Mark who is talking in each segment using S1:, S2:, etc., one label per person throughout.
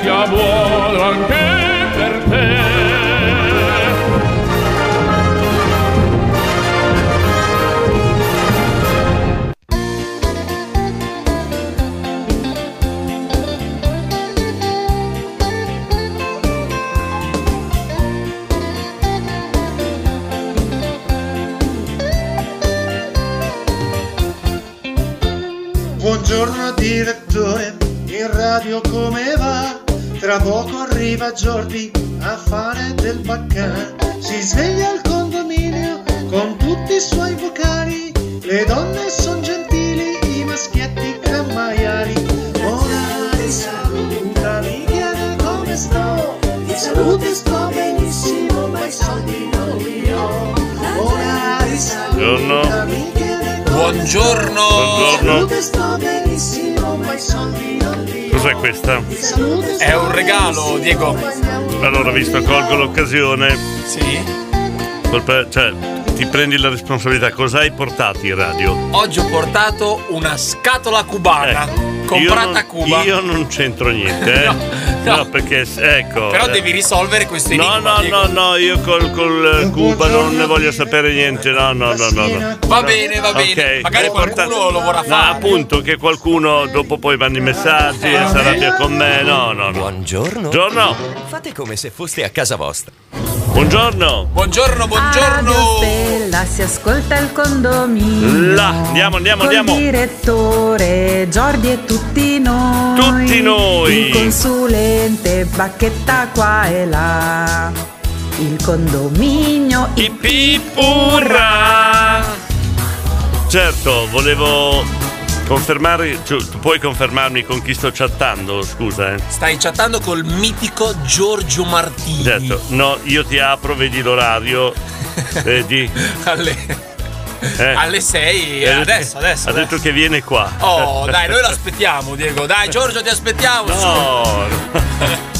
S1: sia buono anche per te.
S2: Buongiorno direttore, in radio come va? Tra poco arriva Jordi a fare del baccà. Si sveglia al condominio con tutti i suoi vocali. Le donne son gentili, i maschietti gran maiali. Monari saluta, mi chiede come sto. Di salute sto benissimo, ma i soldi non li ho. Monari saluta, mi chiede come sto.
S3: Buongiorno.
S2: Salute sto benissimo, ma i soldi non li ho.
S4: Cos'è questa?
S2: Di salute sto
S3: È un regalo, Diego.
S2: benissimo, ma i
S4: Allora, visto colgo l'occasione,
S3: Sì.
S4: colpa- cioè, ti prendi la responsabilità. Cosa hai portato in radio?
S3: Oggi ho portato una scatola cubana comprata
S4: Eh, io non,
S3: a Cuba.
S4: Io non c'entro niente, eh.
S3: No, no.
S4: perché s- ecco.
S3: Però
S4: eh.
S3: devi risolvere questo
S4: No,
S3: enigma.
S4: no,
S3: Diego.
S4: no, no, io col, col eh, Cuba non ne voglio sapere niente. No, no, no, no. no.
S3: Va bene, va bene.
S4: Ok,
S3: Magari
S4: hai portato-
S3: qualcuno lo vorrà
S4: No,
S3: fare.
S4: appunto che qualcuno dopo poi manda i messaggi e si arrabbia con me. No, no, no.
S5: Ah, Buongiorno.
S4: Buongiorno.
S5: Fate come se foste a casa vostra. Ah,
S4: Buongiorno.
S3: Buongiorno, buongiorno.
S6: Radio Stella si ascolta il condominio.
S4: Là, andiamo, andiamo,
S6: Col
S4: andiamo.
S6: direttore Giordi e tutti noi.
S4: Tutti noi.
S6: Il consulente Bacchetta qua e là. Il condominio
S4: Ipipurra! Certo, volevo confermare, cioè, tu puoi confermarmi con chi sto chattando, scusa, eh?
S3: Stai chattando col mitico Giorgio Martini.
S4: Certo, no, io ti apro, vedi l'orario, vedi?
S3: Alle,
S4: eh.
S3: alle 6.
S4: Eh,
S3: Adesso, adesso.
S4: Ha
S3: adesso.
S4: detto che viene qua.
S3: Oh, dai, noi lo aspettiamo, Diego. Dai, Giorgio, ti aspettiamo. su.
S4: No!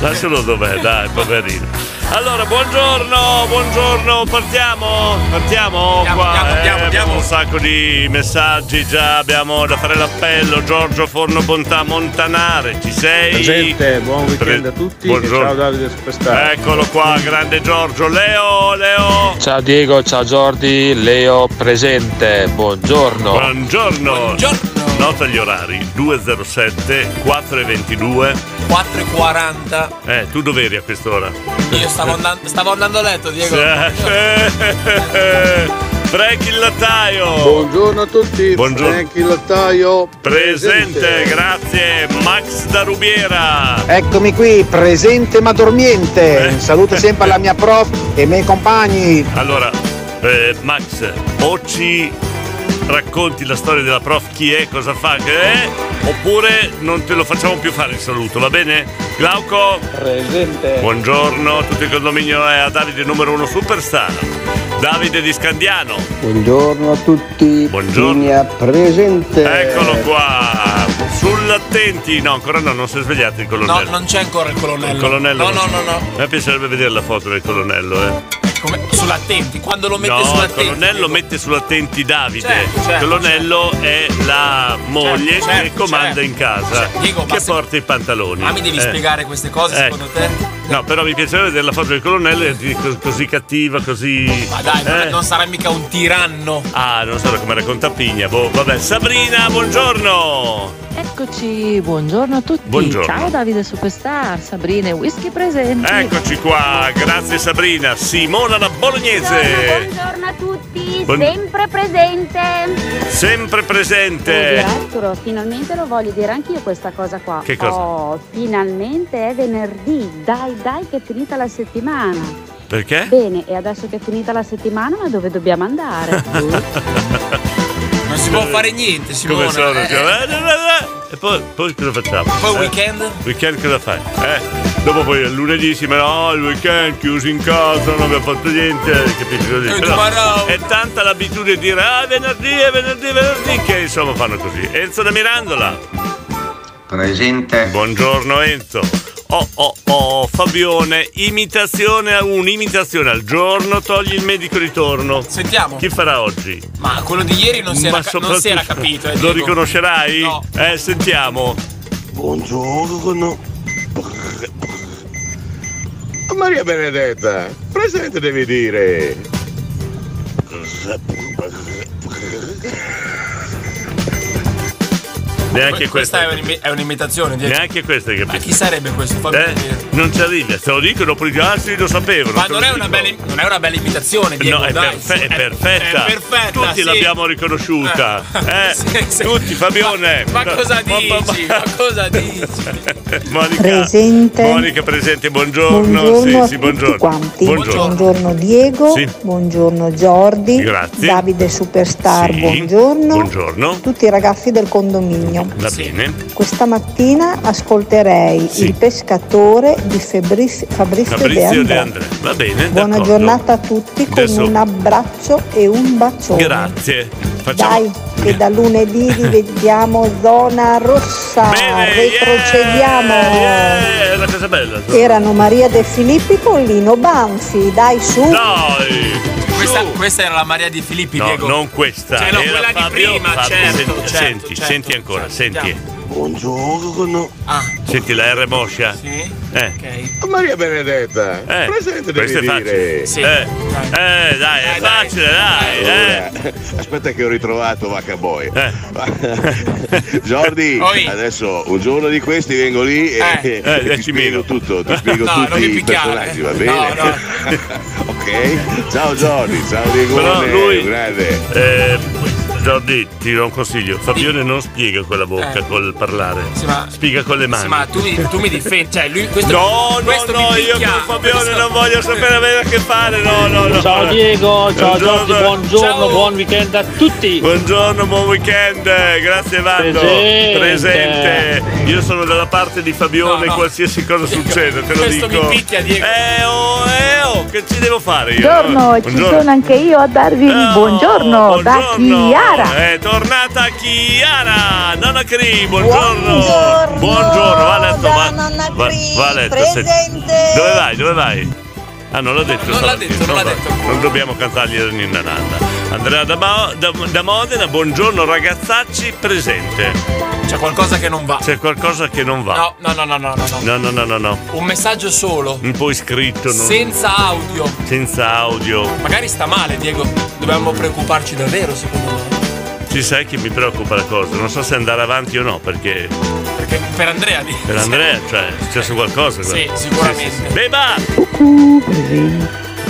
S4: Lascialo dov'è, dai, poverino. Allora, buongiorno, buongiorno, partiamo, partiamo
S3: Andiamo,
S4: qua.
S3: andiamo,
S4: eh,
S3: andiamo,
S4: abbiamo
S3: andiamo.
S4: un sacco di messaggi già, abbiamo da fare l'appello. Giorgio Forno Bontà Montanare, ci sei?
S7: Presente, buon weekend
S4: Pre-
S7: a tutti.
S4: buongiorno.
S7: Ciao Davide Superstar.
S4: Eccolo qua, grande Giorgio. Leo, Leo.
S8: Ciao Diego, ciao Jordi, Leo presente, buongiorno.
S4: Buongiorno.
S3: Buongiorno.
S4: Nota gli orari, 207 422.
S3: 4.40.
S4: Eh, tu dove eri a quest'ora?
S3: Io stavo andando, stavo andando a letto, Diego.
S4: Frank il lattaio
S7: Buongiorno a tutti.
S4: Buongiorno.
S7: Franchi Lattaio.
S4: presente, grazie Max da Rubiera
S9: Eccomi qui, presente ma dormiente.
S4: Eh.
S9: Un saluto sempre alla mia prof e ai miei compagni.
S4: allora eh, Max o ci racconti la storia della prof chi è, cosa fa che è oppure non te lo facciamo più fare il saluto va bene? Glauco
S7: Presente.
S4: buongiorno tutto il condominio è a Davide numero uno superstar Davide di Scandiano
S7: Buongiorno a tutti.
S4: Buongiorno.
S7: Linea presente.
S4: eccolo qua sull'attenti no ancora no non si è svegliato il
S3: No,
S4: colonnello
S3: non c'è ancora il colonnello.
S4: Il colonnello.
S3: No, no, no, no.
S4: A me piacerebbe vedere la foto del colonnello, eh.
S3: Come, sull'attenti, quando lo mette
S4: no, il
S3: sull'attenti.
S4: colonnello
S3: Diego.
S4: mette sull'attenti Davide.
S3: Certo, certo,
S4: il colonnello è la moglie
S3: Certo, certo,
S4: che comanda
S3: certo.
S4: in casa,
S3: Cioè, Diego, ma
S4: che
S3: se-
S4: porta i pantaloni.
S3: Ma mi devi
S4: Eh.
S3: spiegare queste cose,
S4: Eh.
S3: secondo te?
S4: No, però mi piacerebbe vedere la foto del colonnello è di- co- così cattiva, così.
S3: Ma dai, non-
S4: eh.
S3: non sarà mica un tiranno.
S4: Ah, non so come racconta Pigna. Boh, vabbè. Sabrina, buongiorno!
S10: Eccoci, buongiorno a tutti.
S4: Buongiorno.
S10: Ciao Davide Superstar, Sabrina e Whisky presenti.
S11: Ecco.
S4: Eccoci qua, grazie Sabrina. Simona la Bolognese,
S12: Buongiorno a tutti,
S4: Buon-
S12: sempre presente.
S4: sempre presente.
S12: Eh, Arturo, finalmente lo voglio dire anch'io questa cosa qua.
S4: Che cosa?
S12: Oh, finalmente è venerdì. Dai, dai, che è finita la settimana.
S4: Perché?
S12: Bene, e adesso che è finita la settimana, ma dove dobbiamo andare?
S3: Non si può fare niente, Simone.
S4: Come sono?
S3: Eh,
S4: Cioè, eh, eh, eh, E poi, poi cosa facciamo?
S3: Poi
S4: Eh?
S3: weekend?
S4: Weekend cosa fai? Eh? Dopo poi il lunedì si ma no, il weekend chiuso in casa, non abbiamo fatto niente, capito così?
S3: Eh,
S4: Però
S3: guarda.
S4: è tanta l'abitudine di dire ah è venerdì, è venerdì, è venerdì, che insomma fanno così. Enzo da Mirandola,
S7: Presente.
S4: buongiorno Enzo. Oh oh oh, Fabione, imitazione a un'imitazione al giorno, togli il medico ritorno.
S3: Sentiamo.
S4: Chi farà oggi?
S3: Ma quello di ieri non si era,
S4: Ma
S3: ca- non si era
S4: soprattutto-
S3: capito. Eh,
S4: Lo
S3: Diego.
S4: Eh, riconoscerai?
S3: No.
S4: Eh, sentiamo.
S7: Buongiorno.
S12: Maria Benedetta, presente devi dire.
S4: Neanche
S3: questa, è, un'imi- è un'imitazione. Diego.
S4: Neanche questa hai capito.
S3: Chi sarebbe questo? Fammi
S4: Eh?
S3: vedere.
S4: Non ci arrivi, te lo dicono, poi gli altri lo sapevano.
S3: Ma
S4: te lo
S3: non è, una
S4: dico.
S3: bella, non è una bella imitazione, Diego,
S4: no, è,
S3: dai.
S4: perfe- è perfetta.
S3: è perfetta,
S4: Tutti
S3: sì.
S4: l'abbiamo riconosciuta. Eh, Tutti, Fabione.
S3: Ma cosa
S4: Ma- ma-
S3: dici? Ma cosa dici?
S4: Monica.
S13: Presente.
S4: Monica presente, buongiorno.
S13: Buongiorno
S4: sì, sì, buongiorno.
S13: quanti.
S4: Buongiorno.
S13: Buongiorno Diego,
S4: Sì.
S13: buongiorno Jordi,
S4: Grazie.
S13: Davide Superstar,
S4: Sì.
S13: buongiorno.
S4: Buongiorno.
S13: Tutti i ragazzi del condominio.
S4: Va bene.
S13: Questa mattina ascolterei
S4: Sì.
S13: il pescatore di Fabrizio, Fabrizio,
S4: Fabrizio
S13: De
S4: De
S13: André.
S4: André. Va bene.
S13: Buona
S4: d'accordo.
S13: giornata a tutti con
S4: Adesso-
S13: un abbraccio e un bacione.
S4: Grazie. Facciamo.
S13: Dai, che da lunedì rivediamo zona rossa, retrocediamo.
S4: Eh, è la cosa bella. insomma.
S13: Erano Maria De Filippi con Lino Banfi, dai su.
S4: Dai!
S3: Questa, questa era la Maria di Filippi,
S4: No,
S3: Diego.
S4: non questa.
S3: Cioè, no,
S4: Era
S3: quella di
S4: Fabio-
S3: prima,
S4: Fabio,
S3: certo,
S4: Senti,
S3: certo,
S4: senti,
S3: certo,
S4: senti ancora, senti.
S12: Buongiorno.
S3: Ah,
S4: Senti la R moscia.
S3: Sì.
S4: Eh.
S12: Maria Benedetta,
S4: Eh,
S12: presente
S4: questo
S12: devi
S4: è facile.
S12: dire.
S4: Sì. Eh, eh, dai, è facile, dai. eh.
S12: Allora, Aspetta che ho ritrovato Vacaboy. Jordi,
S4: Oi.
S12: adesso un giorno di questi vengo lì e,
S4: Eh. Eh,
S12: e ti spiego tutto, ti spiego
S4: No, non
S12: tutti
S4: mi
S12: i
S4: picchiare.
S12: personaggi, va
S4: No,
S12: bene? ok? Ciao Jordi, ciao Diego.
S4: Però lui-
S12: grande.
S4: Eh, Jordi, ti do un consiglio. Fabione non spiega con la bocca,
S3: Eh.
S4: col parlare.
S3: Sì, ma-
S4: Spiega con le mani.
S3: Sì, ma tu, mi- tu mi difendi, cioè lui questo
S4: No, no,
S3: questo
S4: no,
S3: mi
S4: io
S3: picchia,
S4: con Fabione
S3: questo-
S4: non voglio sapere avere a che fare, no, no, no.
S14: Ciao Diego, ciao Giorgio, buongiorno,
S4: Ciao.
S14: buon weekend a tutti.
S4: Buongiorno, buon weekend, grazie Vando.
S14: Presente.
S4: Io sono dalla parte di
S14: No,
S4: Fabione,
S14: no.
S4: qualsiasi cosa succede, te lo
S14: Questo
S4: dico.
S14: mi
S4: picchia Diego. Eh oh, eh oh, che ci devo fare io?
S15: Buongiorno, ci
S4: Buongiorno.
S15: sono anche io a darvi il buongiorno, da Chiara.
S4: È tornata Eh, Chiara, Ah, nonna Cri, buongiorno. Buongiorno, va a letto, va, va, va a letto. se- Dove vai, dove vai? Ah, non l'ho detto.
S3: Non l'ha
S4: stamattina,
S3: detto, non l'ha
S4: va-
S3: detto
S4: Non dobbiamo cantargli la ninna nanna. Andrea da, Mo- da- da Modena, buongiorno ragazzacci, presente.
S3: C'è qualcosa che non va.
S4: C'è qualcosa che non va.
S3: No, no, no, no, no, no. no.
S4: No, no, no, no, no.
S3: Un messaggio solo,
S4: Un po' iscritto, non-
S3: senza audio.
S4: senza audio.
S3: Magari sta male, Diego. Dobbiamo preoccuparci davvero, secondo me.
S4: Ci sai che mi preoccupa la cosa, non so se andare avanti o no, perché
S3: Perché per Andrea di.
S4: per Andrea, cioè, è successo qualcosa.
S3: Sì,
S4: guarda.
S3: sicuramente.
S4: Beba!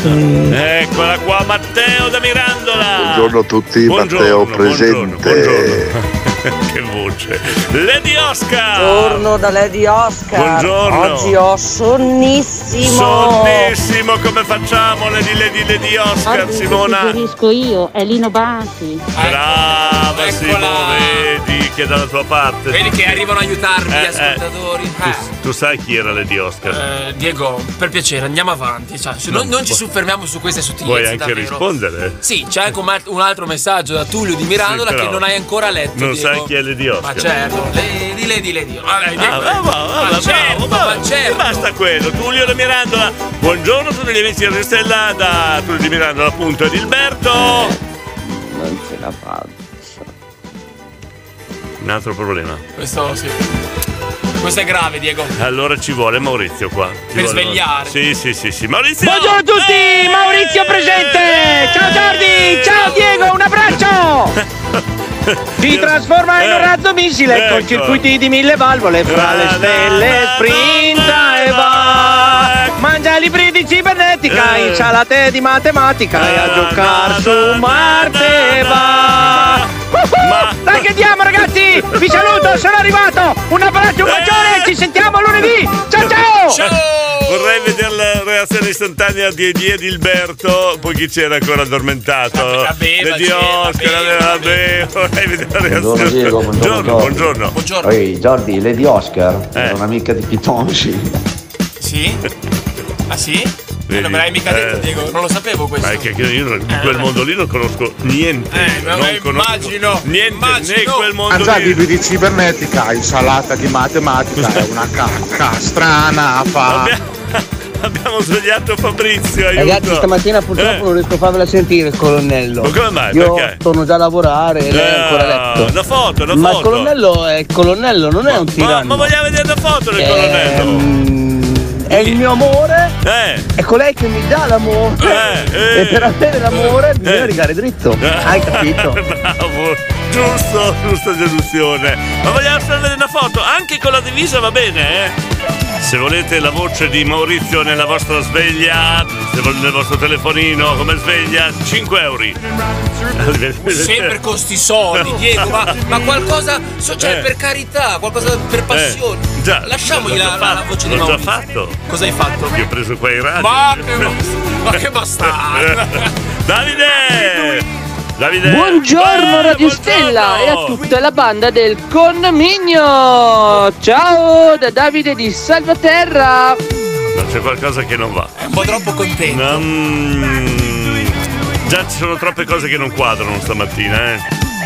S4: Eccola qua, Matteo da Mirandola!
S16: Buongiorno a tutti, Matteo presente.
S4: che voce! Lady Oscar!
S17: Buongiorno da Lady Oscar.
S4: Buongiorno.
S17: Oggi ho sonnissimo.
S4: Sonnissimo, come facciamo Lady Lady Lady
S3: Ah.
S4: Oscar,
S15: Oggi
S4: Simona?
S15: suggerisco io, è Lino Banfi.
S4: Brava Simona, vedi che è dalla tua parte.
S3: Vedi che arrivano a aiutarmi
S4: Eh,
S3: gli
S4: eh.
S3: ascoltatori. Eh.
S4: Tu, tu sai chi era Lady Oscar?
S3: Eh, Diego, per piacere, andiamo avanti. cioè, se- non,
S4: Non
S3: non ci soffermiamo su queste sottigliezze.
S4: Vuoi anche
S3: davvero.
S4: rispondere?
S3: Sì, c'è anche un, ma- un altro messaggio da Tullio di Mirandola
S4: Sì, però
S3: che non hai ancora letto.
S4: Non
S3: Diego.
S4: sai chi è Lady Oscar?
S3: Ma certo, Lady, Lady, Lady. Vabbè, Diego,
S4: Ah, va, va, va,
S3: ma
S4: va,
S3: certo,
S4: bravo,
S3: ma
S4: bravo.
S3: certo.
S4: Oh, E basta quello, Tullio da Mirandola. Buongiorno a tutti gli amici della Stella da Tullio di Mirandola, appunto, ed Ilberto.
S17: Non ce la faccio.
S4: Un altro problema.
S3: Questo sì. Questo è grave, Diego.
S4: Allora ci vuole Maurizio qua. Ci
S3: Per
S4: vuole-
S3: svegliare.
S4: Sì, sì, sì, sì. Maurizio!
S14: Buongiorno a tutti, Maurizio presente. Ciao Giordi, ciao Diego, un abbraccio. Si trasforma
S4: Eh,
S14: in un razzo missile
S4: ecco.
S14: con circuiti di mille valvole fra le stelle, sprinta e va.
S4: ecco.
S14: Mangia libri di cibernetica,
S4: Eh.
S14: insalate di matematica e a giocare su Marte va. Uhuh, Dai che diamo ragazzi, vi saluto, sono arrivato. Un abbraccio, un
S4: Eh.
S14: bacione, ci sentiamo lunedì. Ciao ciao.
S4: Vorrei vedere la reazione istantanea di di Edilberto, poi chi c'era ancora addormentato.
S3: beva,
S4: Lady
S3: c'era,
S4: Oscar, la beva. Vorrei vedere la reazione.
S18: Buongiorno Diego,
S4: Buongiorno,
S18: buongiorno.
S4: buongiorno. Eh.
S18: Ehi, Jordi, Lady Oscar è un'amica di Pitonci.
S3: Sì? Ah sì? Eh, non me l'hai mica
S4: eh.
S3: detto, Diego. Non lo sapevo questo.
S4: Ma è che io non- di quel mondo lì non conosco niente.
S3: ma
S4: Eh, non
S3: beh, Eh, immagino,
S4: niente, né quel mondo
S9: Mangia
S4: lì.
S9: libri di cibernetica, insalata di matematica, è una cacca strana fa.
S4: Abbiamo svegliato Fabrizio, aiuto. Eh.
S2: Ragazzi, stamattina purtroppo non riesco a farvela sentire il colonnello.
S4: Ma come mai?
S2: Io
S4: Perché?
S2: torno già a lavorare e lei è ancora a
S4: No,
S2: letto.
S4: una foto, una
S2: Ma il
S4: foto.
S2: colonnello è il colonnello, non è un
S4: Ma,
S2: tiranno.
S4: ma vogliamo vedere la foto del
S2: Ehm,
S4: colonnello?
S2: È il mio amore,
S4: Eh.
S2: è colei che mi dà l'amore.
S4: Eh, eh.
S2: e per avere l'amore bisogna rigare dritto. Hai capito?
S4: Bravo, giusto, giusta deduzione. Ma vogliamo far vedere una foto? Anche con la divisa va bene, eh? Se volete la voce di Maurizio nella vostra sveglia, se vol- nel vostro telefonino come sveglia, 5 euro.
S3: Sempre con sti soldi, Diego, ma, ma qualcosa, so- cioè
S4: Eh.
S3: per carità, qualcosa per passione.
S4: Già,
S3: Lasciamogli
S4: l'ho già
S3: la, la, la
S4: fatto,
S3: voce di
S4: L'ho già
S3: Maurizio.
S4: fatto.
S3: Cosa hai fatto?
S4: Ti ho preso qua in radio.
S3: Ma che, ma che bastardo!
S4: Davide! Davide! Eh,
S19: Buongiorno Radio Stella e a tutta la banda del condominio. Ciao da Davide di Salvaterra.
S4: No, c'è qualcosa che non va. È un po' troppo contento. già ci sono troppe cose che non quadrano stamattina, eh.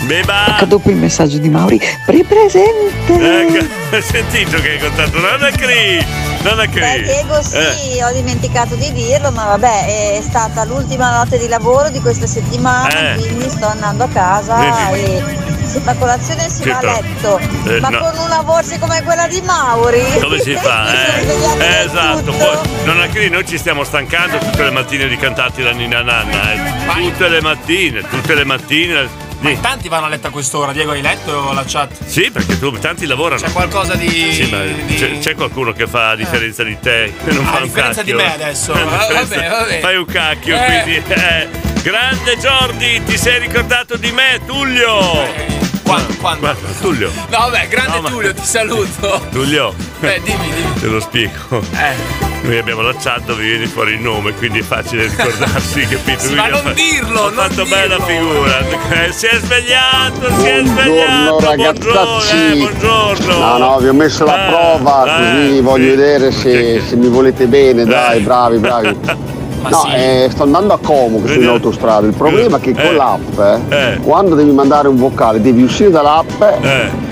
S4: Beba!
S20: Ecco dopo il messaggio di Mauri, ripresente.
S4: Ecco, hai sentito che hai contato Nonna Cri! Nonna Cri! Eh.
S20: Beh, Diego, Eh, sì, ho dimenticato di dirlo, ma vabbè, è stata l'ultima notte di lavoro di questa settimana,
S4: Eh.
S20: quindi sto andando a casa
S4: Vedi.
S20: e si fa colazione e si
S4: Sì,
S20: va a
S4: però-
S20: letto.
S4: eh,
S20: ma
S4: no.
S20: con una voce come quella di Mauri.
S4: Come si fa? eh? Eh, esatto, poi Nonna Cri, noi ci stiamo stancando tutte le mattine di cantarti la Nina Nanna, eh. Tutte le mattine, tutte le mattine. Sì,
S3: Tanti vanno a letto a quest'ora, Diego, hai letto la chat?
S4: sì, perché tu tanti lavorano.
S3: C'è qualcosa di-
S4: Sì, ma c'è, c'è qualcuno che fa a differenza di te, che non
S3: Ah,
S4: fa
S3: a
S4: un
S3: differenza di
S4: cacchio.
S3: me adesso.
S4: A
S3: Ah,
S4: differenza-
S3: vabbè, vabbè.
S4: Fai un cacchio,
S3: Eh.
S4: quindi. eh. Grande Jordi, ti sei ricordato di me, Tullio!
S3: Quando? Quando?
S4: Tullio.
S3: No, vabbè, grande Tullio, ti saluto.
S4: Tullio.
S3: Beh, dimmi, dimmi.
S4: Te lo spiego.
S3: Eh.
S4: Noi abbiamo la chat dove viene fuori il nome, quindi è facile ricordarsi, capito?
S3: Sì, ma
S4: Quindi ho
S3: non
S4: fa-
S3: dirlo,
S4: Ho
S3: non
S4: fatto bella figura. Eh, si è svegliato, si è svegliato. eh,
S16: Buongiorno ragazzacci. No, no, vi ho messo la prova così voglio vedere se, se mi volete bene, dai, bravi, bravi. No, eh, sto andando a Como che sono in autostrada. Il problema è che con l'app, eh, quando devi mandare un vocale, devi uscire dall'app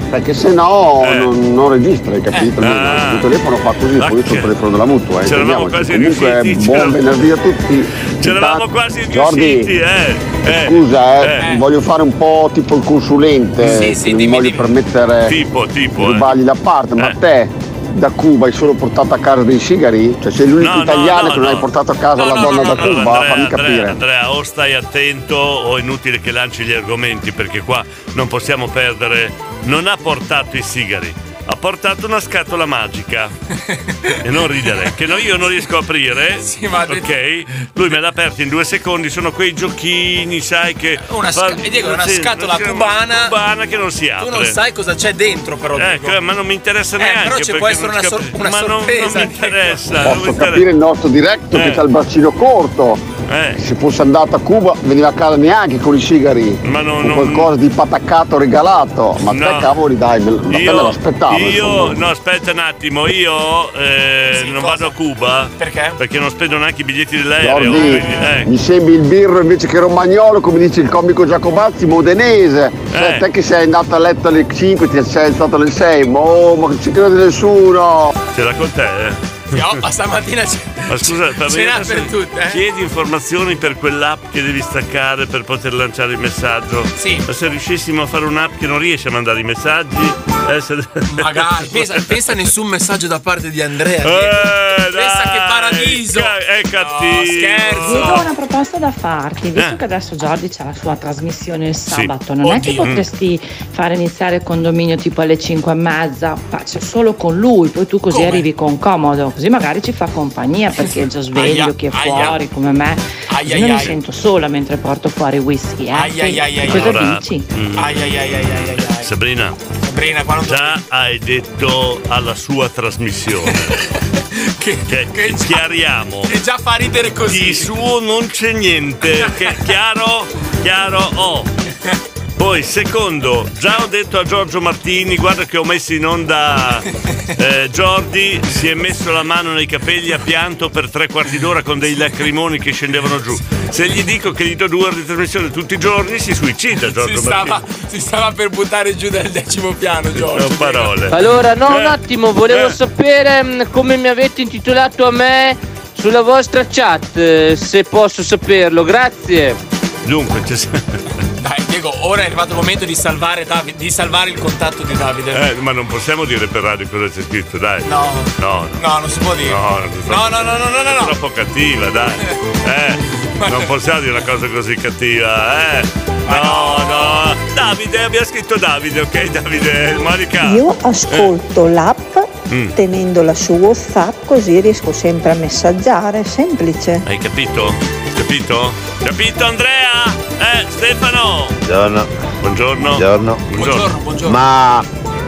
S16: perché se no non, non registra, hai capito? Almeno Il telefono fa così, poi io sono il telefono della mutua. eh,
S4: C'eravamo
S16: intendiamoci.
S4: quasi
S16: Comunque,
S4: riusciti,
S16: buon
S4: c'eravamo-
S16: venerdì a tutti.
S4: C'eravamo
S16: Intanto-
S4: quasi
S16: Jordi,
S4: riusciti, eh. eh.
S16: Scusa, eh, voglio fare un po' tipo il consulente.
S4: Sì, sì,
S16: non
S4: dimmi,
S16: voglio permettere
S4: Tipo, tipo, eh.
S16: di rubargli la parte, ma te da Cuba hai solo portato a casa dei sigari? Cioè sei l'unico
S4: No, no,
S16: italiano
S4: no,
S16: che non
S4: no.
S16: hai portato a casa la donna da
S4: Allora,
S16: Cuba?
S4: Andrea,
S16: Fammi capire.
S4: Andrea, Andrea, o stai attento o è inutile che lanci gli argomenti perché qua non possiamo perdere. Non ha portato i sigari, ha portato una scatola magica. e non ridere, che no- io non riesco a aprire. ok, lui me l'ha aperta in due secondi. Sono quei giochini, sai che.
S3: Una
S4: fa-
S3: sca- eh, Diego, è una
S4: sì,
S3: scatola
S4: sì,
S3: cubana.
S4: cubana che non si apre.
S3: Tu non sai cosa c'è dentro, però.
S4: Ecco,
S3: Diego.
S4: eh, ma non mi interessa
S3: Eh,
S4: neanche.
S3: però ci può
S4: perché
S3: essere
S4: non
S3: una
S4: ci
S3: sor-
S4: cap-
S3: una
S4: ma non-
S3: sorpresa,
S4: non mi interessa. non mi
S16: Posso capire il nostro diretto
S4: Eh.
S16: che c'ha il bacino corto. Se fosse andato a Cuba veniva a casa neanche con i sigari. Ma
S4: no.
S16: qualcosa di pataccato regalato. Ma
S4: No.
S16: te cavoli dai, me, ma te me l'aspettavo.
S4: io
S16: insomma.
S4: no, aspetta un attimo, io eh, non vado a Cuba. Perché? Perché non spendo neanche i biglietti dell'aereo.
S16: Jordi,
S4: quindi, eh.
S16: mi sembri il birro invece che romagnolo, come dice il comico Giacobazzi, modenese. Cioè,
S4: Eh.
S16: te che sei andato a letto alle 5, ti sei alzato alle 6, ma, oh, ma non ci crede nessuno.
S4: Ce l'ha con te? eh?
S3: No, ma stamattina c'è.
S4: Ma scusa, per
S3: ce l'ha per tutte, eh.
S4: chiedi informazioni per quell'app che devi staccare per poter lanciare il messaggio. Sì. Ma se riuscissimo a fare un'app che non riesce a mandare i messaggi, eh,
S3: Magari, pensa, pensa a nessun messaggio da parte di
S4: Eh,
S3: Andrea. Diego. pensa che paradiso.
S4: È cattivo.
S19: Diego, ho una proposta da farti, visto
S4: Eh.
S19: che adesso Jordi c'ha la sua trasmissione il
S4: Sì.
S19: sabato, non è che
S11: Mm.
S4: Oddio.
S19: potresti fare iniziare il condominio tipo alle 5 e mezza, faccio solo con lui, poi tu così
S11: Come?
S19: arrivi con comodo, così magari ci fa compagnia perché è già sveglio,
S11: Aia,
S19: chi è
S11: aia.
S19: fuori come me,
S11: Aia,
S19: io non mi
S11: aia.
S19: sento sola mentre porto fuori whisky, eh.
S11: Aia,
S19: Sì.
S11: aia, aia, aia.
S19: Cosa
S4: Allora,
S19: dici?
S4: mm.
S3: Ai ai ai ai ai ai. ai.
S4: Sabrina.
S3: Sabrina, qua non
S4: Già hai detto alla sua trasmissione. che, chiariamo.
S3: E già fa ridere così.
S4: Di suo non c'è niente. che- chiaro? Chiaro? Oh. Poi, secondo, già ho detto a Giorgio Martini, guarda che ho messo in onda eh, Jordi, si è messo la mano nei capelli, ha pianto per tre quarti d'ora con dei lacrimoni che scendevano giù. Se gli dico che gli do due ore di trasmissione tutti i giorni, si suicida
S3: Si
S4: Giorgio
S3: stava,
S4: Martini.
S3: si stava per buttare giù dal decimo piano, Giorgio.
S4: Non parole.
S8: Allora, no, un
S4: Eh,
S8: attimo, volevo
S4: eh.
S19: mm,
S8: sapere mh, come mi avete intitolato a me
S19: sulla vostra chat, eh, se posso saperlo, grazie.
S4: Dunque, c'è
S3: Dai, Diego, ora è arrivato il momento di salvare, Davi- di salvare il contatto di Davide.
S4: Eh, ma non possiamo dire per radio cosa c'è scritto, dai.
S3: No.
S4: No,
S3: No, non si può dire.
S4: No,
S3: No, no, no, no, no, no, no.
S4: È troppo cattiva, dai. Eh, non possiamo dire una cosa così cattiva, eh. No, no. Davide, abbiamo scritto Davide, ok, Davide? Monica.
S13: Io ascolto l'app
S4: Eh. Mm.
S13: tenendola su WhatsApp così riesco sempre a messaggiare, semplice.
S4: Hai capito? Capito? Capito Andrea? Eh, Stefano!
S12: Buongiorno.
S4: Buongiorno.
S12: Buongiorno. Ma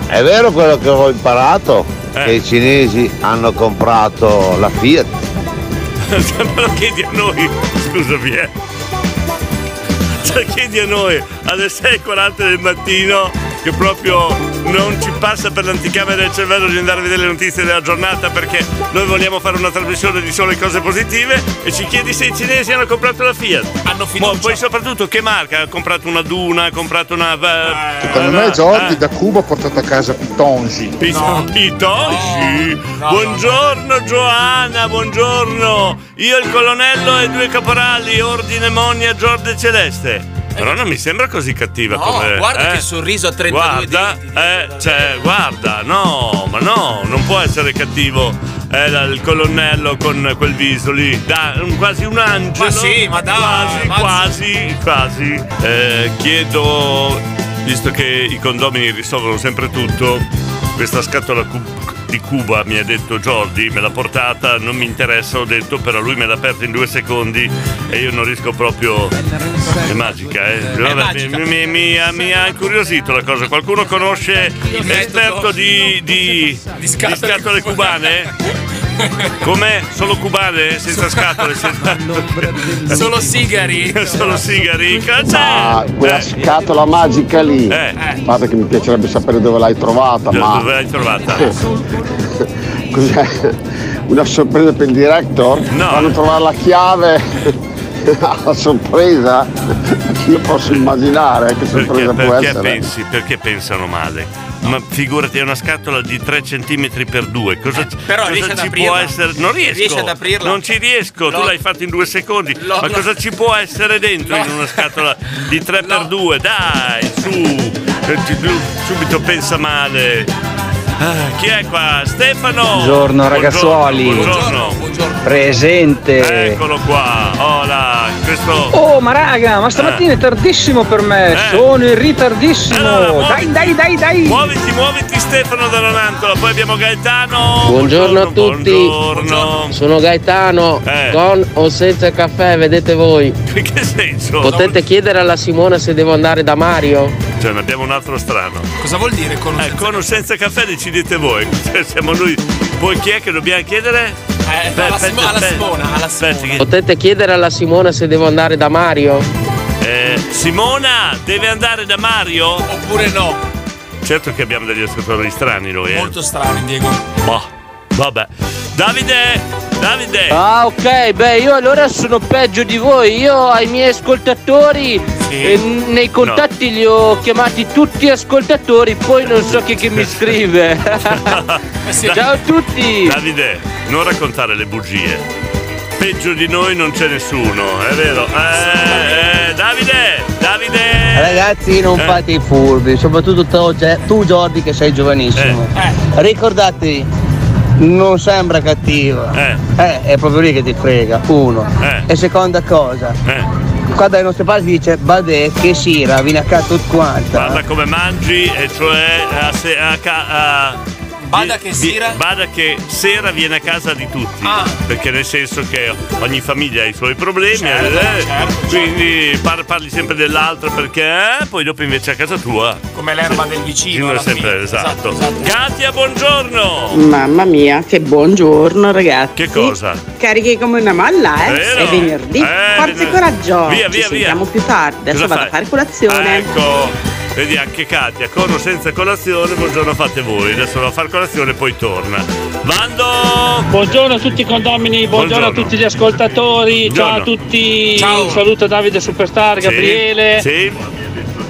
S12: è vero quello che ho imparato?
S4: Eh.
S12: Che i cinesi hanno comprato la Fiat?
S4: Ma lo chiedi a noi, scusami, eh. Cioè, chiedi a noi alle 6.40 del mattino che proprio non ci passa per l'anticamera del cervello di andare a vedere le notizie della giornata perché noi vogliamo fare una trasmissione di sole cose positive e ci chiedi se i cinesi hanno comprato la Fiat. Hanno finito. Poi soprattutto che marca? Ha comprato una Duna, ha comprato una... eh, Ah,
S11: Secondo me Jordi da Cuba ha portato a casa Pitongi.
S4: Pito- Pitonci? buongiorno Giovanna, buongiorno. Io il colonnello e due caporali, ordine Monia, Giorgio e Celeste. Però non mi sembra così cattiva
S3: Eh. No,
S4: come.
S3: guarda
S4: eh?
S3: che sorriso a 32
S4: Guarda, eh, cioè, guarda, no, ma no, non può essere cattivo eh, la- il colonnello con quel viso lì. Da, un- quasi un angelo.
S3: Ma sì, ma dai,
S4: Quasi,
S3: ma-
S4: quasi, quasi. Eh, chiedo, visto che i condomini risolvono sempre tutto, questa scatola cu- di Cuba mi ha detto Jordi, me l'ha portata, non mi interessa, ho detto, però lui me l'ha aperta in due secondi e io non riesco proprio... È magica, eh? Vabbè,
S12: magica.
S4: Mi, mi- mi ha, mi ha incuriosito la cosa. Qualcuno conosce l'esperto di, di, di scatole, cubane? Come? Solo cubane? Senza scatole? senza-
S3: Solo sigari?
S4: Solo sigari? Cazzo!
S16: Ma Ah, quella
S4: Eh.
S16: scatola magica lì, a parte che mi piacerebbe sapere dove l'hai trovata, ma...
S4: Dove l'hai trovata?
S16: Cos'è? Una sorpresa per il director? Fanno trovare la chiave alla sorpresa? Io posso immaginare che sorpresa
S4: Perché,
S16: può
S4: perché
S16: essere.
S4: pensi, perché pensano male? Ma figurati, è una scatola di 3 cm per 2. Cosa,
S3: Eh, però
S4: cosa
S3: riesci ad
S4: ci
S3: aprirla?
S4: può essere? Non riesco.
S3: Riesci ad aprirla?
S4: Non ci riesco,
S3: No.
S4: tu l'hai fatto in due secondi.
S3: Lo-
S4: Ma
S3: lo-
S4: cosa ci può essere dentro in una scatola di 3 per 2? Dai, su! Eh, ti- lui Subito pensa male. Ah, chi è qua? Stefano!
S8: Buongiorno, ragazzuoli.
S4: Buongiorno.
S8: Presente.
S4: Eccolo qua. Hola, questo.
S14: Oh, ma raga, ma
S4: Eh.
S14: stamattina è tardissimo per me. Sono in ritardissimo. dai, dai, dai, dai.
S4: Muoviti, muoviti Stefano dalla Nantola, poi abbiamo Gaetano.
S21: Buongiorno a tutti.
S4: Buongiorno.
S21: Sono Gaetano, con o senza caffè, vedete voi.
S4: In che senso?
S21: Potete chiedere alla Simona se devo andare da Mario?
S4: Cioè, ne abbiamo un altro strano.
S3: Cosa vuol dire con
S4: Eh, con o senza caffè decidete voi. Cioè, siamo noi. Voi chi è che dobbiamo chiedere? Eh,
S3: alla Simo- alla Simona, alla
S4: Simona.
S21: Potete chiedere alla Simona se devo andare da Mario?
S4: Eh, Simona deve andare da Mario? Oppure no? Certo che abbiamo degli ascoltatori strani noi, eh.
S3: Molto strano, Diego.
S4: Boh, vabbè. Davide, Davide.
S19: Ah ok, beh io allora sono peggio di voi, io ai miei ascoltatori eh, nei contatti li ho chiamati tutti ascoltatori, poi non so chi che mi scrive. Ciao a tutti.
S4: Eh Davide, non raccontare le bugie. Peggio di noi non c'è nessuno, è vero. Eh, eh, Davide, Davide.
S7: Ragazzi non
S4: Eh.
S7: fate i furbi, soprattutto tu, Ge- tu, Jordi che sei giovanissimo. Ricordatevi, non sembra cattiva. Eh, è proprio lì che ti frega, uno. E seconda cosa, qua dai nostri parti dice Badè che si ravina a tutto quanto.
S4: Guarda come mangi, e cioè a, se- a ca- a-
S3: Bada
S4: di-
S3: che
S4: di-
S3: sera- Ah.
S4: bada che sera viene a casa di tutti. Perché nel senso che ogni famiglia ha i suoi problemi.
S3: Certo,
S4: eh,
S3: certo,
S4: quindi par- parli sempre dell'altro perché eh, poi dopo invece a casa tua.
S3: Come l'erba del vicino.
S4: Ognuno è sempre esatto. Katia, buongiorno!
S22: Mamma mia, che buongiorno ragazzi.
S4: Che cosa?
S22: Carichi come una malla, eh?
S4: Vero?
S22: È venerdì.
S4: Eh,
S22: Forza e
S4: venerdì.
S22: coraggio.
S4: Via, via,
S22: Ci
S4: via.
S22: sentiamo più tardi. Adesso
S4: Cosa
S22: vado
S4: fai?
S22: a fare colazione.
S4: Ecco. Vedi anche Katia, con o senza colazione, buongiorno fate voi, adesso va a far colazione e poi torna. Vando!
S23: Buongiorno a tutti i condomini, buongiorno, a
S4: Buongiorno.
S23: tutti gli ascoltatori, ciao a
S4: Buongiorno.
S23: tutti, un saluto a Davide Superstar,
S4: Sì,
S23: Gabriele.
S4: sì.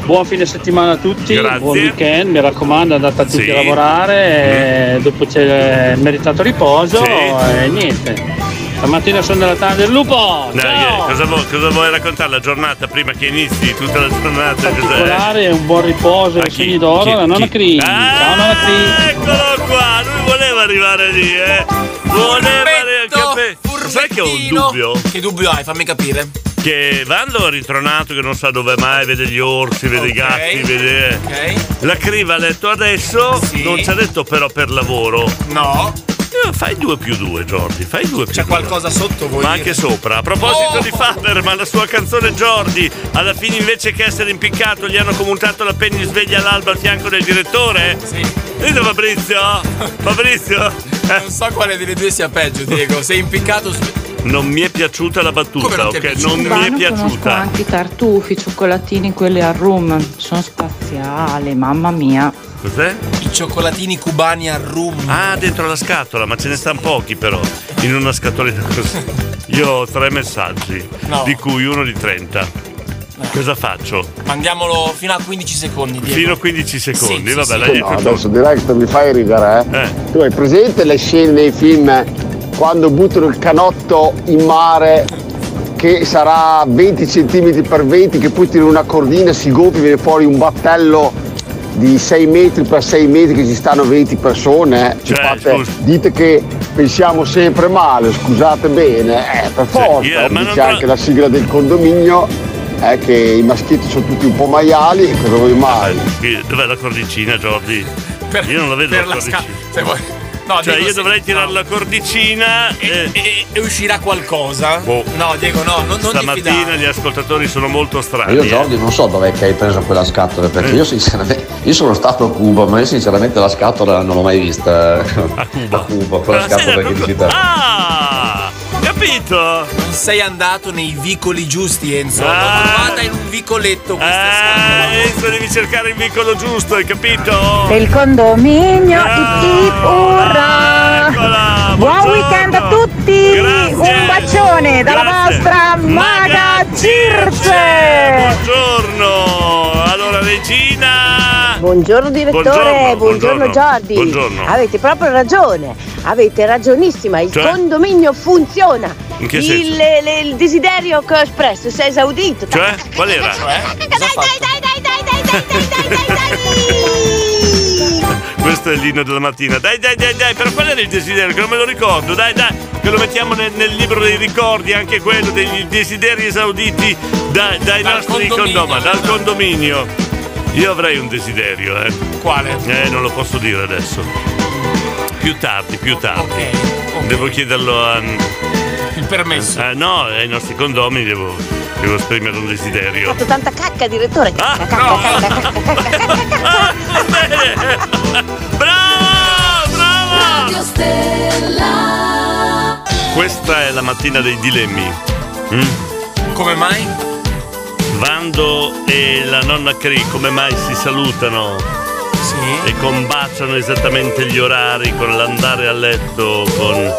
S23: Buon fine settimana a tutti,
S4: Grazie.
S23: buon weekend, mi raccomando andate a tutti
S4: Sì. Mm.
S23: a lavorare, eh, dopo c'è il meritato riposo
S4: Sì.
S23: e niente. Stamattina sono nella tana del lupo.
S4: Dai, eh,
S23: Ciao.
S4: cosa, vuoi, cosa vuoi raccontare? La giornata prima che inizi, tutta la giornata. Cos'è?
S23: Particolare, un buon riposo, i segni d'oro,
S4: Chi-
S23: la nonna Cri. Ciao nonna Cri.
S4: Eccolo qua, lui voleva arrivare lì, eh. Voleva arrivare al capello. Sai che ho un dubbio?
S3: Che dubbio hai? Fammi capire.
S4: Che Vando è ritornato che non sa dove mai, vede gli orsi, vede i gatti, vede. eh. La Criva ha letto adesso, non ci ha detto però per lavoro. Eh,
S3: No.
S4: Fai 2 più 2, Jordi, fai 2 più 2. C'è
S3: qualcosa sotto Oh! voi.
S4: Ma anche sopra. A proposito di Faber, ma la sua canzone Jordi, alla fine invece che essere impiccato gli hanno commutato la penna di sveglia all'alba al fianco del direttore? Sì. Dite Fabrizio, Fabrizio.
S3: Non so quale delle due sia peggio, Diego. Sei impiccato.
S4: Non mi è piaciuta la
S3: Come
S4: battuta,
S3: non ti è
S4: ok?
S3: piaciuta?
S4: Non mi è
S10: Urbano conosco
S4: piaciuta.
S10: anche i tartufi, i cioccolatini, quelli al rum. Sono spaziali, mamma mia.
S4: Cos'è?
S3: I cioccolatini cubani al rum.
S4: Ah, dentro la scatola, ma ce ne stanno pochi però. In una scatoletta così. Io ho tre messaggi,
S3: No.
S4: di cui uno di 30. Cosa faccio?
S3: Mandiamolo fino a 15 secondi, Diego.
S4: Fino a 15 secondi,
S3: Sì,
S4: vabbè,
S3: sì,
S4: la
S3: sì.
S4: dietro
S16: No,
S4: tu.
S16: adesso direct mi fai ridere, eh. Tu hai presente le scene dei film quando buttano il canotto in mare che sarà 20 cm per 20 che poi tira una cordina, si gonfia, viene fuori un battello di 6 metri per 6 metri che ci stanno 20 persone, eh. Ci
S4: Cioè,
S16: fate-
S4: scusa.
S16: dite che pensiamo sempre male, scusate bene, eh, per forza,
S4: io- ma non
S16: dice
S4: tra-
S16: anche la sigla del condominio, eh, che i maschietti sono tutti un po' maiali, cosa vuoi mai?
S4: Qui- Dov'è la cordicina, Jordi? io non la vedo
S3: per
S4: la
S3: la
S4: cordicina.
S3: No,
S4: cioè,
S3: Diego,
S4: io
S3: se-
S4: dovrei tirare la cordicina e, Boh.
S3: e uscirà qualcosa. No, Diego, no, non, non ti
S4: Stamattina gli ascoltatori sono molto strani.
S18: Io
S4: eh.
S18: Jordi non so dov'è che hai preso quella scatola perché io sinceramente io sono stato a Cuba ma io sinceramente la scatola non l'ho mai vista a Cuba, quella
S3: Ah, sì,
S18: scatola che
S3: proprio-
S18: dici te.
S4: Ah! Capito? Non
S3: sei andato nei vicoli giusti, Enzo. L'ho trovata in un vicoletto questa
S4: scatola. Eh, Enzo, devi cercare il vicolo giusto, hai capito?
S24: E il condominio ip ip urra! Buon weekend a tutti! Un bacione dalla vostra Maga Circe!
S4: Buongiorno! Allora, Regina!
S24: Buongiorno direttore,
S4: Buongiorno,
S24: buongiorno,
S4: buongiorno.
S24: Giordi.
S4: Buongiorno.
S24: Avete proprio ragione, avete ragionissima, il
S4: Cioè?
S24: condominio funziona.
S4: In che
S24: il,
S4: senso?
S24: le- il desiderio che ho espresso si è esaudito.
S4: Cioè, qual era? Questo è il lino della mattina. Dai, dai, dai, dai, però qual era il desiderio? Che non me lo ricordo. Dai, dai, che lo mettiamo nel, nel libro dei ricordi, anche quello dei desideri esauditi da- dai nostri
S3: condominio.
S4: condoma, dal condominio. Io avrei un desiderio, eh.
S3: Quale?
S4: Eh, non lo posso dire adesso. Più tardi, più tardi. Devo chiederlo a. Il
S3: permesso.
S4: no, ai nostri condomini devo, devo esprimere un desiderio.
S24: Ho fatto tanta cacca direttore.
S4: Ah,
S24: Cacca, cacca, cacca, cacca, cacca, cacca, cacca, cacca, cacca.
S4: Radio Questa è la mattina dei dilemmi. Mm?
S3: Come mai?
S4: Vando e la nonna Cree come mai si salutano? E combaciano esattamente gli orari con l'andare a letto, con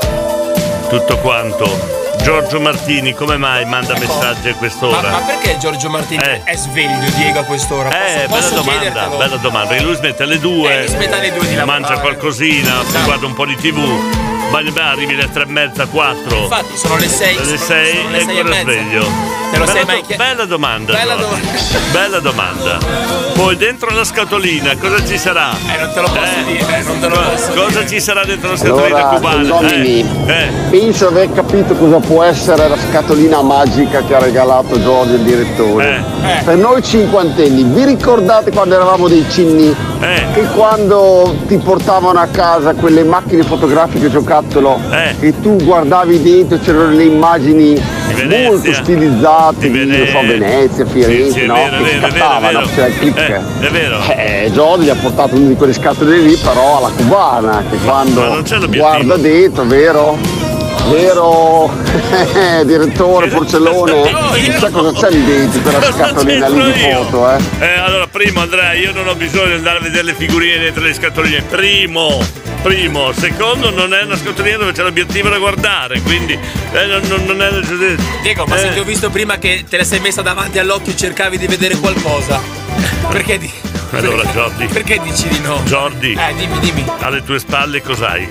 S4: tutto quanto. Giorgio Martini come mai manda messaggi a
S3: Ma,
S4: quest'ora?
S3: Ecco. ma perché Giorgio Martini è sveglio, Diego, a quest'ora?
S4: Eh, bella
S3: posso, posso
S4: domanda,
S3: chiedertelo? Eh,
S4: bella domanda, perché lui smette alle due,
S3: smette alle due di lavorare. Esatto.
S4: mangia qualcosina, si guarda un po' di tv, ma ne- ma arrivi alle tre e mezza, quattro.
S3: Infatti, sono le sei,
S4: Alle
S3: sono-
S4: sei
S3: sono le
S4: e
S3: sei e
S4: ancora
S3: mezza.
S4: sveglio.
S3: Te lo
S4: bella,
S3: sei mai
S4: do- bella domanda,
S3: Bella
S4: Giorgio. bella domanda. Poi dentro la scatolina cosa ci sarà? Eh,
S3: non te lo posso dire, non te lo posso
S4: Cosa ci sarà dentro la scatolina
S16: Allora,
S4: cubana?
S16: condomini,
S4: eh.
S16: penso di aver capito cosa può essere la scatolina magica che ha regalato Giorgio il direttore.
S4: Eh.
S16: Per noi cinquantenni, vi ricordate quando eravamo dei cinni?
S4: Eh.
S16: Che quando ti portavano a casa quelle macchine fotografiche giocattolo
S4: Eh.
S16: e tu guardavi dentro c'erano le immagini molto stilizzate di, non so, Venezia, Firenze,
S4: Eh, Sì, sì, è
S16: no?
S4: vero, è
S16: che
S4: vero, è vero, è
S16: scattavano,
S4: vero.
S16: cioè, clic.
S4: Eh, è vero.
S16: Eh, Jordi ha portato una di quelle scatole lì però alla cubana che quando
S4: ma non c'è l'obiettivo.
S16: guarda dentro, vero? Vero eh, direttore Porcellone, chissà cosa c'è lì dentro quella
S4: Cosa
S16: scatolina lì di
S4: c'entro io?
S16: foto, eh.
S4: Eh, allora, primo Andrea, io non ho bisogno di andare a vedere le figurine dentro le scatoline. Primo, primo. Secondo, non è una scatolina dove c'è l'obiettivo da guardare, quindi eh, non, non- non è...
S3: Diego, ma
S4: Eh.
S3: se ti ho visto prima che te la sei messa davanti all'occhio e cercavi di vedere qualcosa, perché, di-
S4: Allora, Jordi.
S3: perché dici di no?
S4: Jordi.
S3: Eh, dimmi, dimmi.
S4: Alle tue spalle cos'hai?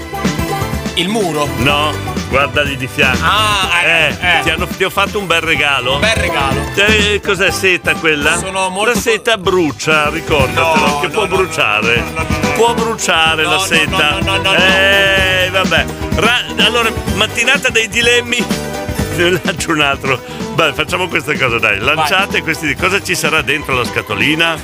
S3: Il muro?
S4: No. Guardali di fianco.
S3: Ah, eh, eh.
S4: Ti, hanno- ti ho fatto un bel regalo. Un
S3: bel regalo.
S4: cos'è seta quella?
S3: Sono molto-
S4: La seta brucia, ricordatelo, che può bruciare. Può bruciare la seta. eh, vabbè. Ra- allora, mattinata dei dilemmi. Ne lancio un altro. Beh, facciamo questa cosa, dai. Lanciate questi. Cosa ci sarà dentro la scatolina?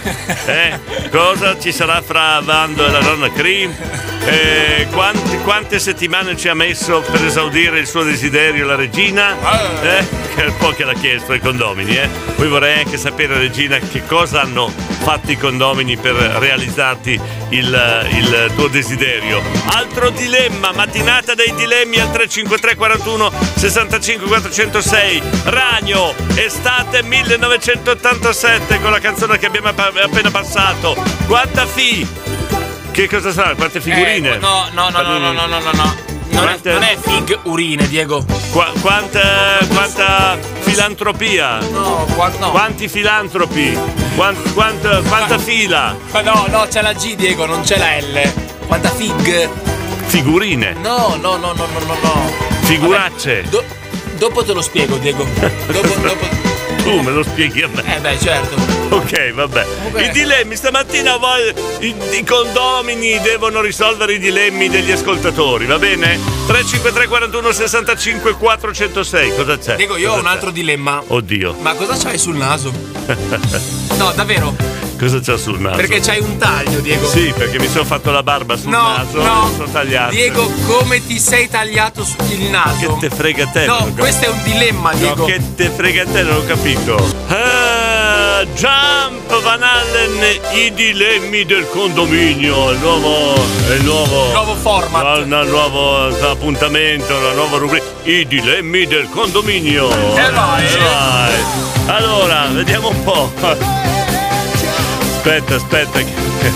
S4: Eh? Cosa ci sarà fra Vando e la nonna Cree? Eh, quanti- quante settimane ci ha messo per esaudire il suo desiderio la regina? Eh? Che è un po' che l'ha chiesto ai condomini, eh? Poi vorrei anche sapere, regina, che cosa hanno fatto i condomini per realizzarti il, il tuo desiderio. Altro dilemma, mattinata dei dilemmi al 353 41 65 406 Ragno, estate 1987 con la canzone che abbiamo app- appena passato. Quanta fi! Che cosa sarà? Quante figurine?
S3: Eh, no, no, no, no, no, no, no, no, no. Non è, non è fig urine, Diego.
S4: Qua- quanta, quanta filantropia?
S3: No, qua- no.
S4: Quanti filantropi? Quan- quanta- quanta fila?
S3: Ma no, no, c'è la G, Diego, non c'è la L. Quanta fig?
S4: Figurine.
S3: No, no, no, no, no, no, no.
S4: Figuracce.
S3: Do- dopo te lo spiego, Diego. Dopo, dopo.
S4: Tu me lo spieghi a me.
S3: Eh beh, certo.
S4: Ok, vabbè. I dilemmi stamattina voi- i, i condomini devono risolvere i dilemmi degli ascoltatori, va bene? 353 41 65 406. Cosa c'è?
S3: Diego, io ho
S4: Cosa
S3: un
S4: c'è?
S3: altro dilemma.
S4: Oddio.
S3: Ma cosa c'hai sul naso? No, davvero?
S4: Cosa c'è sul naso?
S3: Perché c'hai un taglio, Diego.
S4: Sì, perché mi sono fatto la barba sul
S3: No,
S4: naso
S3: no.
S4: e sono tagliato.
S3: Diego, come ti sei tagliato su- il naso?
S4: Che te frega te?
S3: No,
S4: non lo
S3: questo è un dilemma,
S4: No,
S3: Diego.
S4: che te frega te, non ho capito. Ah, Jump Van Allen, i dilemmi del condominio, il nuovo, il nuovo,
S3: Nuovo format.
S4: Un nuovo appuntamento, la nuova rubrica, i dilemmi del condominio.
S3: E vai.
S4: Eh, vai. Allora, vediamo un po'. Aspetta, aspetta, che-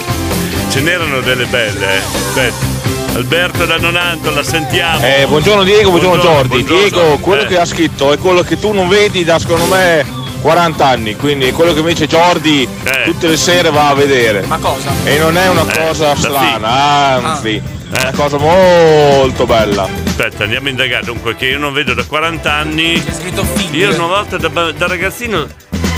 S4: ce n'erano delle belle, eh. aspetta. Alberto da Nonanto, la sentiamo.
S25: Eh, buongiorno Diego, buongiorno, Jordi.
S4: buongiorno.
S25: Diego, quello
S4: Eh.
S25: che ha scritto è quello che tu non vedi da secondo me 40 anni, quindi quello che invece Jordi tutte le sere va a vedere.
S3: Ma cosa?
S25: E non è una
S4: Eh,
S25: cosa
S4: la
S25: strana,
S4: fi-
S25: anzi,
S4: Ah.
S25: è una cosa molto bella.
S4: Aspetta, andiamo a indagare. Dunque, che io non vedo da 40 anni. C'è
S3: scritto figlio.
S4: Io una volta da, ba- da ragazzino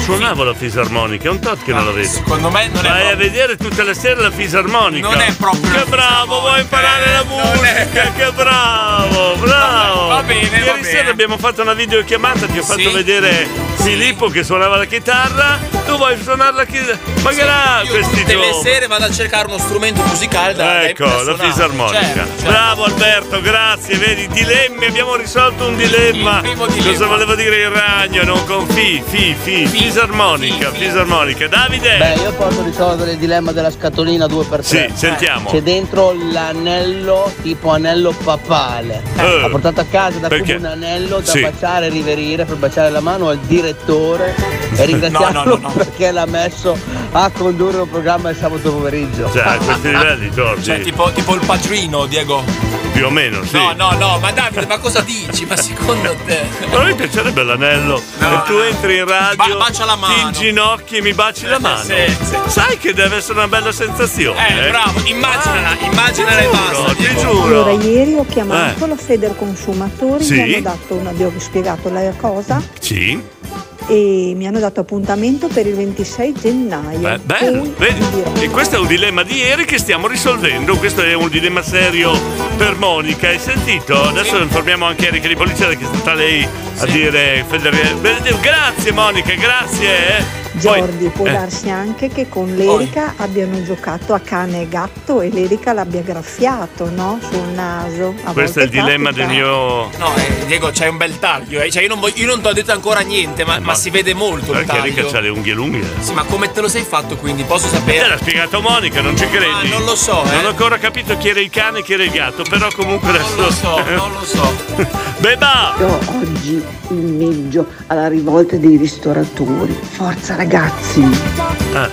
S4: suonavo la fisarmonica, è un tot che non la vedo.
S3: Secondo me non è
S4: Vai a
S3: proprio-
S4: vedere tutte le sere la fisarmonica.
S3: Non è proprio.
S4: Che bravo, vuoi imparare la musica? Che bravo, bravo.
S3: Va bene,
S4: Ieri
S3: va bene.
S4: sera abbiamo fatto una videochiamata, ti ho fatto vedere Filippo che suonava la chitarra. Tu vuoi suonare la chitarra? Ma che là,
S3: Io
S4: questi
S3: tutte le
S4: giovani.
S3: sere vado a cercare uno strumento musicale da da-
S4: Ecco,
S3: da
S4: la
S3: suonare.
S4: fisarmonica.
S3: Certo, certo.
S4: Bravo Alberto, grazie. Vedi, dilemmi, abbiamo risolto un dilemma. Cosa voleva dire il ragno? Non con fi, fi, fi. Fisarmonica, fisarmonica. Davide!
S7: Beh, Eh, io posso risolvere il dilemma della scatolina 2x3.
S4: Sì, sentiamo.
S7: C'è dentro l'anello tipo anello papale.
S4: Eh.
S7: Ha portato a casa da
S4: Perché?
S7: Cuba un anello da
S4: Sì.
S7: baciare e riverire per baciare la mano al direttore e ringraziarlo
S4: No, no, no, no.
S7: perché l'ha messo a condurre un programma il sabato pomeriggio.
S4: Cioè,
S3: Ah,
S4: a questi livelli, Giorgio.
S3: Cioè, tipo, tipo il padrino, Diego.
S4: Più o meno, sì.
S3: No, no, no, ma Davide, ma cosa dici? Ma secondo te? eh.
S4: Ma a me piacerebbe l'anello. e tu entri in radio, ti inginocchi e mi baci la mano.
S3: sì,
S4: Ah, Sai che deve essere una bella sensazione.
S3: Eh, bravo, immaginala, immaginala e basta.
S4: Ti
S13: Allora,
S4: giuro. Eh.
S13: ieri ho chiamato la Feder Consumatori,
S4: Sì.
S13: mi hanno dato una- gli ho spiegato la cosa
S4: Sì.
S13: e mi hanno dato appuntamento per il 26 gennaio.
S4: Beh, bello, vedi? E questo è un dilemma di ieri che stiamo risolvendo. Questo è un dilemma serio per Monica. Hai sentito? Adesso informiamo anche Erika di polizia che è stata lei a dire. Federica- Bene, Grazie, Monica, grazie. eh.
S13: Jordi, può
S4: eh.
S13: darsi anche che con l'Erica abbiano giocato a cane e gatto e l'Erica l'abbia graffiato, no? Sul naso. A
S4: Questo è il
S13: volte
S4: dilemma del
S13: capita.
S4: mio.
S3: No, eh, Diego, c'hai un bel taglio. eh. Cioè, io non, voglio- io non ti ho detto ancora niente, ma, ma si vede molto il
S4: Perché
S3: taglio.
S4: Erika ha le unghie lunghe.
S3: Sì, ma come te lo sei fatto quindi? Posso sapere?
S4: Te l'ha spiegato Monica, non ci credi?
S3: Ma non lo so, eh.
S4: Non ho ancora capito chi era il cane e chi era il gatto, però comunque adesso. Non lo so, non
S3: lo so.
S4: Beba!
S22: Io oggi il meglio alla rivolta dei ristoratori. Forza ragazzi!
S4: Ah.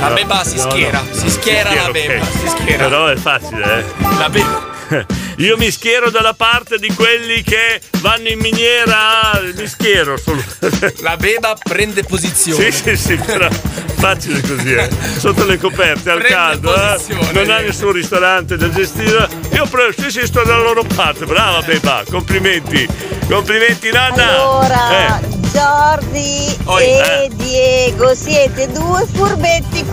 S3: La beba si schiera, si schiera la
S4: ok.
S3: beba, si schiera.
S4: Però è facile, eh.
S3: La beba.
S4: Io mi schiero dalla parte di quelli che vanno in miniera. Mi schiero solo.
S3: La beba prende posizione.
S4: Sì, sì, sì, però facile così, eh. Sotto le coperte, al
S3: Prende
S4: caldo. eh.
S3: posizione.
S4: Non ha nessun ristorante da gestire. Io prendo, sì, sì, sto dalla loro parte. Brava beba, complimenti. Complimenti, Nanna.
S20: Allora,
S4: Eh.
S20: Jordi
S4: Oi,
S20: e
S4: eh.
S20: Diego, siete due furbetti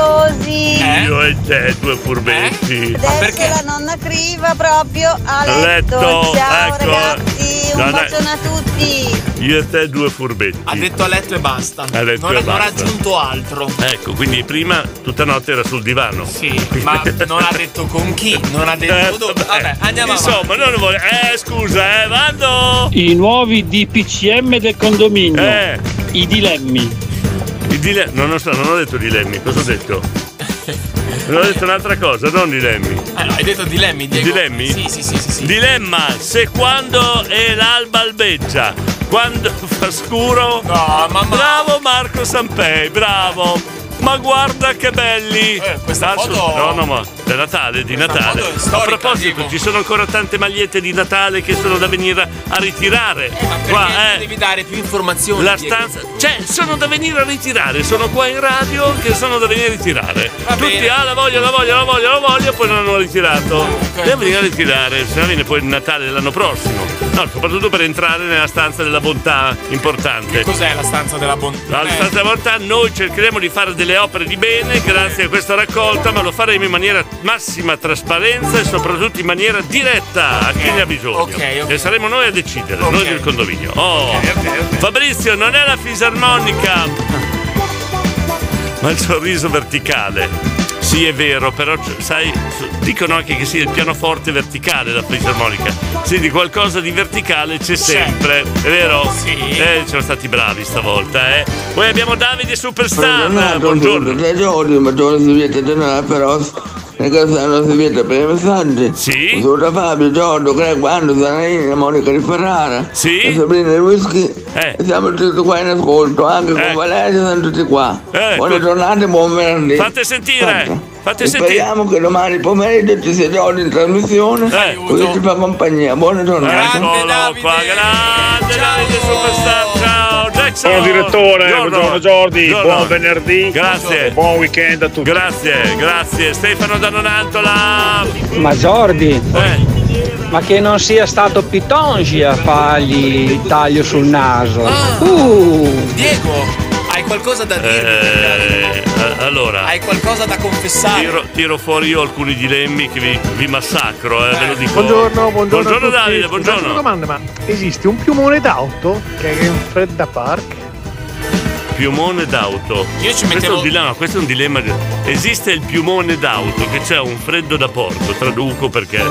S20: curiosi.
S4: Io e te, due furbetti.
S3: Eh?
S20: Adesso la nonna Criva proprio a
S4: A
S20: letto.
S4: letto,
S20: Ciao
S4: ecco.
S20: ragazzi, un
S4: Dai, dai.
S20: bacione a tutti.
S4: Io e te, due furbetti.
S3: Ha detto a letto e basta.
S4: A letto
S3: non,
S4: e
S3: ha- non ha
S4: basta.
S3: aggiunto altro.
S4: Ecco, quindi prima tutta notte era sul divano. Eh,
S3: Sì, ma non ha detto con chi, non ha detto dove. Vabbè, andiamo
S4: Insomma,
S3: avanti.
S4: non lo voglio. Eh, scusa, eh, vado!
S23: I nuovi DPCM del condominio.
S4: Eh,
S23: I dilemmi.
S4: I dile- no, non, so, non ho detto dilemmi, cosa ho detto? Non ho detto un'altra cosa, non dilemmi.
S3: Ah, no, hai detto dilemmi, Diego.
S4: Dilemmi?
S3: Sì, sì, sì, sì. sì.
S4: Dilemma, se quando è l'alba albeggia, quando fa scuro. No, mamma. Bravo Marco Sampei, bravo. Ma guarda che belli!
S3: Eh, questa
S4: Marco-
S3: foto-
S4: No, no, ma è Natale, di
S3: Questa
S4: Natale.
S3: foto è
S4: A
S3: storica,
S4: proposito,
S3: Diego.
S4: ci sono ancora tante magliette di Natale che sono da venire a ritirare. Qua,
S3: Perché
S4: eh.
S3: devi dare più informazioni.
S4: La
S3: Diego.
S4: stanza, cioè, sono da venire a ritirare, sono qua in radio che sono da venire a ritirare. Tutti,
S3: bene.
S4: ah, la voglio, la voglio, la voglio, la voglio, poi non l'hanno
S3: Ah,
S4: ritirato. Devo venire a ritirare, se no viene poi il Natale dell'anno prossimo. No, soprattutto per entrare nella stanza della bontà importante.
S3: Cos'è la stanza della bontà? Eh.
S4: Alla stanza della bontà noi cercheremo di fare delle opere di bene grazie a questa raccolta, ma lo faremo in maniera massima trasparenza e soprattutto in maniera diretta a chi ne ha bisogno. E saremo noi a decidere, noi del condominio. Oh. Fabrizio, non è la fisarmonica, ma il sorriso verticale. Sì, è vero, però c- sai, s- dicono anche che sia il pianoforte verticale la fisarmonica. Sì, di qualcosa di verticale c'è sempre, è vero? Sì. Eh, ci sono stati bravi stavolta, eh. Poi abbiamo Davide Superstar. Ecco, Buongiorno.
S26: ragioni, ma tu non si vieta denaro però e cosa non si vieta per i messaggi sì Sura Fabio, Giorgio, Greco, Anno, Zanarina, Monica di Ferrara sì e Sabrina di Whisky
S4: Eh.
S26: e siamo tutti qua in ascolto anche con Valeria siamo tutti qua buona giornata e buon venerdì
S4: Eh, ecco. Fate sentire, eh. fate
S26: E
S4: sentire.
S26: speriamo che domani pomeriggio ci sia Giorgio in trasmissione
S4: Eh.
S26: così ci fa compagnia buona giornata
S4: Eccolo qua, grande Davide Superstar. Ciao, Jackson.
S27: Buongiorno direttore,
S4: Buongiorno.
S27: buongiorno, Jordi,
S4: Buongiorno.
S27: buon venerdì.
S4: Grazie.
S27: Buon weekend a tutti.
S4: Grazie, grazie. Stefano Danonantola.
S8: Ma Jordi,
S4: Eh.
S8: ma che non sia stato Pitongi a fargli il taglio sul naso.
S4: Ah.
S8: Uh.
S3: Diego, hai qualcosa da
S4: Eh, a- allora.
S3: Hai qualcosa da confessare?
S4: Tiro, tiro fuori io alcuni dilemmi che vi, vi massacro, eh, ve lo dico.
S15: Buongiorno, buongiorno. a tutti.
S4: Davide,
S15: Scusate
S4: buongiorno.
S15: una domanda, ma esiste un piumone d'auto che è in Fredda Park?
S4: Piumone d'auto.
S15: Io ci
S4: Questo è
S15: mettevo-
S4: un dilemma, questo è un dilemma. Esiste il piumone d'auto, che c'è un freddo da porto, traduco perché.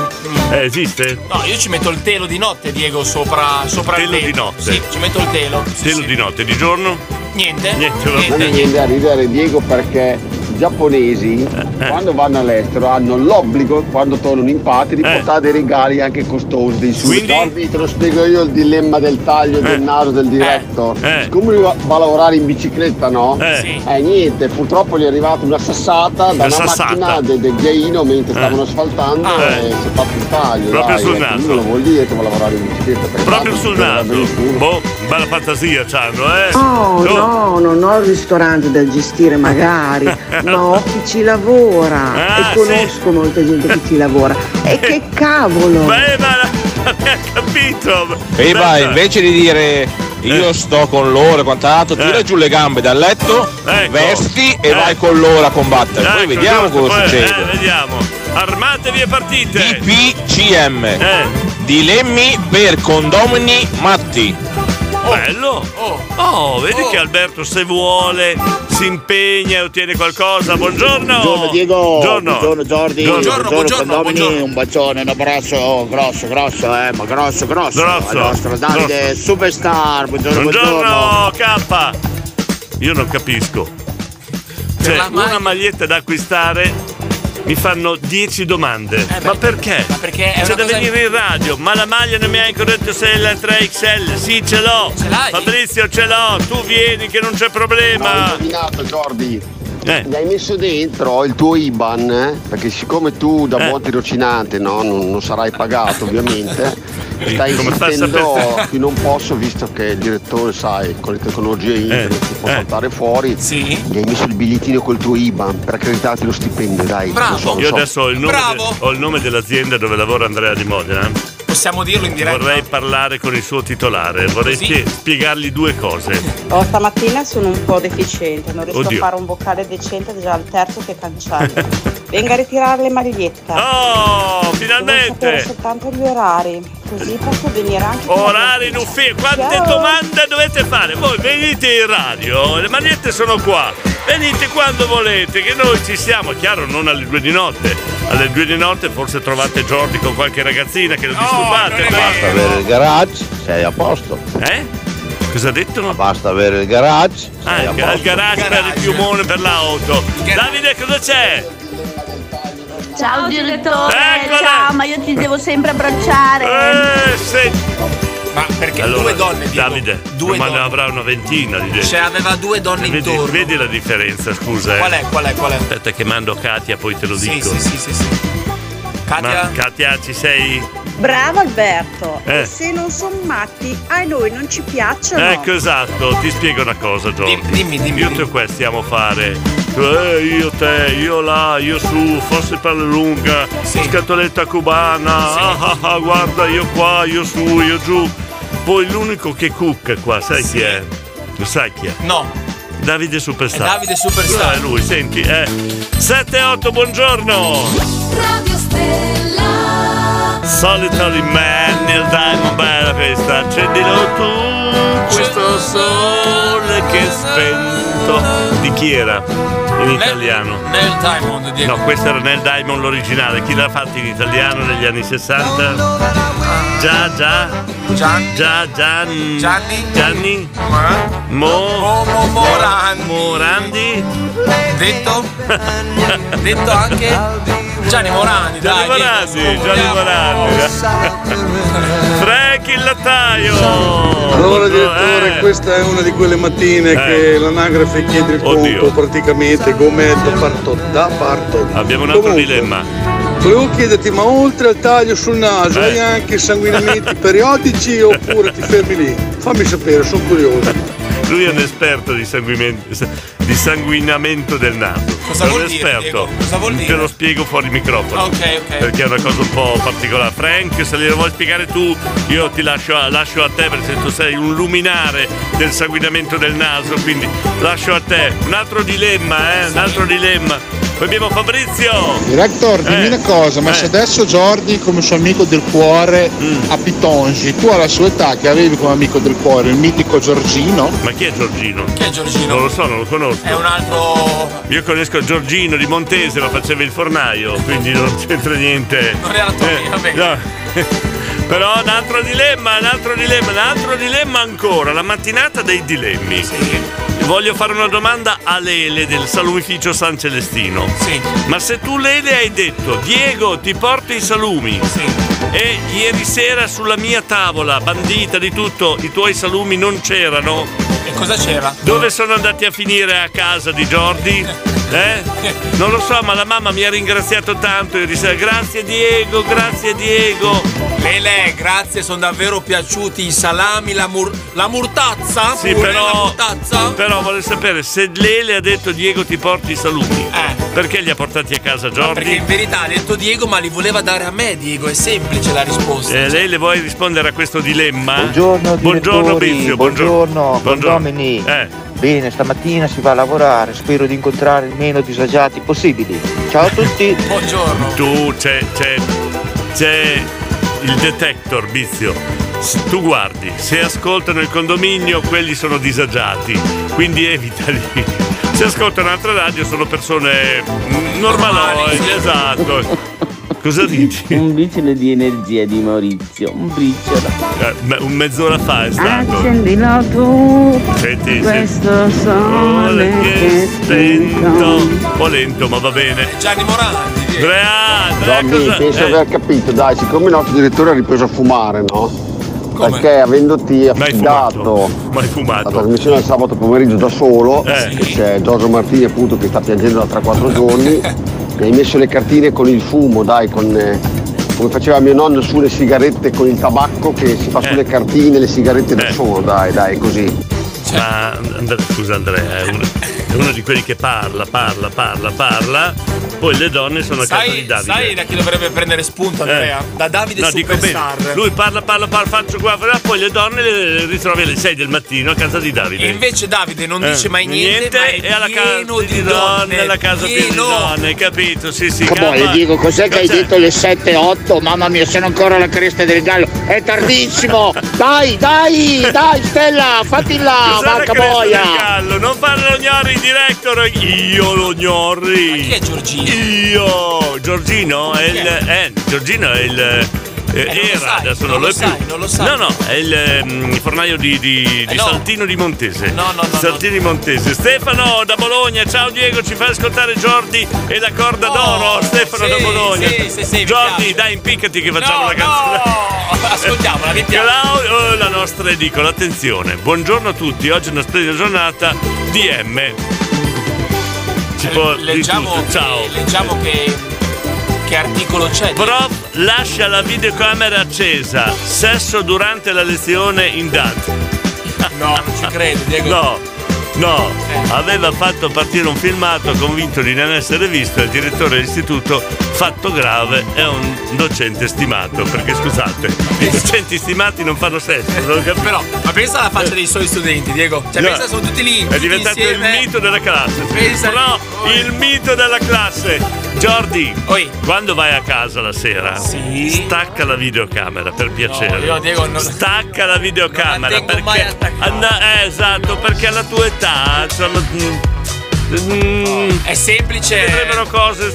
S4: Eh, esiste?
S3: No, io ci metto il telo di notte, Diego, sopra, sopra il
S4: Telo
S3: letto.
S4: di notte.
S3: Sì, ci metto il telo.
S4: Telo di notte, di giorno?
S3: Niente.
S4: Niente, va
S3: Niente,
S4: bene.
S26: Non mi viene da ridere Diego perché i giapponesi quando vanno all'estero hanno l'obbligo quando tornano in patria
S4: Eh.
S26: di portare dei regali anche costosi dei suoi Ricordi, te lo spiego io il dilemma del taglio del
S4: Eh.
S26: naso del diretto siccome lui va va a lavorare in bicicletta no?
S4: Eh.
S26: Eh, niente purtroppo gli è arrivata una sassata da
S4: Una
S26: una
S4: sassata. Eh. Ah.
S26: macchina de- del ghiaino mentre stavano asfaltando e si è fatto il taglio
S4: Proprio
S26: dai,
S4: sul
S26: eh,
S4: naso.
S26: non vuol dire che va a lavorare in bicicletta perché
S4: Proprio
S26: tanto
S4: sul
S26: non va
S4: naso. Boh, bella fantasia c'hanno, eh.
S22: No,
S4: Oh.
S22: no, non ho il ristorante da gestire magari, ma ho chi ci lavora
S4: Ah,
S22: e conosco molta gente che ci lavora. E che cavolo!
S4: Beh, ma ha capito.
S25: Beba, invece di dire io sto con loro e quant'altro, tira giù le gambe dal letto, vesti e vai con loro a combattere.
S4: Ecco.
S25: Poi vediamo
S4: giusto,
S25: cosa
S4: poi,
S25: succede.
S4: eh, vediamo. Armatevi e partite. Eh.
S25: DPCM Dilemmi per condomini matti.
S4: Bello! Oh, vedi che Alberto se vuole si impegna e ottiene qualcosa. Buongiorno!
S17: Buongiorno Diego,
S4: Buongiorno.
S17: Jordi,
S4: Buongiorno, buongiorno,
S17: condomini,
S4: buongiorno.
S17: un bacione, un abbraccio grosso, grosso, eh, ma grosso, grosso,
S4: Grosso,
S17: al nostro Davide
S4: grosso.
S17: Superstar, buongiorno,
S4: Buongiorno, K! Io non capisco. Cioè, una maglietta da acquistare mi fanno 10 domande. ma perché? Ma
S3: perché è
S4: C'è
S3: una
S4: da
S3: cosa-
S4: venire in radio, ma la maglia non mi hai ancora detto se è la 3XL. Sì, ce l'ho. Fabrizio, ce l'ho. Tu vieni che non c'è problema.
S26: Hai indovinato Jordi
S4: Eh.
S16: L'hai messo dentro il tuo IBAN, eh? perché siccome tu
S4: Eh.
S16: da buon tirocinante no, non, non sarai pagato ovviamente, stai
S4: Come fa a
S16: insistendo
S4: sapere?
S16: più non posso, visto che il direttore, sai, con le
S4: Eh.
S16: tecnologie internet ti può saltare fuori, gli hai messo il bigliettino col tuo IBAN per accreditarti lo stipendio, dai. lo so, lo
S4: Io
S16: so.
S4: adesso ho il, nome de- ho il nome dell'azienda dove lavora Andrea Di Modena.
S3: Possiamo dirlo in diretta?
S4: Vorrei parlare con il suo titolare, vorrei che- spiegargli due cose.
S2: Oh, stamattina sono un po' deficiente, non riesco
S4: Oddio.
S2: a fare un boccale decente, è già il terzo che cancello. Venga a ritirare le
S4: Oh,
S2: magliette. Devo sapere
S4: finalmente!
S2: soltanto gli orari, così posso venire anche con la
S4: Orari in ufficio, quante domande dovete fare? Voi venite in radio, le magliette sono qua, venite quando volete, che noi ci siamo, chiaro, non alle due di notte. Alle due di notte forse trovate Jordi con qualche ragazzina che lo disturbate.
S25: Eh.
S9: Basta avere il garage, sei a posto.
S4: Eh? Cosa ha detto?
S9: Basta avere il garage.
S4: Ah, il, il garage per il piumone per l'auto. Davide, cosa c'è?
S12: Ciao direttore,
S4: Eccola!
S12: ciao, ma io ti devo sempre abbracciare.
S4: Eh, sì.
S3: Ma perché due donne
S4: Davide,
S3: Due
S4: ma ne
S3: donne.
S4: avrà una ventina di gente.
S3: Cioè, aveva due donne
S4: vedi,
S3: intorno.
S4: Vedi la differenza, scusa. eh.
S3: Qual è, qual è, qual è?
S4: Aspetta che mando Katia, poi te lo
S3: Sì,
S4: dico.
S3: sì, sì, sì, sì.
S4: Katia? Katia, ci sei?
S11: Bravo Alberto,
S4: Eh.
S11: e se non sono matti, a noi non ci piacciono.
S4: Ecco, esatto. Ti spiego una cosa, Giorgio. Dimmi, dimmi. Io te qua stiamo a fare. eh, io te, io là, io su, forse per la lunga, scatoletta cubana, ah, ah, ah, guarda io qua, io su, io giù. Poi l'unico che cucca qua, sai chi è? Lo sai chi è?
S3: No.
S4: Davide Superstar.
S3: È Davide Superstar.
S4: Ah, è lui, senti, eh. 7-8, buongiorno.
S28: Radio Stella.
S4: Solitary Man, il Diamond Bella questa, accendilo tu, questo sole che è spento. Di chi era? In italiano.
S3: Nel Diamond, Diego.
S4: No, questo era Nel Diamond l'originale, chi l'ha fatto in italiano negli anni 60? Già, già. Già, Gian- Gianni. Gianni. Mo.
S3: Mo- Morandi.
S4: Morandi.
S3: Detto? Detto anche Gianni Morandi, dai. Diego,
S4: Gianni Morandi, Gianni
S3: scopriamo.
S4: Morandi. Frank il lattaio.
S28: Allora
S4: Eh.
S28: direttore, questa è una di quelle mattine che l'anagrafe chiede il conto praticamente gommette parto da parto.
S4: Abbiamo un altro dilemma.
S28: Volevo chiederti, ma oltre al taglio sul naso
S4: Eh.
S28: hai anche sanguinamenti periodici oppure ti fermi lì? Fammi sapere, sono curioso.
S4: Lui è un esperto di, sanguimen- di sanguinamento del naso.
S28: Cosa
S4: è un
S28: vuol dire,
S4: esperto.
S28: Diego? Cosa vuol
S4: Te
S28: dire?
S4: lo spiego fuori microfono.
S28: Ok, ok.
S4: Perché è una cosa un po' particolare. Frank, se glielo vuoi spiegare tu, io ti lascio a, lascio a te perché tu sei un luminare del sanguinamento del naso, quindi lascio a te. Un altro dilemma, eh? Un altro dilemma. Poi abbiamo Fabrizio.
S29: Director, dimmi una cosa,
S4: Eh.
S29: ma se adesso Jordi come suo amico del cuore
S4: Mm.
S29: a Pitongi, tu alla sua età che avevi come amico del cuore il mitico Giorgino,
S4: Ma chi è Giorgino? Chi è Giorgino? Non lo so, non lo conosco.
S3: È un altro.
S4: Io conosco Giorgino di Montese, ma faceva il fornaio, quindi non c'entra niente. Non
S3: era la tua
S4: eh, no. Però un altro dilemma, un altro dilemma, un altro dilemma ancora, la mattinata dei dilemmi. Voglio fare una domanda a Lele del salumificio San Celestino. Sì. Ma se tu Lele hai detto Diego ti porto i salumi e ieri sera sulla mia tavola, bandita di tutto, i tuoi salumi non c'erano. E
S3: cosa c'era?
S4: Dove sono andati a finire a casa di Jordi? Eh? Non lo so, ma la mamma mi ha ringraziato tanto ieri sera. Grazie Diego, Oh, grazie Diego.
S3: Lele, grazie, sono davvero piaciuti i salami, la, mur- la murtazza.
S4: Sì,
S3: Ah, pure, La
S4: però,
S3: murtazza.
S4: però vorrei sapere se Lele ha detto Diego ti porti i saluti. Perché li ha portati a casa
S3: Eh. Perché
S4: Jordi?
S3: in verità ha detto Diego, ma li voleva dare a me, Diego. È semplice la risposta.
S4: Eh, lei le vuoi rispondere a questo dilemma?
S30: Buongiorno,
S4: buongiorno
S30: direttori,
S4: Bizio,
S30: buongiorno, condomini.
S4: Eh.
S30: Bene, stamattina si va a lavorare, spero di incontrare il meno disagiati possibili. Ciao a tutti.
S3: Buongiorno.
S4: Tu c'è, c'è, c'è il detector, Bizio. S- Tu guardi, se ascoltano il condominio, quelli sono disagiati, quindi evitali. Se ascoltano altre radio, sono persone mm, normali, esatto. Cosa dici?
S31: Un briciolo di energia di Maurizio, un briciolo. Ah,
S4: Eh, me- un mezz'ora fa è stato.
S31: Accendilo tu,
S4: Senti, senti.
S31: questo sole che
S4: spento. Un po' lento, ma va bene.
S3: Eh, Gianni Morandi.
S4: Andrea, Andrea,
S16: Gianni,
S4: ah, cosa...
S16: penso di
S4: eh,
S16: aver capito, dai, siccome il nostro direttore ha ripreso a fumare, no? Perché avendoti affidato la trasmissione del sabato pomeriggio da solo,
S4: Eh.
S16: che c'è Giorgio Martini appunto che sta piangendo da 3-4 giorni, mi hai messo le cartine con il fumo, dai, con, eh, come faceva mio nonno sulle sigarette con il tabacco che si fa
S4: Eh.
S16: sulle cartine le sigarette da solo, dai, dai, così.
S3: cioè.
S4: Ma And- scusa Andrea, è uno, è uno di quelli che parla, parla, parla, parla. Poi le donne sono a casa di
S3: Sai,
S4: Davide.
S3: sai da chi dovrebbe prendere spunto, Andrea?
S4: Eh.
S3: Da Davide
S4: No, dico bene.
S3: Superstar.
S4: Lui parla, parla, parla, faccio qua, farà, poi le donne le ritrovi alle 6 del mattino a casa di Davide.
S3: E invece Davide non
S4: Eh.
S3: dice mai niente, ma è
S4: e alla casa
S3: pieno di donne,
S4: alla casa piena di
S3: pieno.
S4: donne, capito? Sì, sì.
S17: Poi
S4: calma.
S17: dico, cos'è che hai
S4: Cos'è?
S17: detto le 7-8? Mamma mia, sono ancora alla cresta del gallo. È tardissimo. Dai, dai, dai, Stella, fatti là,
S4: Cos'è la
S17: vacca
S4: cresta
S17: boia.
S4: del gallo? Non fare lo gnori, director! Io lo gnori! Ma chi è Giorgino? Io! Giorgino è il. Eh, Giorgino è il. eh, era adesso non lo, è più. No, no, è il ehm, fornaio di, di- di Saltino di Montese. No, no, no. Saltino di Montese. Stefano da Bologna, ciao Diego, ci fa ascoltare Giordi e la corda d'oro. Stefano da Bologna. Giordi, dai, impiccati che facciamo la canzone.
S3: Ascoltiamola, mi piace.
S4: Clau- eh, la nostra edicola, attenzione. Buongiorno a tutti, oggi è una splendida giornata. DM. Ci può di
S3: Eh, Leggiamo,
S4: tutto. Ciao.
S3: che, leggiamo che, che articolo c'è.
S4: Prof lascia la videocamera accesa. Sesso durante la lezione in Dante.
S3: No, non ci credo, Diego. Eh.
S4: No, no. Aveva fatto partire un filmato convinto di non essere visto il direttore dell'istituto. Fatto grave è un docente stimato. Perché scusate, i docenti stimati non fanno sesso. Non Però,
S3: Ma pensa alla faccia dei suoi studenti, Diego. Cioè,
S4: No.
S3: pensa sono tutti lì.
S4: È
S3: tutti
S4: diventato
S3: insieme.
S4: il mito della classe.
S3: Pensa-
S4: no, il mito della classe. Jordi, quando vai a casa la sera, stacca la videocamera per piacere.
S3: io, Diego, non-
S4: stacca la videocamera perché Anna- eh, esatto, perché alla tua età insomma, mm,
S3: è semplice.
S4: Vedrebbero cose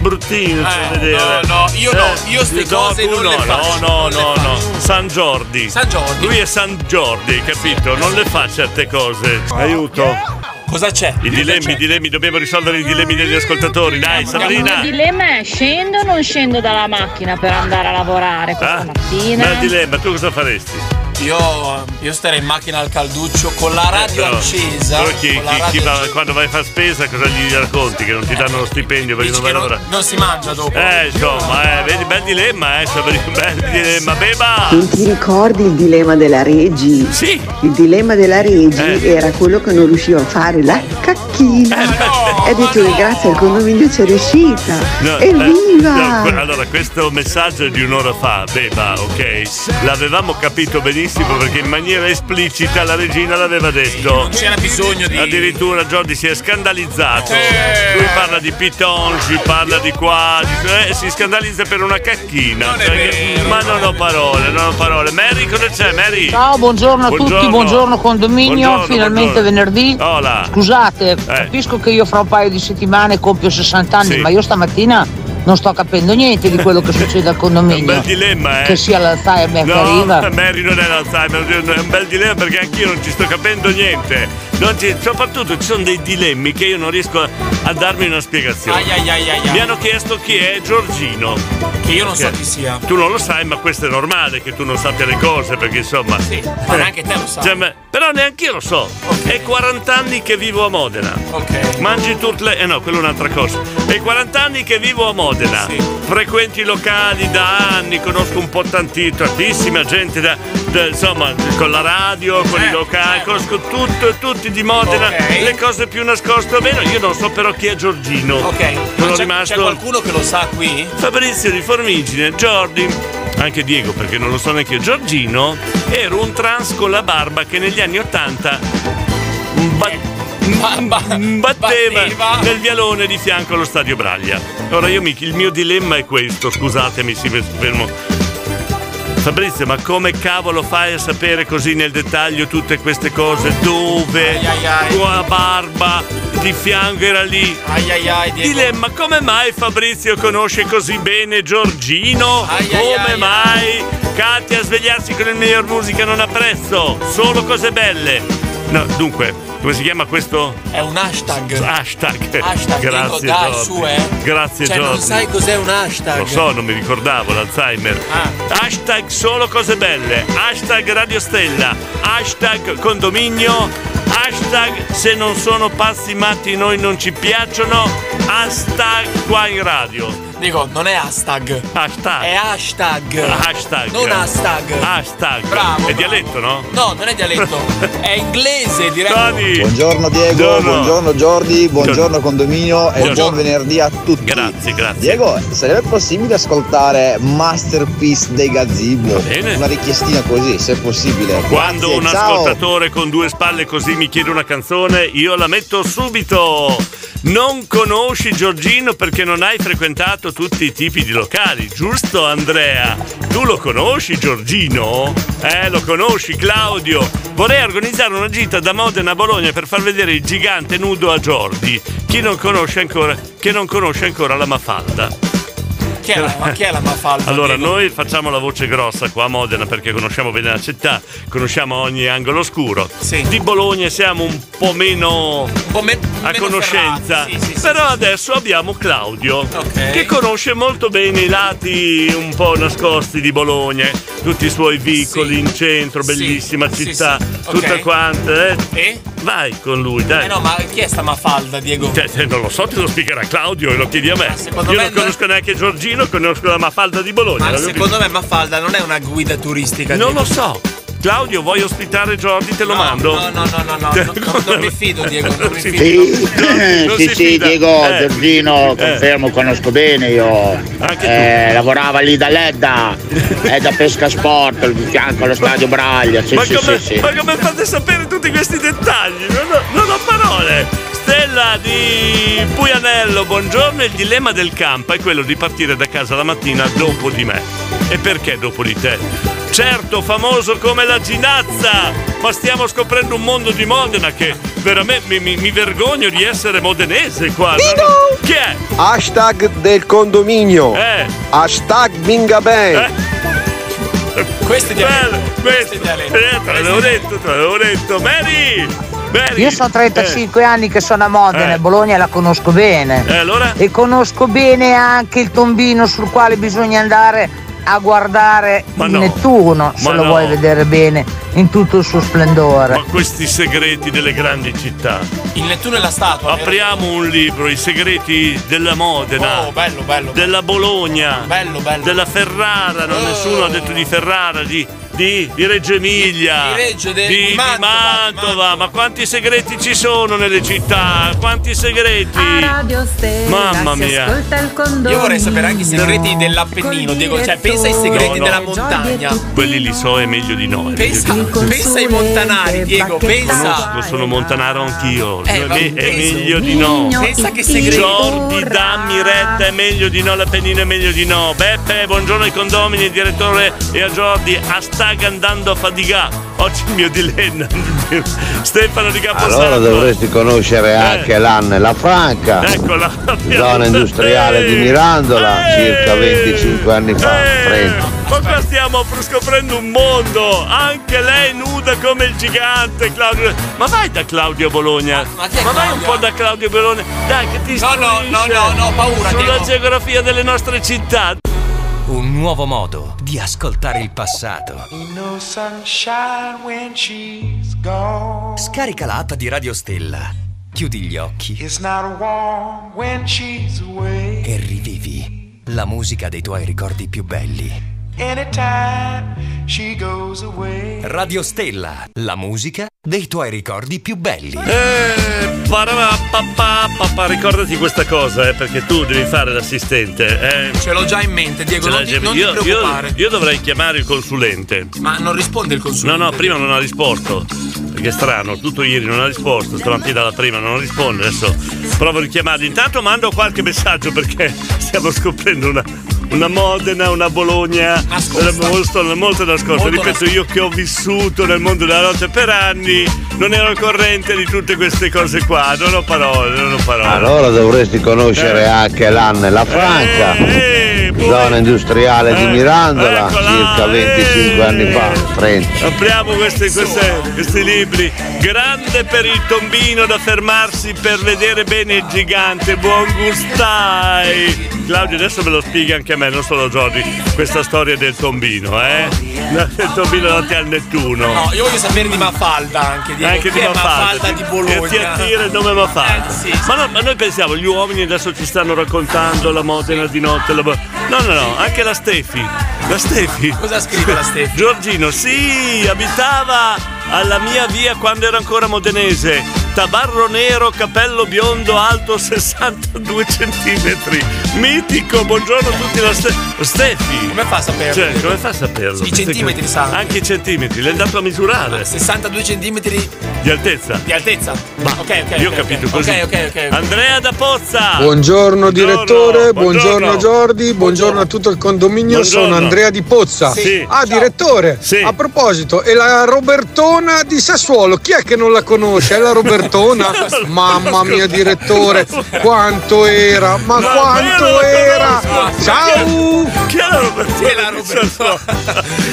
S4: bruttine da
S3: Eh,
S4: vedere.
S3: no, no, io no, io ste
S4: no,
S3: cose
S4: tu
S3: non
S4: no,
S3: le faccio,
S4: No, no,
S3: non le
S4: no, no.
S3: faccio.
S4: San Jordi.
S3: San Jordi.
S4: Lui è San Jordi, capito? Non le fa certe cose. Aiuto.
S3: Cosa c'è?
S4: I dilemmi, i dilemmi, dobbiamo risolvere i dilemmi degli ascoltatori. Dai,
S10: Il mio
S4: Sabrina.
S10: dilemma è scendo o non scendo dalla macchina per andare a lavorare questa
S4: Ah?
S10: mattina?
S4: Ma il dilemma, tu cosa faresti?
S3: Io, io starei in macchina al calduccio con la radio
S4: Eh, Però-
S3: accesa.
S4: Però chi,
S3: con la
S4: chi-
S3: radio Eh.
S4: chi va- quando vai a fare spesa cosa gli racconti? Che non ti danno lo stipendio perché non vai a lavorare?
S3: Non si mangia dopo.
S4: Eh, insomma, eh, vedi, bel dilemma, eh, Sabrina, bel dilemma. Beba!
S22: Non ti ricordi il dilemma della Regi?
S4: Sì.
S22: Il dilemma della Regi
S4: Eh.
S22: era quello che non riusciva a fare la cacchina. e ha detto che grazie al condominio c'è riuscita.
S4: No, eh,
S22: Evviva!
S4: no, que- allora, questo messaggio è di un'ora fa, beva, ok? L'avevamo capito benissimo perché in maniera esplicita la regina l'aveva detto. Non
S3: c'era bisogno di. Eh.
S4: Addirittura Jordi si è scandalizzato. Lui parla di pitonci, parla di qua, di- eh, si scandalizza per una cacchina. Cioè che- ma non ho parole, non ho parole. Mary, cosa c'è, Mary?
S24: Ciao, buongiorno a tutti, buongiorno condominio,
S4: Buongiorno,
S24: finalmente
S4: buongiorno.
S24: venerdì.
S4: Hola. Eh.
S24: Scusate, capisco che io fra un paio di settimane compio 60 anni,
S4: Sì.
S24: ma io stamattina non sto capendo niente di quello che succede al
S4: È
S24: condominio.
S4: un bel dilemma, eh.
S24: Che sia l'Alzheimer che
S4: No,
S24: arriva.
S4: Mary non è l'Alzheimer, è un bel dilemma perché anch'io non ci sto capendo niente. Non ci- soprattutto ci sono dei dilemmi che io non riesco a, a darmi una spiegazione.
S3: Ai, ai, ai, ai, ai.
S4: Mi hanno chiesto chi è Giorgino.
S3: Che io non so
S4: Ok.
S3: chi sia.
S4: Tu non lo sai, ma questo è normale che tu non sappia le cose, perché insomma. eh, Sì,
S3: ma neanche te Eh, lo sai.
S4: Cioè, però neanche io lo so. È 40 anni che vivo a Modena.
S3: Ok.
S4: Mangi turtle. Eh no, quella è un'altra cosa. È 40 anni che vivo a Modena. Frequenti i locali da anni, conosco un po' tanti, tantissima gente da, da- insomma, con la radio, con
S3: Eh,
S4: i locali, conosco tutto e tutti di Modena, le cose più nascoste o meno. Io non so però chi è Giorgino. Ok. Sono
S3: Ma c'è,
S4: rimasto.
S3: c'è qualcuno che lo sa qui?
S4: Fabrizio di Formigine, Jordi, anche Diego perché non lo so neanche io, Giorgino, era un trans con la barba che negli anni Ottanta
S3: Eh,
S4: batteva nel vialone di fianco allo stadio Braglia. Ora io mi, il mio dilemma è questo, scusatemi, si fermo. Fabrizio, ma come cavolo fai a sapere così nel dettaglio tutte queste cose? Dove? Tua barba di fianco era lì.
S3: Ai, ai, ai, Diego.
S4: Dilemma, come mai Fabrizio conosce così bene Giorgino? come mai? Katia a svegliarsi con il miglior musica non ha prezzo, solo cose belle. No, dunque, come si chiama questo?
S3: È un hashtag.
S4: Hashtag.
S3: Hashtag, Diego,
S4: Grazie,
S3: dai,
S4: Giorgi.
S3: su, eh.
S4: Grazie,
S3: Cioè, non
S4: Giorgi.
S3: sai cos'è un hashtag? Ah.
S4: Lo so, non mi ricordavo l'Alzheimer. Hashtag solo cose belle. Hashtag Radio Stella. Hashtag condominio. Hashtag se non sono pazzi matti noi non ci piacciono. Hashtag qua in radio.
S3: Dico, non è hashtag.
S4: Hashtag.
S3: È hashtag.
S4: Hashtag.
S3: Non hashtag.
S4: Hashtag.
S3: Bravo, bravo.
S4: È dialetto, no?
S3: No, non è dialetto. è inglese, direi.
S19: Buongiorno Diego,
S4: Buongiorno.
S19: buongiorno, Jordi, buongiorno condominio e
S4: Buongiorno.
S19: buon venerdì a tutti.
S4: Grazie, grazie.
S19: Diego, sarebbe possibile ascoltare Masterpiece dei Gazebo?
S4: bene.
S19: Una richiestina così, se possibile.
S4: Quando
S19: Grazie,
S4: un
S19: ciao.
S4: ascoltatore con due spalle così mi chiede una canzone, io la metto subito. Non conosci Giorgino perché non hai frequentato tutti i tipi di locali, giusto Andrea? Tu lo conosci Giorgino? Eh, lo conosci Claudio? Vorrei organizzare una gita da Modena a Bologna per far vedere il gigante nudo a Giordi. Chi non conosce ancora, che non conosce ancora la Mafalda.
S3: Chi è la, ma chi è la Mafalda?
S4: Allora,
S3: Diego?
S4: noi facciamo la voce grossa qua a Modena perché conosciamo bene la città, conosciamo ogni angolo oscuro. Di Bologna siamo un po' meno a conoscenza. Però adesso abbiamo Claudio che conosce molto bene i lati un po' nascosti di Bologna, tutti i suoi vicoli in centro, bellissima città, tutta
S3: Ok.
S4: quanta. eh. Vai con lui, dai.
S3: Eh no, ma chi è sta Mafalda, Diego?
S4: Cioè, se non lo so, te lo spiegherà Claudio e lo chiedi a me.
S3: secondo
S4: Io
S3: me
S4: non conosco neanche Giorgino, conosco la Mafalda di Bologna.
S3: Ma
S4: l'abbiamo
S3: secondo me Mafalda non è una guida turistica.
S4: Non
S3: Diego.
S4: lo so. Claudio, vuoi ospitare Jordi? Te lo
S3: No,
S4: mando. Cioè,
S3: no, no, no, no, no, non- non mi fido, Diego, non mi
S4: si
S3: fido.
S4: fida.
S17: Sì, Eh,
S4: non
S17: sì,
S4: si
S17: sì,
S4: fida.
S17: Diego
S4: Eh.
S17: Giorgino, confermo, conosco bene io. Eh, lavorava lì da Ledda, è da Pesca Sport, di fianco allo stadio Braglia. Sì,
S4: ma,
S17: sì,
S4: come,
S17: sì, sì.
S4: ma come fate a sapere tutti questi dettagli? Non ho, non ho parole. Stella di Puglianello, buongiorno. Il dilemma del campo è quello di partire da casa la mattina dopo di me. E perché dopo di te? Certo, famoso come la ginazza, ma stiamo scoprendo un mondo di Modena che veramente mi, mi- mi vergogno di essere modenese qua. Chi è?
S13: Hashtag del condominio.
S4: Eh.
S13: Hashtag Binga Bang.
S3: Questo è dialetto.
S4: questo è dialetto. Eh, te l'avevo detto, te l'avevo detto. Mary! Mary!
S24: Io sono 35 anni che sono a Modena
S4: Eh.
S24: e Bologna la conosco bene.
S4: Eh, allora?
S24: E conosco bene anche il tombino sul quale bisogna andare a guardare il Nettuno, se
S4: Ma
S24: lo
S4: no.
S24: vuoi vedere bene, in tutto il suo splendore.
S4: Ma questi segreti delle grandi città.
S3: Il Nettuno è la statua. vero?
S4: Apriamo un libro, i segreti della Modena.
S3: Oh, bello, bello.
S4: Della Bologna.
S3: Bello, bello. Oh.
S4: Della Ferrara, non nessuno ha detto di Ferrara, di, di- di Reggio Emilia.
S3: Di Reggio, de-
S4: di,
S3: di
S4: di
S3: Mantova, di
S4: Mantova. Ma quanti segreti ci sono nelle città? Quanti segreti? Mamma mia.
S3: Io vorrei sapere anche i segreti dell'Appennino, Diego. Cioè, pensa ai segreti
S4: No, no.
S3: della montagna.
S4: Quelli li so è meglio di noi.
S3: Pensa, pensa ai montanari, Diego, pensa.
S4: Conosco, sono montanaro anch'io.
S3: Eh,
S4: è,
S3: ma
S4: me- è
S3: penso-
S4: meglio di no.
S3: Pensa che segreti-
S4: Jordi, dammi retta, è meglio di no. L'Appennino è meglio di no. Beppe, buongiorno ai condomini, il direttore e a Jordi. A stag andando a fatigà. Oggi il mio dilemma. Stefano di Caposanto.
S9: Allora dovresti
S4: Eh.
S9: conoscere anche l'Anne La Franca,
S4: Eccola.
S9: zona industriale di
S4: Eh!
S9: Mirandola, circa 25 anni fa, 30.
S4: Ma qua stiamo pr- scoprendo un mondo! Anche lei nuda come il gigante, Claudio. Ma vai da Claudio Bologna! Ma,
S3: chi è
S4: vai un
S3: Claudio?
S4: po' da Claudio Bologna! Dai, che ti
S3: No, no, no,
S4: istruisce
S3: no, no, ho paura,
S4: Sulla
S3: Diego.
S4: geografia delle nostre città!
S14: Un nuovo modo di ascoltare il passato.
S18: No sunshine when she's gone.
S14: Scarica la app di Radio Stella. Chiudi gli occhi
S18: It's not warm when she's away.
S14: e rivivi la musica dei tuoi ricordi più belli.
S18: Anytime she goes away.
S14: Radio Stella, la musica dei tuoi ricordi più belli.
S4: Eh, parapapapapapa, ricordati questa cosa, eh, perché tu devi fare l'assistente. eh.
S3: Ce l'ho già in mente, Diego.
S4: Ce
S3: Non
S4: l'ha
S3: ti,
S4: già-
S3: non ti
S4: io, io-
S3: preoccupare.
S4: io dovrei chiamare il consulente.
S3: Ma non risponde il consulente.
S4: No, no, prima non ha risposto. Perché è strano, tutto ieri non ha risposto, stamattina la prima non risponde, adesso provo a richiamarlo. Intanto mando qualche messaggio perché stiamo scoprendo una, una Modena, una Bologna eh, molto, molto nascosta. Ripeto, io che ho vissuto nel mondo della notte per anni, non ero al corrente di tutte queste cose qua, non ho parole, non ho parole. Eh!
S9: Allora dovresti conoscere anche l'Anne La Franca, zona industriale
S4: Eh,
S9: di Mirandola, circa 25 anni fa, 30.
S4: Apriamo questi, queste- questi libri. Grande per il tombino da fermarsi per vedere bene il gigante. Buon gustai. Claudio adesso me lo spiega anche a me, non solo Giorgi, questa storia del tombino, eh? Il tombino davanti al Nettuno.
S3: No, io voglio sapere di Mafalda anche di,
S4: anche
S3: chi
S4: di
S3: è
S4: Mafalda
S3: di
S4: per ti
S3: Bologna. Eh,
S4: attira il nome Mafalda ma, no, ma noi pensiamo gli uomini adesso ci stanno raccontando la Modena di notte la... bo- no no no anche la Stefi la Stefi cosa scrive la Stefi? Giorgino sì abitava alla mia via quando era ancora modenese tabarro nero capello biondo alto 62 centimetri mitico buongiorno a tutti la Ste- Stefi come fa a saperlo? Cioè, come fa a saperlo?
S3: I centimetri sa.
S4: anche i centimetri l'hai andato a misurare
S3: 62 centimetri
S4: di altezza
S3: di altezza. ok, ok.
S4: io
S3: ok,
S4: ho capito
S3: ok.
S4: così.
S3: Ok, ok, ok.
S4: Andrea da Pozza.
S31: Buongiorno direttore, buongiorno,
S4: Ah, buongiorno.
S31: Giordi, buongiorno a tutto il condominio,
S4: Buongiorno.
S31: sono Andrea di Pozza.
S4: Sì.
S31: Ah direttore, a proposito, e la Robertona di Sassuolo, chi è che non la conosce? È la Robertona? Mamma mia direttore, quanto era, ma
S4: No, io
S31: quanto
S4: non la
S31: era!
S4: conosco.
S31: Ciao!
S4: Chi è la Robertona?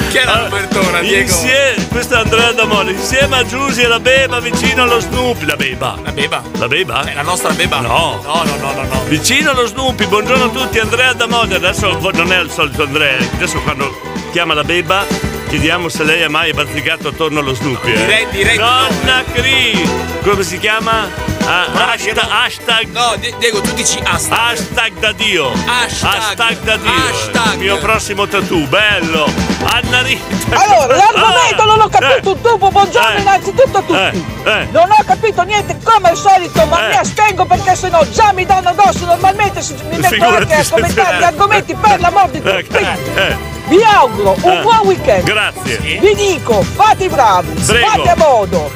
S4: Chi è la Robertona?
S3: Diego?
S4: Insieme, questo è Andrea Damone, insieme a Giusy e la Beba vicino allo Snoopy. La Beba. La Beba? La Beba? la nostra Beba? No. No, no, no, no. Vicino allo Snoopy, buongiorno a tutti, Andrea Damone. Adesso vo- non è il solito Andrea, adesso quando chiama la Beba chiediamo se lei ha mai bazzicato attorno allo Snoopy. eh.
S3: Direi, direi.
S4: Donna Cri! Come si chiama? Ah, hashtag, hashtag.
S3: No, Die- Diego, tu dici hashtag.
S4: Hashtag da Dio.
S3: Hashtag.
S4: da Dio. Il mio prossimo tattoo, bello. Anna Rita.
S25: Allora, l'argomento
S4: Ah!
S25: non l'ho capito un tubo, buongiorno
S4: Eh.
S25: innanzitutto a tutti. Non ho capito niente come al solito,
S4: Eh.
S25: ma mi astengo perché sennò già mi danno addosso normalmente se mi metto
S4: Figurati
S25: anche a
S4: se-
S25: commentare gli argomenti per l'amor di Dio. Quindi,
S4: Eh,
S25: Vi auguro un
S4: Eh.
S25: buon weekend.
S4: Grazie. Sì.
S25: Vi dico, fate i bravi,
S4: Prego.
S25: fate a modo.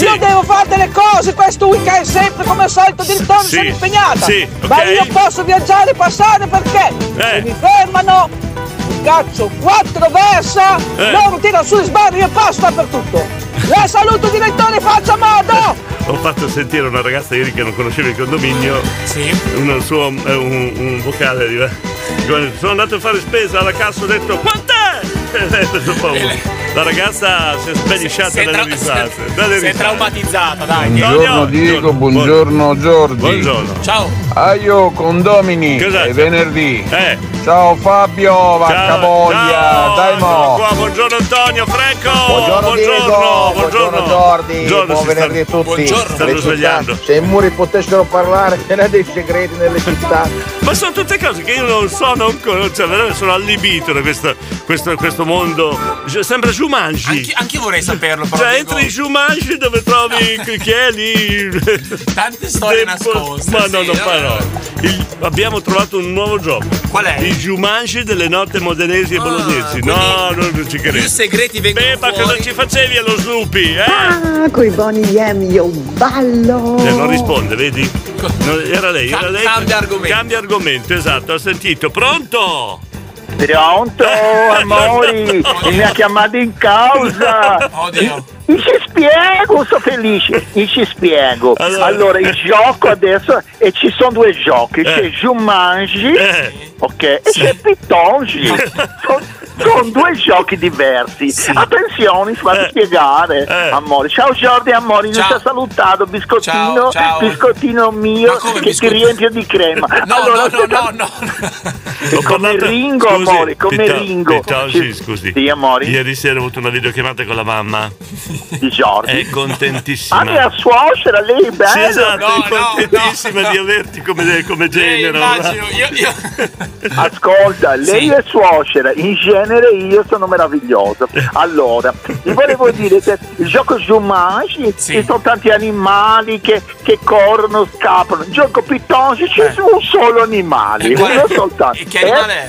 S25: Io devo fare delle cose questo weekend sempre come al solito di ritorno
S4: Sì.
S25: sono impegnata.
S4: Sì,
S25: Ma
S4: ok. Eh.
S25: io posso viaggiare e passare perché se mi fermano mi caccio quattro versa,
S4: Eh.
S25: loro tirano su e sbarri e passo dappertutto. La saluto direttore, faccia a modo!
S4: Ho fatto sentire una ragazza ieri che non conosceva il condominio. Sì. Un suo eh, un, un vocale arriva. Quando Sono andato a fare spesa alla cassa, ho detto quant'è? E lei ha preso paura. La ragazza si è
S3: Eh. Si
S4: spellisciata
S3: è tra-
S4: dalle risate. dalle
S3: Sei
S4: risate.
S3: traumatizzata, dai.
S31: Buongiorno Diego, buongiorno Giordi.
S4: Buongiorno.
S31: Ciao. Aio condomini, è venerdì.
S4: Eh!
S31: Ciao Fabio, vacca voglia, dai
S4: Sono
S31: mo.
S4: qua, buongiorno Antonio, Franco. Buongiorno,
S31: Diego,
S4: buongiorno.
S31: Giordi,
S4: Buongiorno,
S31: buon
S4: si sta-
S31: venerdì a tutti.
S4: Buongiorno.
S31: Le
S4: Stanno
S31: città,
S4: svegliando.
S31: Se i muri potessero parlare, ce n'è dei segreti nelle città.
S4: Ma sono tutte cose che io non so, non conosco, cioè, veramente sono allibito da questo, questo, questo mondo. Cioè, Sembra Jumanji. Anche,
S3: io vorrei saperlo. però,
S4: Cioè,
S3: Diego.
S4: entri in Jumanji dove trovi chi- chi è lì.
S3: Tante storie nascoste.
S4: Ma no,
S3: sì,
S4: no, ma no. Il- abbiamo trovato un nuovo gioco. Qual è? I Jumanji delle note modenesi e bolognesi. No, no, non ci credo.
S3: Ah, I segreti vengono
S4: Beh, ma
S3: fuori.
S4: cosa ci facevi allo Snoopy, eh?
S22: Ah, coi buoni yam, io ballo.
S4: Cioè, non risponde, vedi? No, era lei, era lei. Cambia argomento. Cambia argomento, esatto, ha sentito. Pronto?
S27: Pronto, amori, mi ha chiamato in causa. Io ci spiego, sto felice. Io ci spiego. Allora, il gioco adesso, e ci sono due giochi,
S4: Eh.
S27: c'è Jumanji, ok, e c'è Pitongi. sono, sono due giochi diversi. Attenzione, fate
S4: Eh.
S27: spiegare, amore. Ciao Giordi, amore, non ti ho salutato, biscottino,
S3: Ciao, ciao.
S27: biscottino mio,
S3: Ma come
S27: che
S3: biscotti-
S27: ti riempio di crema.
S3: No,
S27: allora,
S3: no, no, no,
S4: Ho
S27: come
S4: parlato-
S27: Ringo,
S4: scusi,
S27: amore, come
S4: Pita-
S27: Ringo.
S4: Pitongi, scusi. Ieri sera ho avuto una videochiamata con la mamma.
S27: Di Giordi.
S4: È contentissima.
S27: Anche la Ah, suocera lei è bella.
S4: Sì, esatto, è contentissima di averti come, come genero.
S27: immagino, Ascolta, lei è suocera, in genere io sono meravigliosa. Allora, vi volevo dire che il gioco Jumanji ci sono tanti animali che, che corrono, scappano. Il gioco Pitongi c'è un solo animale,
S4: Eh,
S3: E
S7: Eh,
S3: qual è?
S27: uno soltanto.
S3: E che animale è?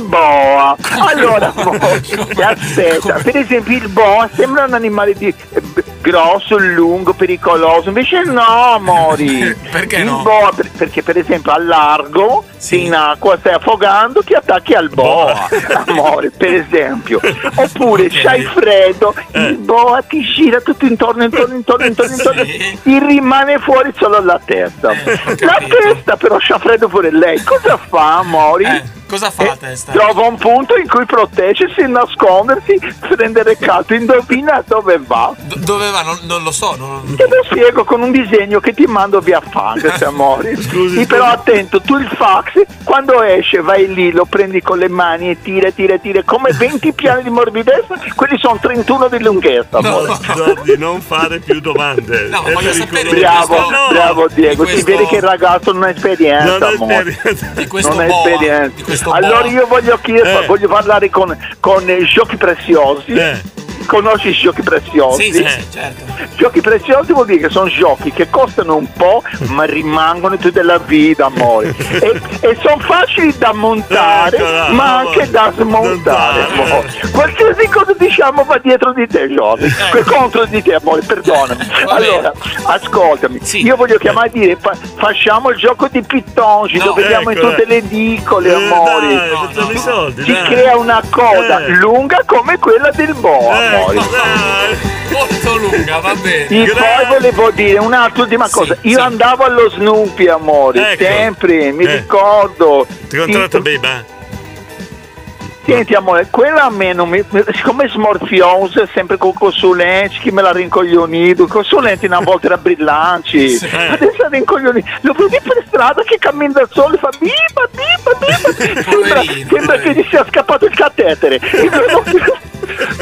S27: boa. Allora, amore, ti aspetta. Per esempio, il boa sembra un animale di- eh, b- grosso, lungo, pericoloso. Invece no, amori.
S3: Perché
S27: il
S3: no?
S27: Boa, per- perché per esempio al largo, in acqua, stai affogando, ti attacchi al boa. amore, per esempio. Oppure c'hai freddo,
S3: Eh.
S27: il boa ti gira tutto intorno, intorno, intorno, intorno, intorno. Ti rimane fuori
S3: Eh,
S4: Eh.
S27: solo la testa. la testa però c'ha freddo pure lei. Cosa fa, amori?
S3: Cosa fa la testa?
S27: Eh, Trova un punto in cui proteggersi, nascondersi, prendere caldo, indovina dove va.
S3: Do- dove va? Non, non lo so. non-
S27: Te lo spiego con un disegno che ti mando via fango, se amori. Sì, però attento, tu il fax, quando esce, vai lì, lo prendi con le mani e tira, tira, tira, come 20 piani di morbidezza, quelli sono 31 di lunghezza, amore.
S4: Giordi, non fare più domande.
S27: No,
S4: È
S27: voglio sapere
S4: pericoloso.
S27: Bravo,
S4: No.
S27: bravo Diego,
S4: Di
S27: si
S4: questo-
S27: vede che il ragazzo non ha esperienza.
S4: Non ha
S27: amore.
S4: esperienza. Di questo
S27: Non ha
S4: boa,
S27: esperienza.
S4: di questo
S27: Allora
S4: boa. Eh.
S27: io voglio, chiedere, voglio parlare con, con eh, Giochi Preziosi. Conosci i Giochi Preziosi?
S3: Sì, sì,
S4: eh,
S3: certo.
S27: Giochi preziosi vuol dire che sono giochi che costano un po' ma rimangono tutta la vita, amore. e sono facili da montare
S4: Eccola,
S27: ma
S4: amore.
S27: anche da smontare,
S4: Montare.
S27: amore. Qualsiasi cosa diciamo va dietro di te, Jordi. Que- Contro di te, amore, perdonami. Allora, ascoltami. Io voglio chiamare a dire fa- facciamo il gioco di Pittongi, lo vediamo in
S4: eccola.
S27: tutte le
S4: Eh,
S27: edicole, amore.
S4: Sono i soldi.
S27: Ci
S4: dai.
S27: crea una coda lunga come quella del boa,
S4: ecco.
S27: amore.
S3: Molto lunga, va bene.
S27: E poi volevo dire un'ultima
S3: Sì,
S27: cosa,
S3: sì.
S27: io andavo allo Snoopy amore,
S4: Ecco.
S27: sempre, mi
S4: Eh.
S27: ricordo.
S4: Ti contratta
S27: Sì,
S4: Beba?
S27: Senti amore, quella a me non mi. siccome smorfiose sempre con consulenti, chi me l'ha rincoglionito, i consulenti una volta era brillanti,
S4: Sì.
S27: adesso è rincoglionito, lo vedi per strada che cammina da solo e fa biba biba biba, sembra, sembra che gli sia scappato il catetere.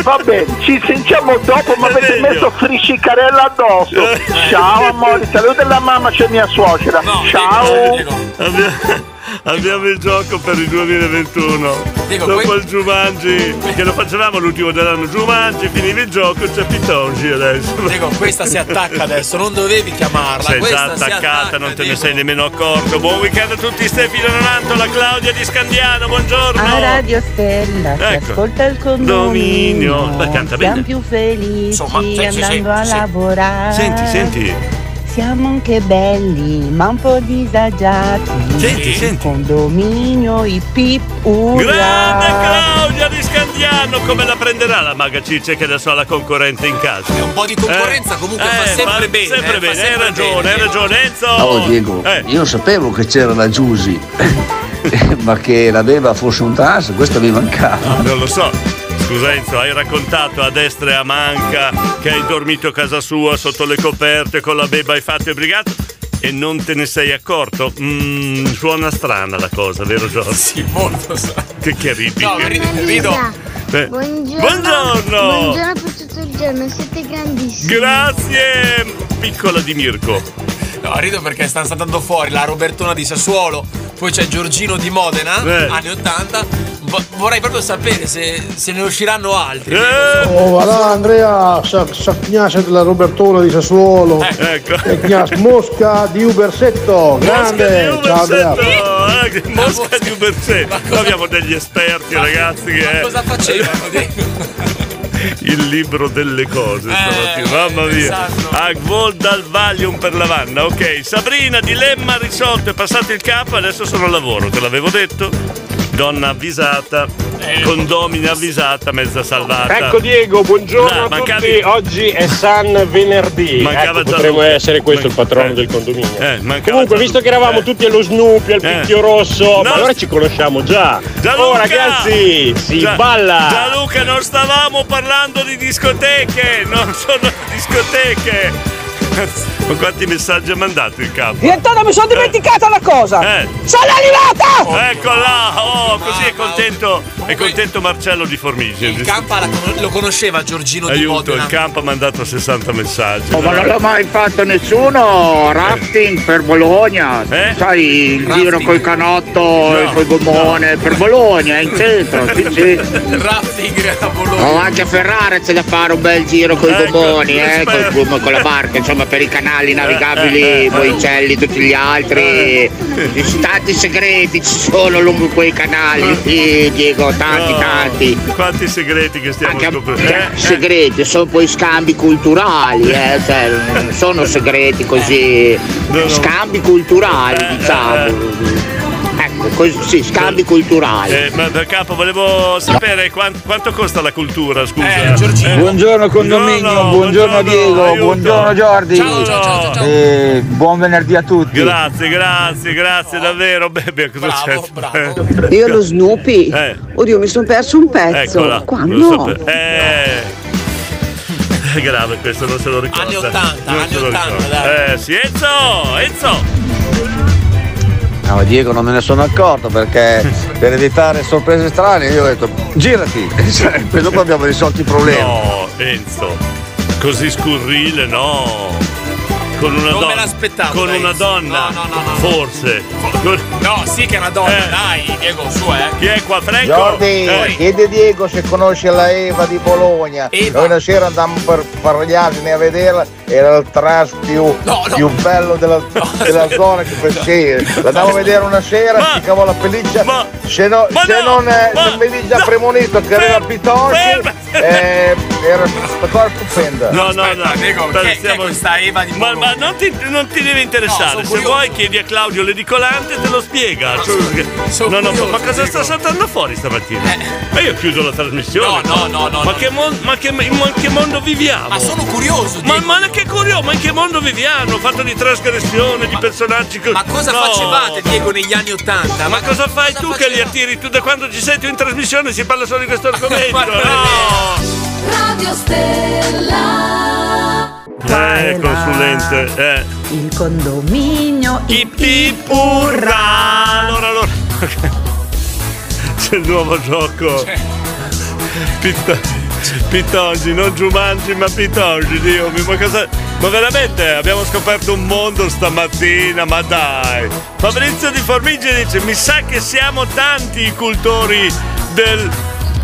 S27: Va bene, ci sentiamo dopo, ma avete messo friscicarella addosso. Ciao amore, saluta la mamma, c'è mia suocera. Ciao.
S4: Abbiamo, abbiamo il gioco per il 2021. Dopo il Giumangi, che lo facevamo l'ultimo dell'anno Giumangi, finiva il gioco, c'è Pitongi adesso.
S3: Diego, questa si attacca adesso, non dovevi chiamarla.
S4: Sei già
S3: questa si
S4: attaccata, non te ne sei nemmeno accorto. Buon weekend a tutti, Stefano Donato, la Claudia di Scandiano, buongiorno.
S12: Ah,
S31: A Radio Stella si
S4: Ecco.
S31: ascolta il condominio.
S4: Dominio. Beh, canta
S31: Siamo
S4: bene.
S31: più felici
S4: Insomma, sì, sì,
S31: andando
S4: sì,
S31: a
S4: sì.
S31: lavorare.
S4: Senti, senti.
S31: Siamo anche belli, ma un po' disagiati.
S4: Senti, senti.
S31: Condominio, i pip, urla.
S4: Grande Claudia di Scandiano, come la prenderà la maga Cicce che adesso ha la concorrente in casa? un po' di
S3: concorrenza comunque fa sempre bene, eh,
S4: Sempre
S3: fa
S4: bene, hai
S3: sempre
S4: ragione,
S3: bene.
S4: hai ragione Enzo.
S9: Oh Diego, io non sapevo che c'era la Giusi, ma che la beva fosse un tasso, questo mi mancava.
S4: Ah, Non lo so. Scusa Enzo, hai raccontato a destra e a manca che hai dormito a casa sua sotto le coperte con la beba hai fatto e brigato e non te ne sei accorto? Mm, suona strana la cosa, vero Giorgio? Sì, molto strana. Che, che ridi?
S3: No,
S4: che
S3: rido, rido.
S4: Eh,
S26: Buongiorno.
S4: Buongiorno.
S26: Buongiorno per tutto il giorno, siete grandissimi.
S4: Grazie, piccola di Mirko.
S3: No, rido perché stanno saltando fuori la Robertona di Sassuolo, poi c'è Giorgino di Modena,
S4: Eh.
S3: anni 80. Vo- vorrei proprio sapere se, se ne usciranno altri.
S4: Eh.
S2: Oh, va là Andrea, sa, sa gnasce della Robertona di Sassuolo.
S4: Ecco.
S2: E gnas Mosca di Ubersetto. Oh, Grande. Ciao Andrea.
S4: Ah, che Mosca di Ubersetto. Noi abbiamo degli esperti, ragazzi. eh. Che ma cosa
S3: facevano?
S4: Il libro delle cose, stamattina. mamma mia. Agvol dal Valium per la Vanna, ok. Sabrina, dilemma risolto, è passato il capo, adesso sono al lavoro, te l'avevo detto. Donna avvisata, condomina avvisata, mezza salvata.
S15: Ecco Diego, buongiorno
S4: Dai,
S15: a
S4: mancavi-
S15: tutti. Oggi è San Venerdì.
S4: Mancava
S15: ecco,
S4: già
S15: potrebbe
S4: Luca.
S15: essere questo il patrono
S4: Eh.
S15: del condominio.
S4: già Eh.
S15: Comunque, visto che eravamo tutti allo Snoopy, al picchio rosso, ma allora ci conosciamo già.
S4: Gianluca!
S15: Oh ragazzi, si
S4: Gia-
S15: balla!
S4: Gianluca, non stavamo parlando di discoteche, non sono discoteche. Ma quanti messaggi ha mandato il capo?
S25: Direttore, mi sono dimenticata una cosa!
S4: Eh.
S25: Sono arrivata!
S4: Eccola! Oh, così è contento, è contento Marcello di Formigio. Il Campa lo conosceva Giorgino
S3: Di
S4: Aiuto,
S3: Modena.
S4: il Campa ha mandato 60 messaggi.
S17: Oh, ma non l'ha mai fatto nessuno rafting per Bologna.
S4: Eh?
S17: Sai, il giro col canotto e col gommone per Bologna, in centro. Sì, sì.
S3: Rafting a Bologna.
S17: Oh, anche a Ferrara c'è da fare un bel giro con i
S3: Ecco,
S17: gommoni, eh,
S3: aspetta.
S17: col gommone, con la barca, insomma, per i canali
S4: eh, eh,
S17: navigabili, Boicelli, tutti gli altri. Gli stati segreti ci sono lungo quei canali, sì, Diego, tanti,
S4: Eh. No, Eh,
S17: tanti.
S4: Oh, Quanti segreti che stiamo scoprendo?
S17: Cioè, segreti, sono poi scambi culturali, eh, cioè, non sono segreti così, scambi culturali, diciamo. Ecco,
S30: Così, scambi culturali.
S4: Eh, Eh, ma per capo volevo sapere quan- quanto costa la cultura, scusa. Eh,
S30: Buongiorno condominio,
S4: Buongiorno,
S30: buongiorno, Diego,
S4: aiuto.
S30: buongiorno Jordi.
S4: Ciao, ciao, ciao, ciao, ciao.
S30: Eh, buon venerdì a tutti.
S4: Grazie, grazie, grazie davvero. Bebbia, cosa c'è?
S22: Io lo Snoopy. Oddio, mi sono perso un pezzo.
S4: Eh. Eccola. lo
S22: Quando?
S4: sape- Eh. È grave questo, non se lo ricorda. Anni 80, anni 80, dai. Eh, sì, Enzo, Enzo.
S9: No, ma Diego non me ne sono accorto perché per evitare sorprese strane io ho detto girati, Cioè, poi dopo abbiamo risolto i problemi.
S4: No, Enzo, così scurrile, no. Con una
S3: Non
S4: donna.
S3: me l'aspettavo,
S4: Con
S3: dai.
S4: una donna.
S3: No, no, no, no.
S4: Forse. Eh.
S3: No, sì che è una donna, dai, Diego, su, eh.
S4: Chi è qua, Franco?
S30: Jordi,
S4: Eh.
S30: chiede Diego se conosce la Eva di Bologna. Noi una sera andammo per Fargliasini a vederla, era il trash più, più bello della, della zona che pensare. L'andavo a vedere una sera, si cavò la pelliccia, se, no- se non eh, se mi avevi già premonito che era il Pitonci, eh, era una cosa stupenda.
S4: No, no, no. questa Eva di ma, ma non ti, non ti deve interessare. Se vuoi chiedi a Claudio Ledicolante e te lo spiega. no, no, ma cosa sta saltando fuori stamattina? Ma io chiudo la trasmissione.
S3: Eh. No, no, no, no,
S4: Ma,
S3: no.
S4: Che, mon- ma che- in che mondo viviamo? Ma sono curioso. Ma, ma che curioso, ma in che mondo viviamo? Fatto di trasgressione, di personaggi. che-
S3: Ma cosa
S4: No.
S3: facevate, Diego, negli anni Ottanta?
S4: Ma cosa fai tu che li attiri? Tu da quando ci sei tu in trasmissione si parla solo di questo argomento.
S3: Ma non è
S4: no!
S12: Radio Stella.
S4: Eh, consulente. Eh.
S12: Il condominio.
S4: Ip, ip, urrà. Allora, allora. C'è il nuovo gioco. Pitta- Pitongi, non Giumangi ma Pitongi, Dio mio, ma cosa... Ma veramente abbiamo scoperto un mondo stamattina, ma dai! Fabrizio di Formigine dice, mi sa che siamo tanti i cultori del...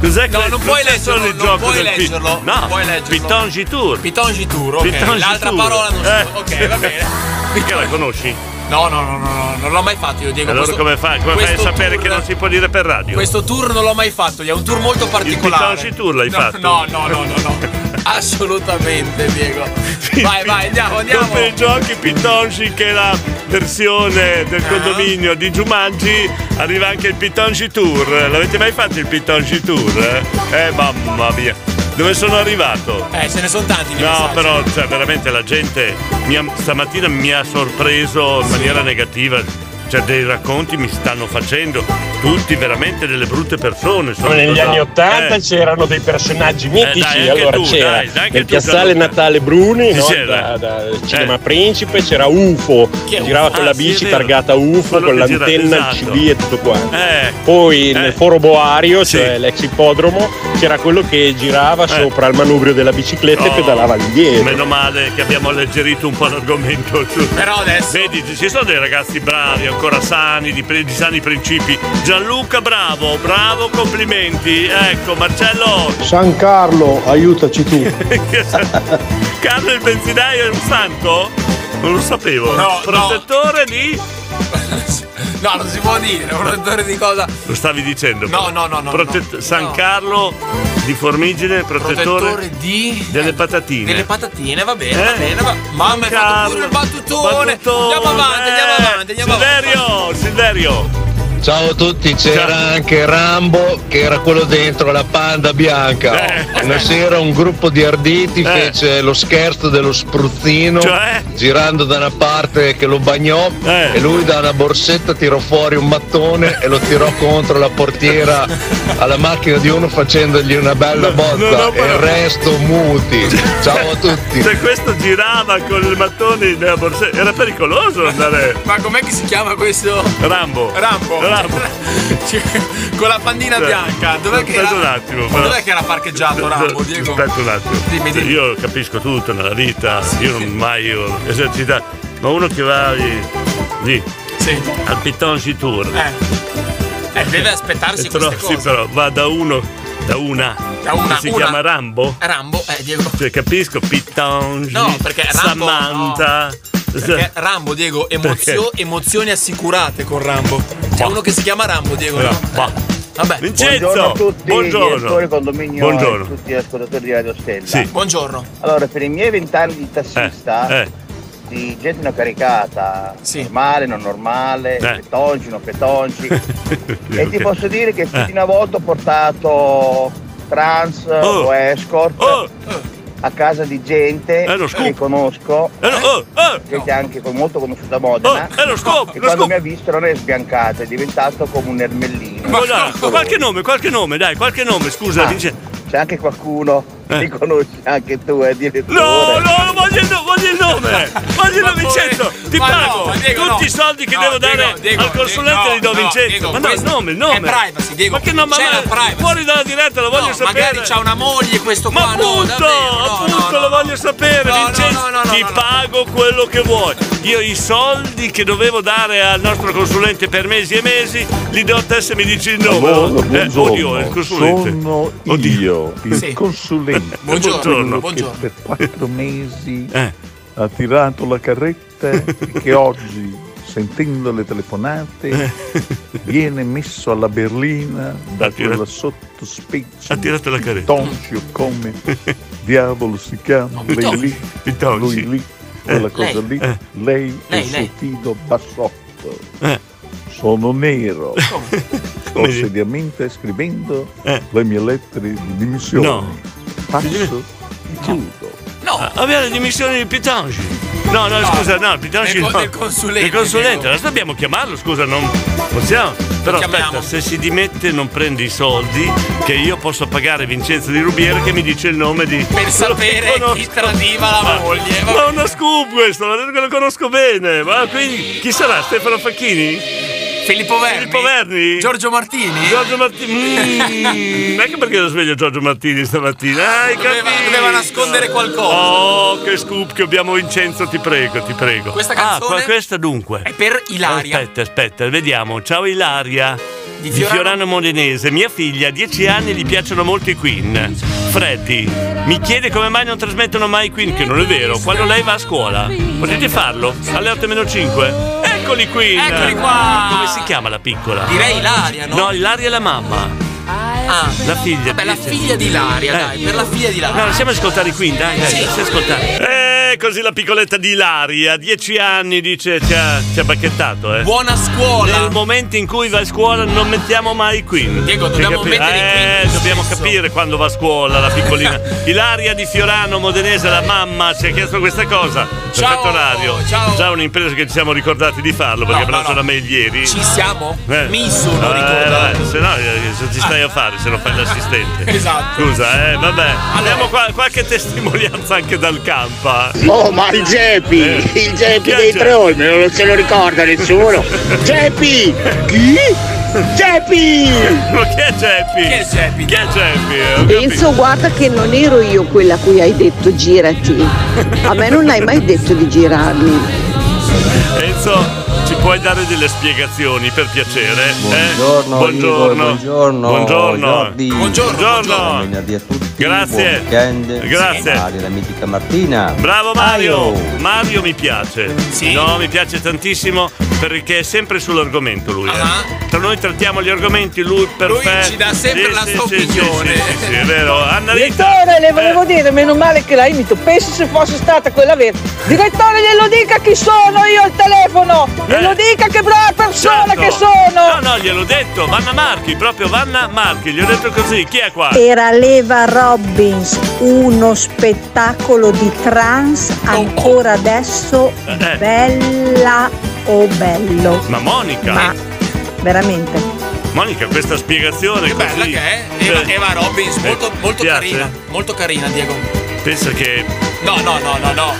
S4: Cos'è che
S3: No, non puoi leggerlo,
S4: il
S3: non
S4: gioco
S3: puoi
S4: del pi-
S3: leggerlo,
S4: No,
S3: non puoi leggerlo.
S4: Pitongi Tour.
S3: Pitongi Tour, ok.
S4: Pitongi
S3: L'altra
S4: Tour.
S3: parola non so.
S4: Eh.
S3: Ok, va bene.
S4: Perché la conosci?
S3: No, no, no, no, no, non l'ho mai fatto io, Diego.
S4: allora
S3: questo-
S4: come fai? Come fai a
S3: questo
S4: sapere
S3: tour-
S4: che non si può dire per radio?
S3: Questo tour non l'ho mai fatto, è un tour molto particolare.
S4: Pitongi Tour l'hai
S3: No,
S4: fatto?
S3: No, no, no, no, no. Assolutamente, Diego. Vai, vai, andiamo, andiamo.
S4: Dopo i giochi Pitonci che è la versione
S3: Ah.
S4: del condominio di Giumangi arriva anche il Pitonci Tour. L'avete mai fatto il Pitonci Tour? Eh? Eh, mamma mia. Dove sono arrivato?
S3: Eh, ce ne sono tanti. di
S4: No,
S3: messaggi.
S4: però cioè, veramente la gente mi ha- stamattina mi ha sorpreso in maniera negativa. Cioè, dei racconti mi stanno facendo tutti veramente delle brutte persone. sono-
S15: Negli anni
S4: Eh.
S15: 80 c'erano dei personaggi mitici,
S4: dai, anche
S15: allora
S4: tu,
S15: c'era
S4: dai, dai, anche
S15: nel
S4: tu,
S15: piazzale
S4: Gianluca.
S15: Natale Bruni,
S4: Sì,
S15: no?
S4: c'era.
S15: da, da Cinema Principe, c'era UFO,
S4: Chi è
S15: girava
S4: UFO?
S15: con
S4: Ah,
S15: la
S4: sì, è
S15: bici
S4: vero.
S15: targata UFO,
S4: Quello
S15: con
S4: che gira-
S15: l'antenna
S4: esatto.
S15: CD e tutto quanto.
S4: Eh.
S15: Poi nel foro Boario, cioè l'ex ippodromo, c'era quello che
S4: Eh.
S15: girava sopra il manubrio della bicicletta e
S4: Oh,
S15: pedalava all'indietro.
S4: Meno male che abbiamo alleggerito un po' l'argomento. Però adesso. Vedi, ci sono dei ragazzi bravi, ancora sani, di, pre- di sani principi. Gianluca, bravo, bravo, complimenti. Ecco, Marcello.
S2: San Carlo, aiutaci tu.
S4: che sa- Carlo il benzinaio è un santo? Non lo sapevo.
S3: No, no.
S4: Protettore di.
S3: No, non si può dire, protettore di cosa?
S4: Lo stavi dicendo?
S3: No,
S4: però.
S3: no, no, no,
S4: Protett-
S3: no.
S4: San
S3: No.
S4: Carlo di Formigine, protettore,
S3: Protettore di-
S4: delle patatine.
S3: Delle patatine, va bene, va
S4: Eh?
S3: bene, va. Mamma, hai fatto pure il battutone.
S4: Battutone,
S3: Andiamo avanti, andiamo
S4: eh.
S3: avanti, andiamo
S4: Silverio, Silverio.
S20: Ciao a tutti, c'era anche Rambo che era quello dentro la panda bianca.
S4: Eh.
S20: Una sera un gruppo di arditi fece lo scherzo dello spruzzino
S4: Cioè?
S20: girando da una parte che lo bagnò
S4: Eh.
S20: e lui da una borsetta tirò fuori un mattone e lo tirò contro la portiera alla macchina di uno facendogli una bella botta e il resto muti. Ciao a
S4: Se
S20: tutti.
S4: Cioè, questo girava con il mattone nella borsetta, era pericoloso andare.
S3: Ma com'è che si chiama questo?
S4: Rambo.
S3: Rambo. cioè, Con la pandina
S4: Cioè,
S3: bianca. Dov'è che
S4: aspetta
S3: era?
S4: un attimo,
S3: Ma
S4: però.
S3: dov'è che era parcheggiato Rambo, Diego?
S4: Aspetta un attimo. Io capisco tutto nella vita, io non mai ho esercitato. Ma uno che va lì, lì, al Pitonci Tour.
S3: Eh, deve aspettarsi
S4: Però,
S3: queste
S4: sì,
S3: cose.
S4: però va da uno, da una.
S3: Da una,
S4: che si
S3: una.
S4: chiama Rambo?
S3: Rambo, eh, Diego.
S4: Cioè, capisco, Pitonci.
S3: No, perché Rambo.
S4: Samantha.
S3: no. Perché Rambo, Diego, emozio- emozioni assicurate con Rambo. C'è uno che si chiama Rambo, Diego.
S4: Però,
S3: no?
S4: bah.
S3: Vabbè.
S30: buongiorno a tutti, direttore condominio
S4: Buongiorno.
S30: e tutti gli ascoltatori di Radio Stella.
S4: Sì. Eh,
S3: Buongiorno.
S30: Allora, per i miei vent'anni di tassista, di gente non caricata, normale, non
S4: Eh.
S30: normale, petonci, non petonci. e ti posso dire che
S4: Eh.
S30: più di una volta ho portato trans
S4: Oh.
S30: o escort a casa di gente
S4: Eh,
S30: che conosco, eh?
S4: oh,
S30: gente anche con- molto conosciuta a Modena,
S4: eh,
S30: e quando mi ha visto non è sbiancata, è diventato come un ermellino.
S4: Ma dai, qualche nome, qualche nome, dai, qualche nome, scusa,
S30: Ah,
S4: dice. Eh.
S30: C'è anche qualcuno che conosci anche tu, eh, direttore.
S4: No, no, non voglio, il no- voglio il nome! Voglio il nome, Vincenzo! Ti
S30: ma no,
S4: pago!
S30: ma Diego,
S4: Tutti
S30: no.
S4: i soldi che
S30: No,
S4: devo
S30: Diego,
S4: dare
S30: Diego,
S4: al consulente
S30: Diego,
S4: li do a
S30: no,
S4: Vincenzo!
S30: Diego,
S4: ma no, il
S30: questo
S4: nome, il nome!
S30: è privacy, Diego.
S4: Ma che nome?
S30: C'è
S4: ma-
S30: la privacy.
S4: Fuori dalla diretta, lo voglio
S30: No,
S4: sapere!
S30: magari c'ha una moglie questo qua,
S4: Ma
S30: no,
S4: appunto!
S30: davvero, no,
S4: appunto, lo voglio sapere,
S30: No, no,
S4: Vincenzo!
S30: no, no, no,
S4: ti
S30: no.
S4: pago quello che vuoi! Io i soldi che dovevo dare al nostro consulente per mesi e mesi, li do a te se mi dici il nome!
S15: Buongiorno,
S4: Eh, oddio, il
S15: buongiorno.
S4: consulente!
S15: Sono io, il
S4: Sì.
S15: consulente.
S4: Buongiorno, Eh.
S15: quello
S4: buongiorno.
S15: Che per quattro mesi ha tirato la carretta e che oggi, sentendo le
S4: Eh.
S15: telefonate, viene messo alla berlina da quella sottospecie.
S4: Ha tirato la carretta.
S15: Toncio come diavolo si chiama. lei
S4: Pitoncio.
S15: lì, lui lì, quella
S4: Eh,
S15: cosa
S4: lei.
S15: lì.
S4: Eh.
S15: Lei, e
S4: Lei,
S15: il suo
S4: lei.
S15: fido bassotto.
S4: Eh.
S15: Sono nero. Sto seriamente scrivendo le mie lettere di dimissione.
S4: Eh. No.
S15: Passo
S4: No, Ah, abbiamo le dimissioni di Pitangi. No, no, scusa, no, Pitangi
S3: Del co-
S4: no.
S3: del consulente,
S4: Il consulente, adesso dobbiamo chiamarlo, scusa, non possiamo. Però aspetta, se si dimette non prendi i soldi che io posso pagare Vincenzo di Rubiera che mi dice il nome di...
S3: Per sapere chi tradiva la moglie.
S4: Ma è uno scoop questo, l'ho detto che Ah, lo conosco bene. Ma quindi chi sarà? Stefano Facchini? Filippo Verni. Filippo Verni? Giorgio Martini? Giorgio Martini.
S3: Ah.
S4: Mm, ecco perché lo sveglio Giorgio Martini stamattina. Hai
S3: Doveva-
S4: capito?
S3: doveva nascondere qualcosa.
S4: Oh, che scoop che abbiamo Vincenzo, ti prego, ti prego.
S3: Questa
S4: Ah,
S3: canzone
S4: qua- questa dunque.
S3: è per Ilaria.
S4: Aspetta, aspetta, vediamo. Ciao Ilaria. Di Fiorano, Modenese, mia figlia, a 10 anni gli piacciono molto i Queen. Freddy mi chiede come mai non trasmettono mai i Queen, che non è vero, quando lei va a scuola. Potete farlo? Alle 8 meno 5. Eccoli Queen!
S3: Eccoli qua.
S4: Come si chiama la piccola?
S3: Direi Ilaria, no?
S4: No, Ilaria è la mamma.
S3: Ah,
S4: La figlia. Eh,
S3: Vabbè, la
S4: dice.
S3: figlia di Ilaria, dai, per la figlia di Ilaria.
S4: No, lasciamo ascoltare i Queen, dai, dai, lasciamo ascoltare. Eh, così la piccoletta di Ilaria, 10 anni, dice, ci ha, ci ha bacchettato, eh.
S3: Buona scuola.
S4: Nel momento in cui va a scuola non mettiamo mai i Queen. Diego,
S3: dobbiamo mettere i Queen
S4: Eh, dobbiamo capire quando va a scuola la piccolina. Ilaria di Fiorano, Modenese, la mamma, ci ha chiesto questa cosa. Perfetto orario. Ciao. Già un'impresa che ci siamo ricordati di farlo, perché
S3: No,
S4: abbiamo
S3: no,
S4: lanciato
S3: no.
S4: la mail ieri.
S3: Ci siamo?
S4: Eh.
S3: Mi sono
S4: Eh,
S3: ricordato.
S4: vabbè, se no, eh, se ti stai a fare, se non fai l'assistente.
S3: Esatto.
S4: Scusa, eh, vabbè. Abbiamo qua- qualche testimonianza anche dal campo.
S17: Oh, ma il Geppi,
S4: Eh.
S17: il Geppi
S4: Chi è
S17: dei
S4: Geppi?
S17: tre Olmi, non se lo ricorda nessuno. Geppi! Chi? Geppi!
S4: Ma chi è Geppi? Chi è Geppi? Chi è Geppi?
S22: Enzo, guarda che non ero io quella a cui hai detto girati. A me non hai mai detto di girarmi.
S4: Eh, Enzo, ci puoi dare delle spiegazioni per piacere?
S32: Buongiorno,
S4: eh? buongiorno.
S32: Igor, buongiorno,
S4: Buongiorno.
S32: Jordi.
S4: Buongiorno.
S32: Buon venerdì a tutti.
S4: Grazie.
S32: Buon weekend.
S4: Grazie.
S32: Mario, la mitica Martina.
S4: Bravo Mario!
S32: Mario.
S4: Mario mi piace. No, mi piace tantissimo perché è sempre sull'argomento lui. eh. Tra noi trattiamo gli argomenti, lui perfetto.
S3: Ah. ci dà sempre la sua opinione.
S4: Sì, sì, sì, è vero. Anna Rita.
S25: Direttore, le
S4: Eh.
S25: volevo dire, meno male che la imito, penso se fosse stata quella vera. Direttore, glielo dica chi sono io al telefono! Glielo dica che brava persona
S4: Eh. Certo.
S25: che sono!
S4: No, no, gliel'ho detto, Vanna Marchi, proprio Vanna Marchi, gli ho detto così, chi è qua?
S13: Era Leva Robbins, uno spettacolo di trans ancora adesso
S4: Oh, Eh.
S13: bella o bello.
S4: Ma Monica.
S13: Veramente.
S4: Monica, questa spiegazione che
S3: Bella che è Eva, Eva Robbins, molto, molto carina, molto carina Diego.
S4: Pensa che
S3: No, no, no, no, no.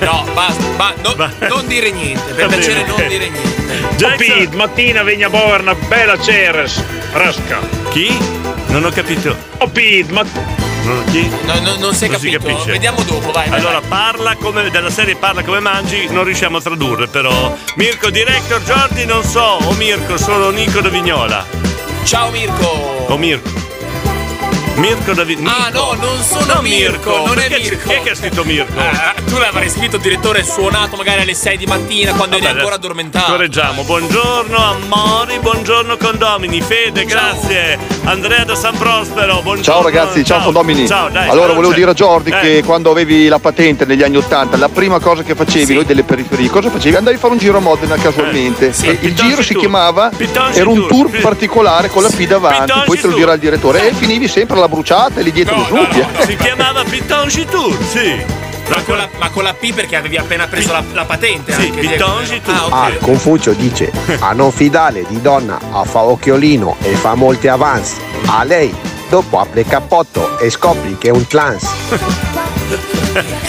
S3: No, basta, ba- no, non dire niente, per piacere non dire niente.
S4: Pete, mattina vegna bover una bella ceres, fresca. Chi? Non ho capito. Oh Pete, ma... Non, chi?
S3: No, no, non si è capito.
S4: capisce.
S3: Vediamo dopo, vai. vai,
S4: Allora,
S3: vai.
S4: parla come della serie Parla come mangi, non riusciamo a tradurre, però. Mirko Director Giordi, non so, o Mirko, sono Nico da Vignola.
S3: Ciao Mirko!
S4: O Mirko. Mirko David.
S3: Ah, no, non sono
S4: No,
S3: Mirko, non è
S4: Perché c'è-
S3: Mirko.
S4: Chi è che ha scritto Mirko?
S3: Ah, tu l'avrai scritto, direttore, suonato magari alle 6 di mattina quando eri
S4: Vabbè,
S3: ancora addormentato.
S4: Correggiamo, buongiorno Amori, buongiorno condomini, Fede, grazie, Andrea da San Prospero, buongiorno.
S10: Ciao ragazzi, ciao, condomini.
S4: Ciao, dai,
S10: allora volevo
S4: veloce.
S10: dire a Jordi
S4: Eh.
S10: che quando avevi la patente negli anni 80, la prima cosa che facevi, noi delle periferie, cosa facevi? Andavi a fare un giro a Modena
S4: Eh,
S10: casualmente. E il giro si chiamava,
S4: Pitonci
S10: era un
S4: Tour.
S10: tour particolare con la P davanti,
S4: Pitonci
S10: poi te lo
S4: Tour.
S10: girava il direttore e finivi sempre alla bruciata lì dietro no, Zuppia.
S4: Si chiamava Pitongi Tour, sì.
S3: Ma con, la, ma con la P perché avevi appena preso la, la patente. Sì, Pitongi tu.
S13: Ah, Confucio dice a non fidare di donna a fa occhiolino e fa molti avanzi. A lei dopo apre il cappotto e scopri che è un trans.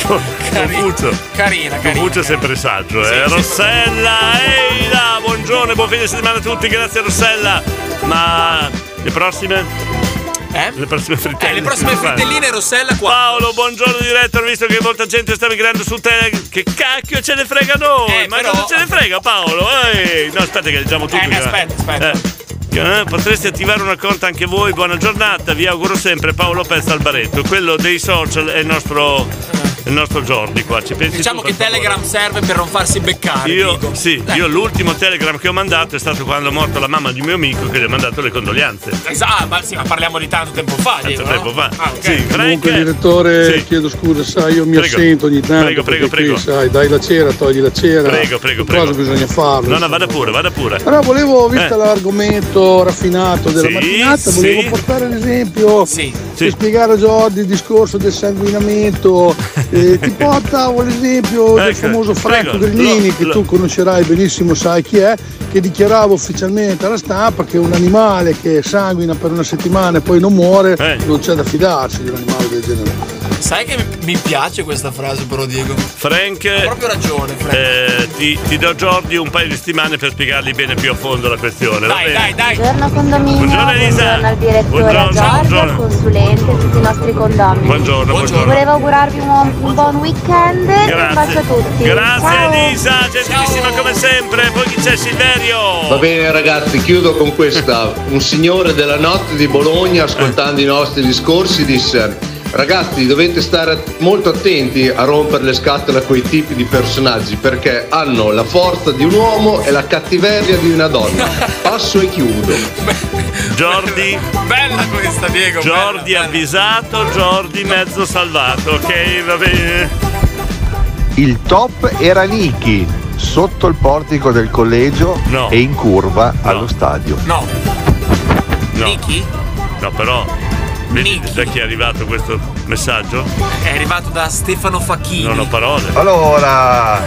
S4: Confucio. Carina, carina. Confucio è sempre saggio, eh. Rossella, ehi
S3: Ah,
S4: là, buongiorno e buon fine settimana a tutti, grazie Rossella. Ma le prossime?
S3: Eh?
S4: Le prossime frittelle.
S3: Le prossime
S4: si fanno?
S3: frittelline Rossella qua.
S4: Paolo, buongiorno direttore, visto che molta gente sta migrando su Telegram. Che cacchio ce ne frega noi? Ma cosa ce ne frega Paolo? Ehi, no, aspetta che diciamo leggiamo tutti.
S3: Eh, Eh, aspetta, aspetta.
S4: Eh, potreste attivare una conta anche voi. Buona giornata, vi auguro sempre Paolo Pezza Albaretto. Quello dei social è il nostro, è il nostro Jordi qua. Ci pensi
S3: Diciamo
S4: tu,
S3: che
S4: per favore?
S3: Telegram serve per non farsi beccare.
S4: Io,
S3: dico.
S4: sì, io l'ultimo telegram che ho mandato è stato quando è morta la mamma di un mio amico che gli ha mandato le condoglianze.
S3: Esatto, ah, ma sì, ma parliamo di tanto tempo fa, Diego. no?
S4: tempo fa.
S3: Ah, ok.
S4: Sì,
S2: Comunque, direttore, chiedo scusa, sai, io mi
S4: Prego.
S2: assento ogni tanto.
S4: Prego, prego,
S2: perché
S4: prego.
S2: Qui, sai, dai la cera, togli la cera.
S4: Prego, prego,
S2: Cosa
S4: prego.
S2: bisogna farlo?
S4: No, no, vada pure, vada pure.
S2: Però volevo, visto
S4: Eh.
S2: l'argomento raffinato della
S4: Sì,
S2: mattinata,
S4: sì.
S2: volevo portare l'esempio
S4: sì.
S2: per spiegare a Jordi il discorso del sanguinamento. Eh, ti porta l'esempio del
S8: Ecco,
S2: famoso Franco
S8: prego,
S2: Grillini,
S8: lo-
S2: che
S8: lo-
S2: tu conoscerai benissimo, sai chi è, che dichiarava ufficialmente alla stampa che un animale che sanguina per una settimana e poi non muore, non c'è da fidarsi di un animale del genere.
S3: Sai che mi- mi piace questa frase, però, Diego.
S4: Frank,
S3: Ha proprio ragione, Frank.
S4: eh, ti, ti do Jordi un paio di settimane per spiegargli bene più a fondo la questione. va
S3: Dai,
S4: bene?
S3: dai, dai.
S13: Buongiorno condominio,
S4: Buongiorno, Elisa.
S13: buongiorno al direttore
S4: Buongiorno,
S13: a Giorgio,
S4: buongiorno.
S13: al consulente, a tutti i nostri condomini.
S4: Buongiorno, buongiorno.
S13: Volevo augurarvi un, buon- un buon weekend e un bacio a tutti.
S4: Grazie
S13: Ciao.
S4: Elisa, gentilissima come sempre. Poi chi c'è Silverio?
S20: Va bene ragazzi, chiudo con questa. Un signore della notte di Bologna, ascoltando i nostri discorsi, disse ragazzi dovete stare molto attenti a rompere le scatole a quei tipi di personaggi perché hanno la forza di un uomo e la cattiveria di una donna. Passo e chiudo.
S4: Jordi.
S3: Bella questa, Diego.
S4: Jordi avvisato, Jordi mezzo salvato, ok? Va bene.
S13: Il top era Niki, sotto il portico del collegio e in curva allo stadio.
S3: No.
S4: No. No, però. Vedi da chi è arrivato questo messaggio?
S3: È arrivato da Stefano Facchini.
S4: Non ho parole.
S13: Allora.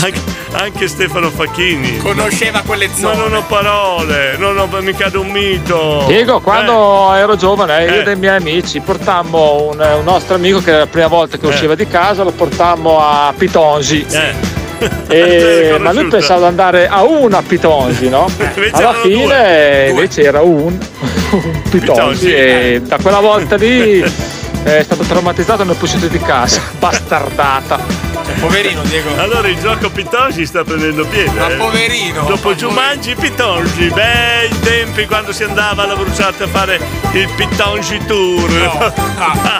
S4: anche, anche Stefano Facchini.
S3: Conosceva quelle zone.
S4: Ma non ho parole, non ho mi cade un mito.
S8: Diego, quando ero giovane, io
S4: Eh.
S8: e dei miei amici portammo un, un nostro amico che era la prima volta che
S4: Eh.
S8: usciva di casa, lo portammo a Pitongi.
S4: Te l'hai
S8: E- ma lui
S4: conosciuta?
S8: pensava di andare a una Pitongi, no?
S4: Invece
S8: Alla
S4: erano
S8: fine
S4: due. eh.
S8: invece era un, un Pitongi,
S4: Pitongi,
S8: e da quella volta lì è stato traumatizzato e non è uscito di casa. Bastardata.
S3: Eh, Poverino Diego.
S4: Allora il gioco Pitongi sta prendendo piede.
S8: Ma
S4: eh.
S8: poverino,
S4: Dopo Giumangi Pitongi, bei tempi quando si andava alla bruciata a fare il Pitongi Tour. Dai.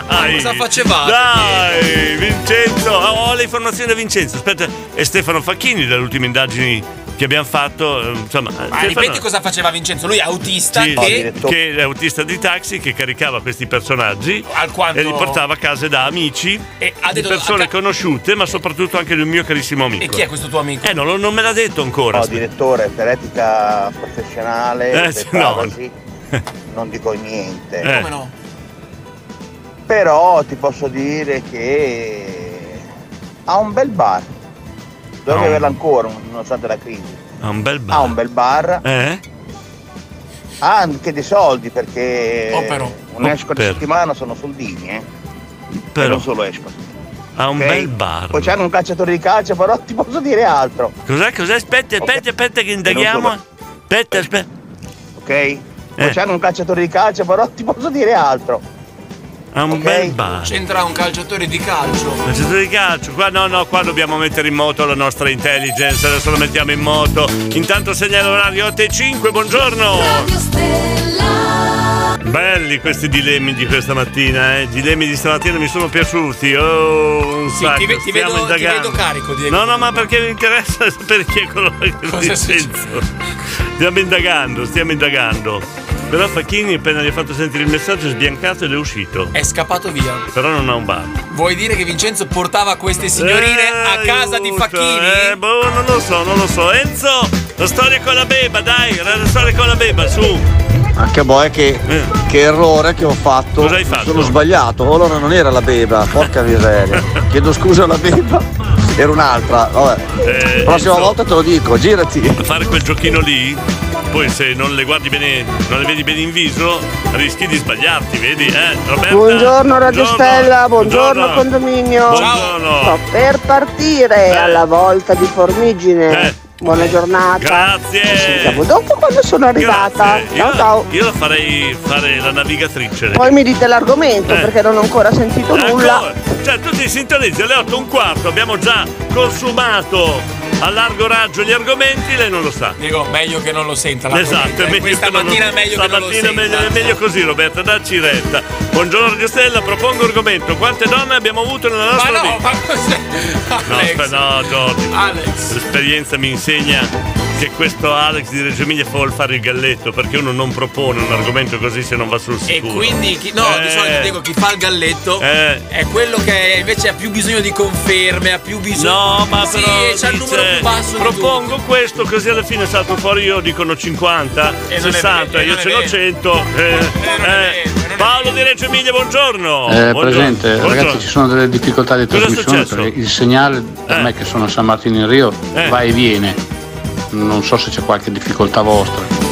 S3: Ah, cosa facevate?
S4: Dai, Vincenzo, Ah, ho le informazioni da Vincenzo. Aspetta, è Stefano Facchini dalle ultime indagini che abbiamo fatto. eh, Insomma,
S3: Ma ripeti cosa faceva Vincenzo? Certo. Lui è autista
S4: Sì,
S3: che.
S4: che è autista di taxi che caricava questi personaggi e li portava a casa da amici e
S3: ha detto-
S4: di persone conosciute ma soprattutto anche di un mio carissimo amico
S3: E chi è questo tuo amico?
S4: eh non, lo- non me l'ha detto ancora
S21: No, direttore, per etica professionale,
S4: Eh,
S21: per
S4: sì, no.
S21: privacy, non dico niente.
S4: Eh. Come
S3: no?
S21: Però ti posso dire che ha un bel bar. Dovrei
S4: Ha un-
S21: averlo ancora, nonostante la crisi.
S4: ha un bel
S21: Ha
S4: bar
S21: un bel bar,
S4: eh?
S21: ha anche dei soldi perché
S4: Oh, però.
S21: un esco di
S4: però.
S21: settimana sono soldini, eh.
S4: Però.
S21: E non solo esco.
S4: ha un
S21: Ok?
S4: bel bar
S21: Poi c'è anche un calciatore di calcio, però ti posso dire altro.
S4: cos'è cos'è aspetta aspetta aspetta che indaghiamo aspetta aspetta
S21: ok poi
S4: Eh.
S21: c'è anche un calciatore di calcio però ti posso dire altro
S4: ha un bel bar
S3: C'entra un calciatore di calcio.
S4: Calciatore di calcio, qua no, no, qua dobbiamo mettere in moto la nostra intelligence, adesso la mettiamo in moto. Intanto segnalo orario 8 e 5, buongiorno!
S7: Stella
S4: Belli questi dilemmi di questa mattina, eh. I dilemmi di stamattina mi sono piaciuti. Oh, un
S3: Sì,
S4: sacco.
S3: ti ve- ti
S4: Stiamo
S3: vedo- ti
S4: indagando.
S3: vedo carico, Diego.
S4: No, no, ma perché mi interessa sapere chi è quello che
S3: Cosa è
S4: senso. Stiamo indagando, stiamo indagando. Però Facchini appena gli ha fatto sentire il messaggio è sbiancato ed è uscito.
S3: È scappato via.
S4: Però non ha un bar.
S3: Vuoi dire che Vincenzo portava queste signorine a casa di Facchini?
S4: Eh, boh, non lo so, non lo so. Enzo, la storia con la beba, dai, la storia con la beba, su.
S9: Anche boh, che, che errore che ho fatto.
S4: Eh. Cosa hai fatto?
S9: Sono sbagliato. Allora non era la beba, porca miseria. Chiedo scusa alla beba, era un'altra. Vabbè.
S4: Eh,
S9: Prossima
S4: Enzo.
S9: volta te lo dico, girati.
S4: a fare quel giochino lì, poi se non le guardi bene, non le vedi bene in viso, rischi di sbagliarti, vedi? Eh, Roberta?
S24: Buongiorno Radio Stella, buongiorno,
S4: Buongiorno.
S24: condominio.
S4: Buongiorno.
S24: Sto per partire alla volta di Formigine. Buona giornata.
S4: Eh. Grazie.
S24: Ci sentiamo dopo quando sono arrivata.
S4: Grazie.
S24: Ciao
S4: Io,
S24: ciao.
S4: io la farei fare la navigatrice.
S24: Poi mi dite l'argomento
S4: Eh.
S24: perché non ho ancora sentito nulla.
S4: Ancora? Cioè, tu ti sintonizzi alle 8 e un quarto, abbiamo già consumato a largo raggio gli argomenti, lei non lo sa.
S3: Diego, meglio che non lo senta. la
S4: Esatto,
S3: corrente.
S4: è meglio
S3: Questa
S4: che non lo-
S3: mattina è meglio che non lo
S4: stamattina
S3: senta.
S4: è meglio- è meglio così, Roberta, dacci retta. Buongiorno Radio Stella, propongo argomento. Quante donne abbiamo avuto nella nostra
S3: no,
S4: vita? No, aspetta, no, Giorgio. L'esperienza mi insegna che questo Alex di Reggio Emilia fa vuol fare il galletto, perché uno non propone un argomento così se non va sul
S3: E
S4: sicuro.
S3: quindi chi, no,
S4: Eh,
S3: di solito Diego chi fa il galletto
S4: Eh.
S3: è quello che invece ha più bisogno di conferme, ha più bisogno.
S4: No, ma
S3: sì,
S4: però
S3: c'ha il
S4: dice,
S3: numero più basso. di
S4: propongo questo così alla fine salto fuori io dicono 50,
S3: E non è
S4: 60,
S3: vero, e
S4: io
S3: non è
S4: ce l'ho
S3: vero.
S4: 100. eh, eh. Paolo di Reggio Emilia, buongiorno.
S27: Eh,
S4: Buongiorno.
S27: presente,
S4: Buongiorno.
S27: ragazzi ci sono delle difficoltà di
S4: Oh, Cosa è
S27: trasmissione
S4: successo? Eh.
S27: perché il segnale da me che sono a San Martino in Rio va e viene. Non so se c'è qualche difficoltà vostra.
S3: tutti.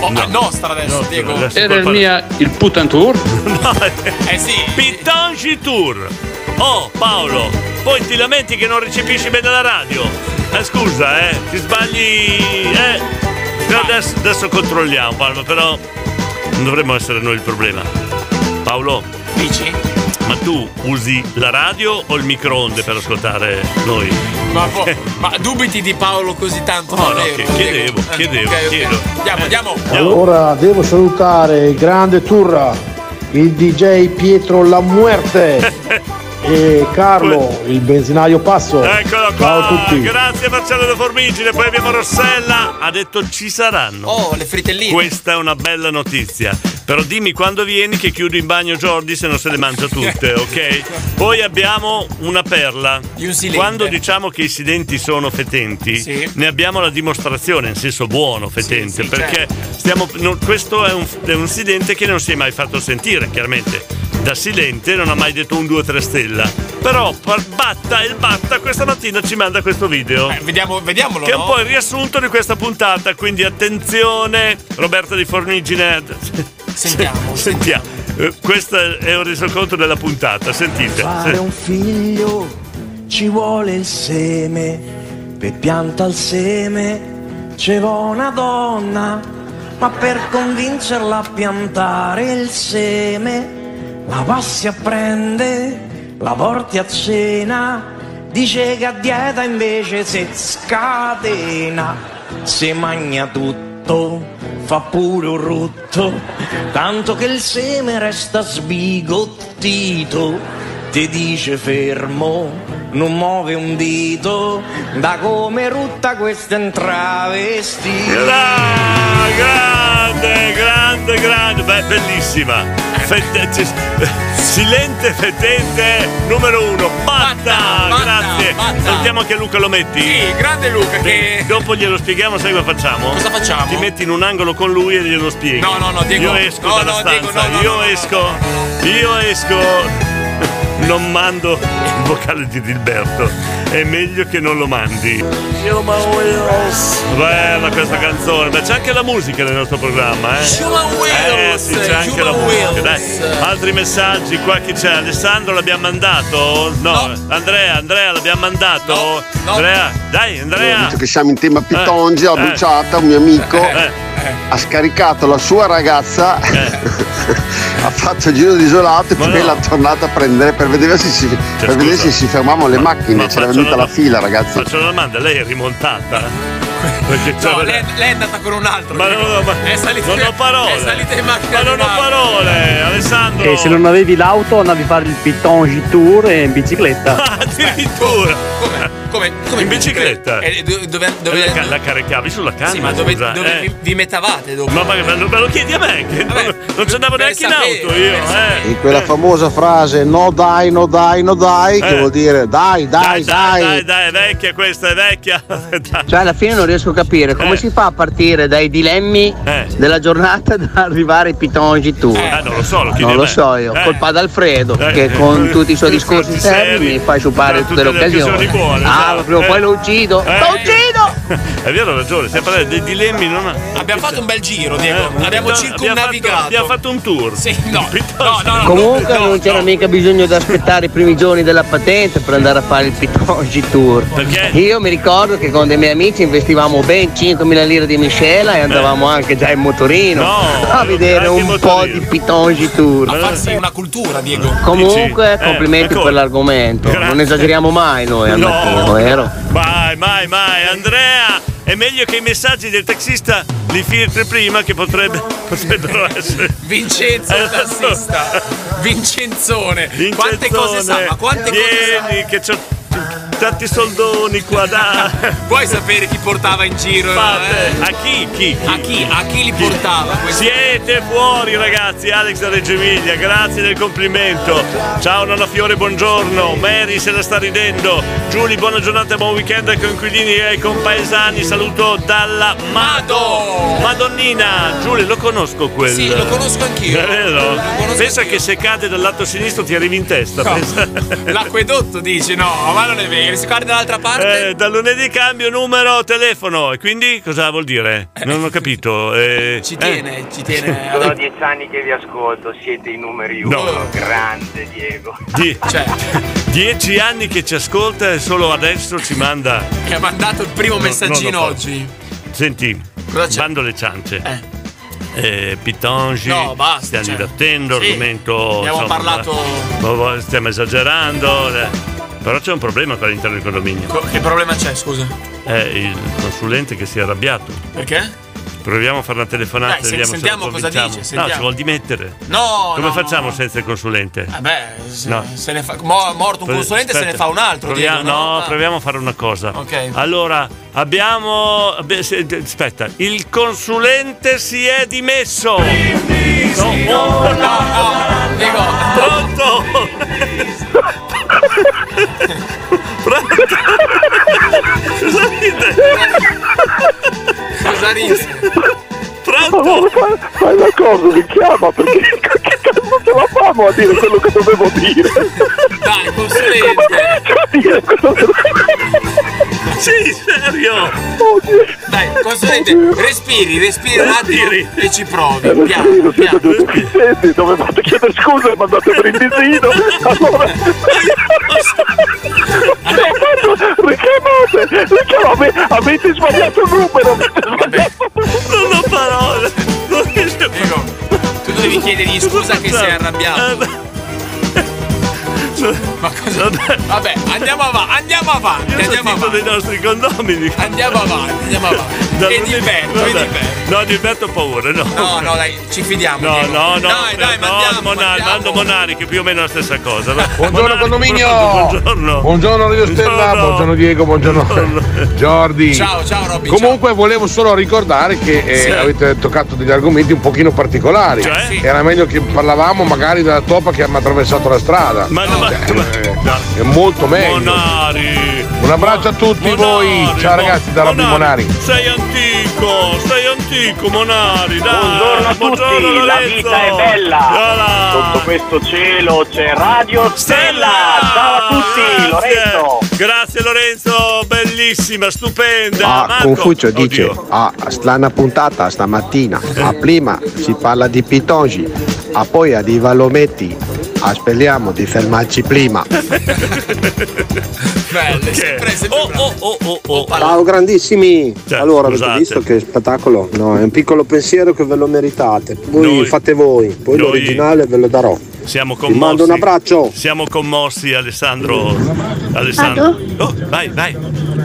S3: Oh, a nostra adesso, Diego.
S27: Era il mia il Putan Tour?
S4: Eh sì. Pittangi Tour. Oh Paolo, poi ti lamenti che non recepisci bene la radio. Eh scusa, eh, ti sbagli. Eh. Però adesso, adesso controlliamo, Palma, però non dovremmo essere noi il problema. Paolo.
S3: Dici?
S4: Ma tu usi la radio o il microonde per ascoltare noi?
S3: Ma, po- ma dubiti di Paolo così tanto?
S4: No,
S3: non
S4: no,
S3: è vero,
S4: che- chiedevo,
S3: Diego. Eh,
S4: chiedevo,
S3: ok, ok.
S4: chiedo.
S3: Andiamo, andiamo.
S14: Allora devo salutare il grande Turra, il DJ Pietro La Muerte e Carlo, il benzinaio Passo.
S4: Eccolo qua,
S14: Ciao a tutti.
S4: grazie Marcello De Formigine, poi abbiamo Rossella, ha detto ci saranno.
S3: Oh, le fritelline.
S4: Questa è una bella notizia, però dimmi quando vieni che chiudo in bagno Jordi se non se le mangia tutte, ok? Poi abbiamo una perla, quando diciamo che i silenti sono fetenti, ne abbiamo la dimostrazione, in senso buono fetente, perché
S3: certo.
S4: stiamo- no, questo è un, è un silente che non si è mai fatto sentire, chiaramente. Da silente non ha mai detto un 2-3 stella. Però par- Batta il Batta questa mattina ci manda questo video.
S3: Eh, vediamo, vediamolo.
S4: Che è
S3: no?
S4: un po' il riassunto di questa puntata, quindi attenzione, Roberto di Formigine.
S3: Sentiamo.
S4: Sentiamo. Eh, Questo è un resoconto della puntata, sentite.
S18: fare un figlio ci vuole il seme, per pianta il seme c'è una donna, ma per convincerla a piantare il seme, la passi a prendere, la porti a cena, dice che a dieta invece se scatena, se magna tutto, fa pure un rutto, tanto che il seme resta sbigottito, ti dice fermo, non muove un dito, da come rutta questa intravestita.
S4: Grande, grande, grande, beh, bellissima. Fette- c- silente fetente numero uno. Batta, grazie. Salutiamo anche Luca Lometti. Sì,
S3: grande Luca.
S4: Dopo glielo spieghiamo, sai cosa facciamo? Cosa
S3: facciamo?
S4: Ti metti in un angolo con lui e glielo spieghi.
S3: No, no, no, Diego.
S4: Io esco
S3: No,
S4: dalla
S3: no, Diego,
S4: stanza. io esco. Io esco. Non mando il vocale di Dilberto. È meglio che non lo mandi.
S7: Human wheels.
S4: Bella questa canzone, ma c'è anche la musica nel nostro programma, eh?
S7: Human
S4: Eh
S7: Wheels,
S4: sì, c'è anche la
S7: Human
S4: musica,
S7: Wheels.
S4: dai. Altri messaggi qua chi c'è? Alessandro l'abbiamo mandato? No. Andrea, Andrea l'abbiamo mandato? Andrea, dai Andrea.
S18: Visto che siamo in tema pitongi,
S4: Eh,
S18: ho
S4: eh.
S18: bruciata un mio amico,
S4: Eh,
S18: ha scaricato la sua ragazza, ha fatto il giro di isolato e poi l'ha tornata a prendere per vedere se si,
S4: Cioè,
S18: per vedere se si fermavano le macchine, c'era
S4: faccio
S18: venuta
S4: una-
S18: la fila ragazzi.
S4: Faccio una domanda, lei è rimontata? Perché
S3: No,
S4: c'era-
S3: lei, lei è andata con un altro. eh.
S4: Ma no, no, ma
S3: è salita,
S4: non ho parole.
S3: È salita in macchina.
S4: Ma non ho parole, Alessandro.
S7: E se non avevi l'auto andavi a fare il Pitongi Tour in bicicletta.
S4: Addirittura.
S3: Come? Come? come
S4: In bicicletta.
S3: Eh, do- dove, dove,
S4: la, ca- la caricavi sulla canna.
S3: sì, ma dove,
S4: scusa,
S3: dove
S4: eh.
S3: vi, vi mettavate dopo?
S4: Ma, ma, ma lo- me lo chiedi a me? Che non, non ci andavo neanche in
S3: sapere,
S4: auto io. eh.
S30: In quella famosa frase no dai, no dai, no dai, che
S4: Eh.
S30: vuol dire dai, dai, dai.
S4: dai, dai, è vecchia questa, è vecchia. Eh, Dai. Eh.
S7: Cioè alla fine non riesco a capire come si fa a partire dai dilemmi della giornata da arrivare ai Pitongi Tour.
S4: Eh, non lo so, lo chiedi
S7: Ah, Non
S4: a
S7: lo
S4: me.
S7: so io,
S4: Eh.
S7: colpa ad Alfredo
S4: Eh.
S7: che con tutti i suoi discorsi seri
S4: seri.
S7: mi fa
S4: Fa
S7: sciupare tutte
S4: tutte
S7: le
S4: le occasioni
S7: occasioni.
S4: buone,
S7: Ah,
S4: no?
S7: ma prima o
S4: Eh.
S7: poi lo uccido. Lo uccido!
S4: È vero, ha Eh, ragione, stiamo parlando dei dilemmi. Non
S3: Abbiamo fatto un bel giro, Diego.
S4: Eh,
S3: abbiamo
S4: abbiamo-
S3: circumnavigato.
S4: abbiamo fatto un tour.
S3: Sì, no. no, no, no.
S7: Comunque non c'era mica bisogno di aspettare i primi giorni della patente per andare a fare il Pitongi Tour. Io mi ricordo che con dei miei amici investivamo ben 5.000 lire di miscela e andavamo anche già in motorino
S3: No,
S7: a vedere un po' di Pitongi
S3: A
S7: Tour.
S3: farsi una cultura, Diego.
S7: Comunque
S3: Dici? Eh,
S7: complimenti
S3: ancora.
S7: per l'argomento, non esageriamo mai noi al
S4: No.
S7: mattino, vero?
S4: Mai, mai, mai. Andrea, è meglio che i messaggi del taxista li filtri prima che potrebbe, potrebbero essere.
S3: Vincenzo il tassista. Vincenzone. Quante cose sa, ma quante cose sa.
S4: Vieni, che c'ho tanti soldoni qua, dai.
S3: Vuoi sapere chi portava in giro?
S4: Fate,
S3: eh?
S4: a chi, chi,
S3: A chi? A chi li portava? questi?
S4: Siete fuori ragazzi, Alex da Reggio Emilia, grazie del complimento. Ciao Nonna Fiore, buongiorno. Mary se la sta ridendo. Giuli, buona giornata, buon weekend ai coinquilini e ai compaesani. Saluto dalla Mado. Madonnina, Giuli, lo conosco quello.
S3: Sì, lo conosco anch'io.
S4: È vero? Pensa che se cade dal lato sinistro ti arrivi in testa.
S3: No.
S4: pensa.
S3: L'acquedotto dice no, ma non è vero. Si guarda dall'altra parte.
S4: Eh, da lunedì cambio numero, telefono. E quindi cosa vuol dire? Non ho capito. eh,
S3: Ci
S4: eh.
S3: tiene, ci tiene.
S14: Sono dieci anni che vi ascolto, siete i numeri uno.
S4: No.
S14: Grande Diego.
S4: Die-
S3: Cioè.
S4: dieci anni che ci ascolta e solo adesso ci manda.
S3: Che ha mandato il primo messaggino oggi.
S4: Senti, bando le ciance. Eh, Pitongi,
S3: No, basta,
S4: stiamo
S3: cioè.
S4: divertendo,
S3: Sì.
S4: argomento.
S3: Abbiamo
S4: insomma,
S3: parlato-
S4: ma- ma- Stiamo esagerando. eh. Però c'è un problema qua all'interno del condominio.
S3: Co- Che problema c'è, Eh, scusa?
S4: È il consulente che si è arrabbiato.
S3: Perché?
S4: Proviamo a fare una telefonata
S3: Dai,
S4: e
S3: sen-
S4: vediamo
S3: sentiamo
S4: se lo
S3: cosa
S4: convinciamo.
S3: dice,
S4: No,
S3: sentiamo.
S4: ci vuol dimettere.
S3: No,
S4: Come
S3: no,
S4: facciamo senza il consulente?
S3: Eh beh, se,
S4: No.
S3: se ne fa, mo- morto un
S4: Pre-
S3: consulente se ne
S4: aspetta.
S3: fa un altro.
S4: Proviamo-
S3: Diego,
S4: no,
S3: Ah.
S4: proviamo a fare una cosa.
S3: Ok.
S4: Allora, abbiamo. abbi- se- Aspetta, il consulente si è dimesso. No, oh, no.
S3: Diego.
S4: Pronto? Pronto? Cosa ride?
S3: Cosa ride?
S27: Pronto? Ma, ma è d'accordo, mi chiama perché che cazzo ce la famo a dire quello che dovevo dire?
S3: Dai, consulente!
S4: Sì, serio!
S3: Dai, consulente, respiri, respiri un attimo e ci provi. Piano.
S27: Io siete due deficienti, dovevate chiedere scusa e mandate brindisino. Allora... Richiamate, richiamate, avete sbagliato il numero.
S4: Non ho parole! Non riesco
S3: Tu devi chiedergli scusa che sei
S4: Eh,
S3: arrabbiato. Ma cosa? Vabbè, andiamo avanti, andiamo avanti, andiamo avanti.
S4: dei nostri condomini.
S3: Andiamo avanti, andiamo avanti. E di Berto, e di Berto.
S4: No, di Berto ho paura, no.
S3: No, no, dai, ci fidiamo.
S4: No,
S3: Diego.
S4: no, no,
S3: Dai, dai,
S4: no,
S3: mandiamo,
S4: Monari, mando Monari che più o meno è la stessa cosa. Va-
S23: Buongiorno
S4: Monari,
S23: condominio!
S4: Buongiorno!
S23: Buongiorno Radio Stella,
S4: Buongiorno.
S23: buongiorno Diego, buongiorno Jordi.
S4: Ciao, ciao, Robby,
S23: Comunque volevo solo ricordare che eh,
S4: Sì.
S23: avete toccato degli argomenti un pochino particolari.
S4: Cioè? Sì.
S23: Era meglio che parlavamo magari della topa che hanno attraversato la strada.
S4: Ma no, ma-
S23: Eh, È molto meglio.
S4: Monari!
S23: Un abbraccio a tutti voi. Ciao ragazzi da Robby Monari.
S4: Sei antico, sei antico Monari, dai! Buongiorno a
S14: Tutti, la vita è bella. Sotto questo cielo c'è Radio Stella. Ciao a tutti, Lorenzo.
S4: Grazie Lorenzo, bellissima, stupenda!
S9: Ah,
S4: Marco.
S9: Confucio dice, ah, strana puntata stamattina,
S4: Eh.
S9: a prima si parla di Pitongi, a poi a Di Valometti, ah, speriamo di fermarci prima.
S3: Belle, sempre, sempre oh, oh,
S4: oh, oh, oh.
S30: Ciao grandissimi! allora,
S4: Cioè, scusate.
S30: avete visto che spettacolo? No, è un piccolo pensiero che ve lo meritate. Voi
S4: Noi-
S30: fate voi, poi
S4: noi-
S30: l'originale ve lo darò.
S4: Siamo
S30: Vi
S4: commossi.
S30: mando un abbraccio!
S4: Siamo commossi, Alessandro. Alessandro. Oh, vai, vai.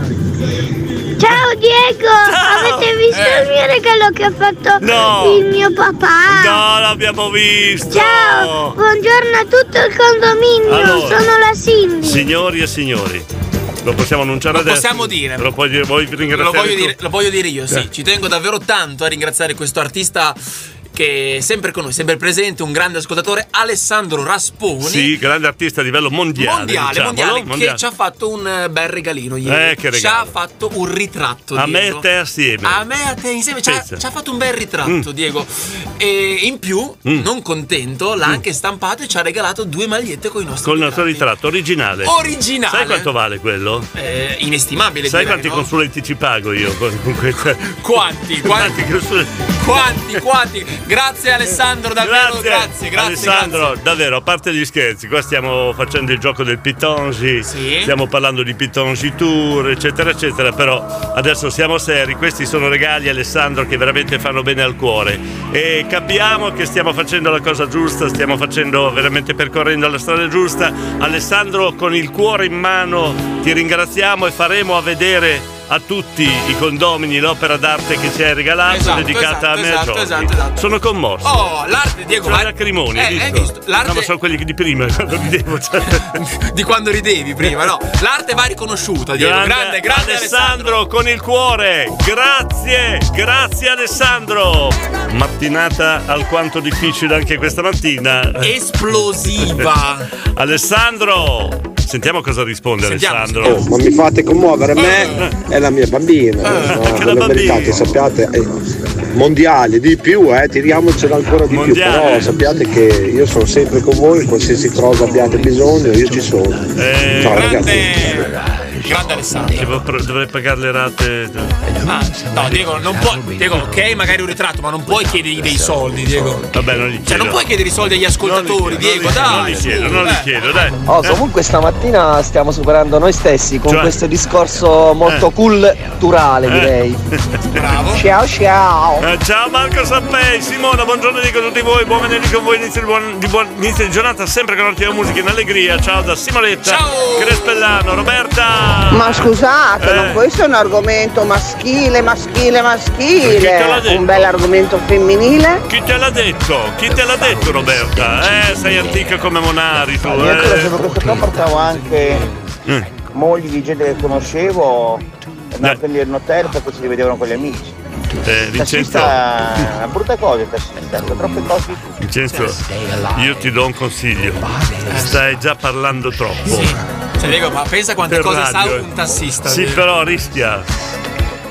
S19: Ciao Diego, avete visto il mio regalo che ha fatto
S4: No.
S19: il mio
S12: Ah.
S19: papà?
S4: No, l'abbiamo visto!
S19: Ciao, buongiorno a tutto il condominio,
S4: Allora.
S19: sono la Cindy.
S4: Signori e signori, lo possiamo annunciare
S3: Lo
S4: adesso?
S3: possiamo dire.
S4: Lo puoi dire, vuoi ringraziare
S3: Lo voglio,
S4: tu?
S3: dire, lo voglio dire io, sì.
S4: Eh.
S3: Ci tengo davvero tanto a ringraziare questo artista che è sempre con noi, sempre presente, un grande ascoltatore, Alessandro Rasponi.
S4: Sì, grande artista a livello mondiale.
S3: Mondiale,
S4: diciamolo,
S3: mondiale,
S4: mondiale.
S3: che ci ha fatto un eh, bel regalino ieri.
S4: Eh, che
S3: Ci ha
S4: regalo.
S3: fatto un ritratto.
S4: A me e
S3: Diego.
S4: te assieme.
S3: A me e a te insieme ci ha,
S4: Pensa. Mm.
S3: ci ha fatto un bel ritratto, Diego. E in più, non contento,
S4: Mm.
S3: l'ha anche stampato e ci ha regalato due magliette con i nostri.
S4: Col nostro ritratto originale.
S3: Originale.
S4: Sai quanto vale quello?
S3: Eh, inestimabile.
S4: Sai
S3: direi,
S4: quanti
S3: no?
S4: consulenti ci pago io con, con questa?
S3: Quanti, quanti, quanti, quanti. Grazie Alessandro, davvero grazie, grazie.
S4: Alessandro, davvero, a parte gli scherzi, qua stiamo facendo il gioco del Pitongi, stiamo parlando di Pitongi Tour, eccetera, eccetera, però adesso siamo seri, questi sono regali Alessandro che veramente fanno bene al cuore e capiamo che stiamo facendo la cosa giusta, stiamo facendo veramente percorrendo la strada giusta. Alessandro con il cuore in mano ti ringraziamo e faremo a vedere a tutti i condomini l'opera d'arte che ci hai regalato,
S3: Esatto,
S4: dedicata
S3: esatto,
S4: a me e a
S3: esatto,
S4: Jordi.
S3: esatto, esatto.
S4: Sono commosso.
S3: Oh, l'arte, Diego,
S4: Sono
S3: ma-
S4: lacrimoni, hai
S3: Eh, hai
S4: visto?
S3: visto? L'arte-
S4: No, ma sono quelli di prima, quando ridevo. cioè.
S3: Di quando ridevi prima, no? L'arte va riconosciuta, Diego. Grande, grande,
S4: Alessandro, con il cuore. Grazie, grazie Alessandro. Mattinata alquanto difficile anche questa mattina.
S3: Esplosiva.
S4: Alessandro, sentiamo cosa risponde Alessandro.
S9: Oh, ma mi fate commuovere me e la mia bambina. No,
S4: Eh. anche la
S9: la verità
S4: bambina.
S9: che sappiate, eh, mondiali di più, eh, tiriamocela ancora di più.
S4: Mondiale.
S9: Però sappiate che io sono sempre con voi, qualsiasi cosa abbiate bisogno, io ci sono. Ciao ragazzi.
S3: Grande Alessandro.
S4: Eh, Devo- dovrei pagare le rate.
S3: Ah, no, Diego, non puoi. Diego, ok, magari un ritratto, ma non puoi chiedergli dei soldi, Diego.
S4: Vabbè, non li
S3: Cioè, non puoi chiedere i soldi agli ascoltatori, Diego, dai.
S4: Non li
S3: su,
S4: chiedo, non li
S3: eh.
S4: chiedo, dai.
S26: Oh, comunque stamattina stiamo superando noi stessi con
S4: Cioè?
S26: questo discorso molto
S4: Eh.
S26: culturale,
S4: Eh.
S26: direi.
S4: Ciao ciao Eh, Ciao Marco Sappei, Simona, buongiorno dico a tutti voi, buon venerdì con voi, inizio di, buon- di buon inizio di giornata sempre con ottima musica in allegria, ciao da Simoletta, Crespellano, Roberta
S24: Ma scusate,
S4: Eh.
S24: ma questo è un argomento maschile, maschile,
S4: Chi te l'ha
S24: maschile.
S4: detto?
S24: Un bel argomento femminile.
S4: Chi te l'ha detto? Chi te l'ha detto Roberta? Eh, sei antica come Monari tu,
S21: Io te lo
S4: eh.
S21: dico perché qua portavo anche
S4: Mm.
S21: mogli di gente che conoscevo andavo a prendere in hotel perché si rivedevano con gli amici.
S4: Eh,
S21: Il
S4: Vincenzo, Mm.
S21: tassista è una brutta cosa il tassista, fa troppe cose.
S4: Vincenzo, io ti do un consiglio, stai già parlando troppo.
S3: Cioè, Diego, ma pensa quante
S4: Eh. Per
S3: cose
S4: radio,
S3: sa
S4: eh.
S3: un tassista.
S4: Sì,
S3: Diego.
S4: però rischia.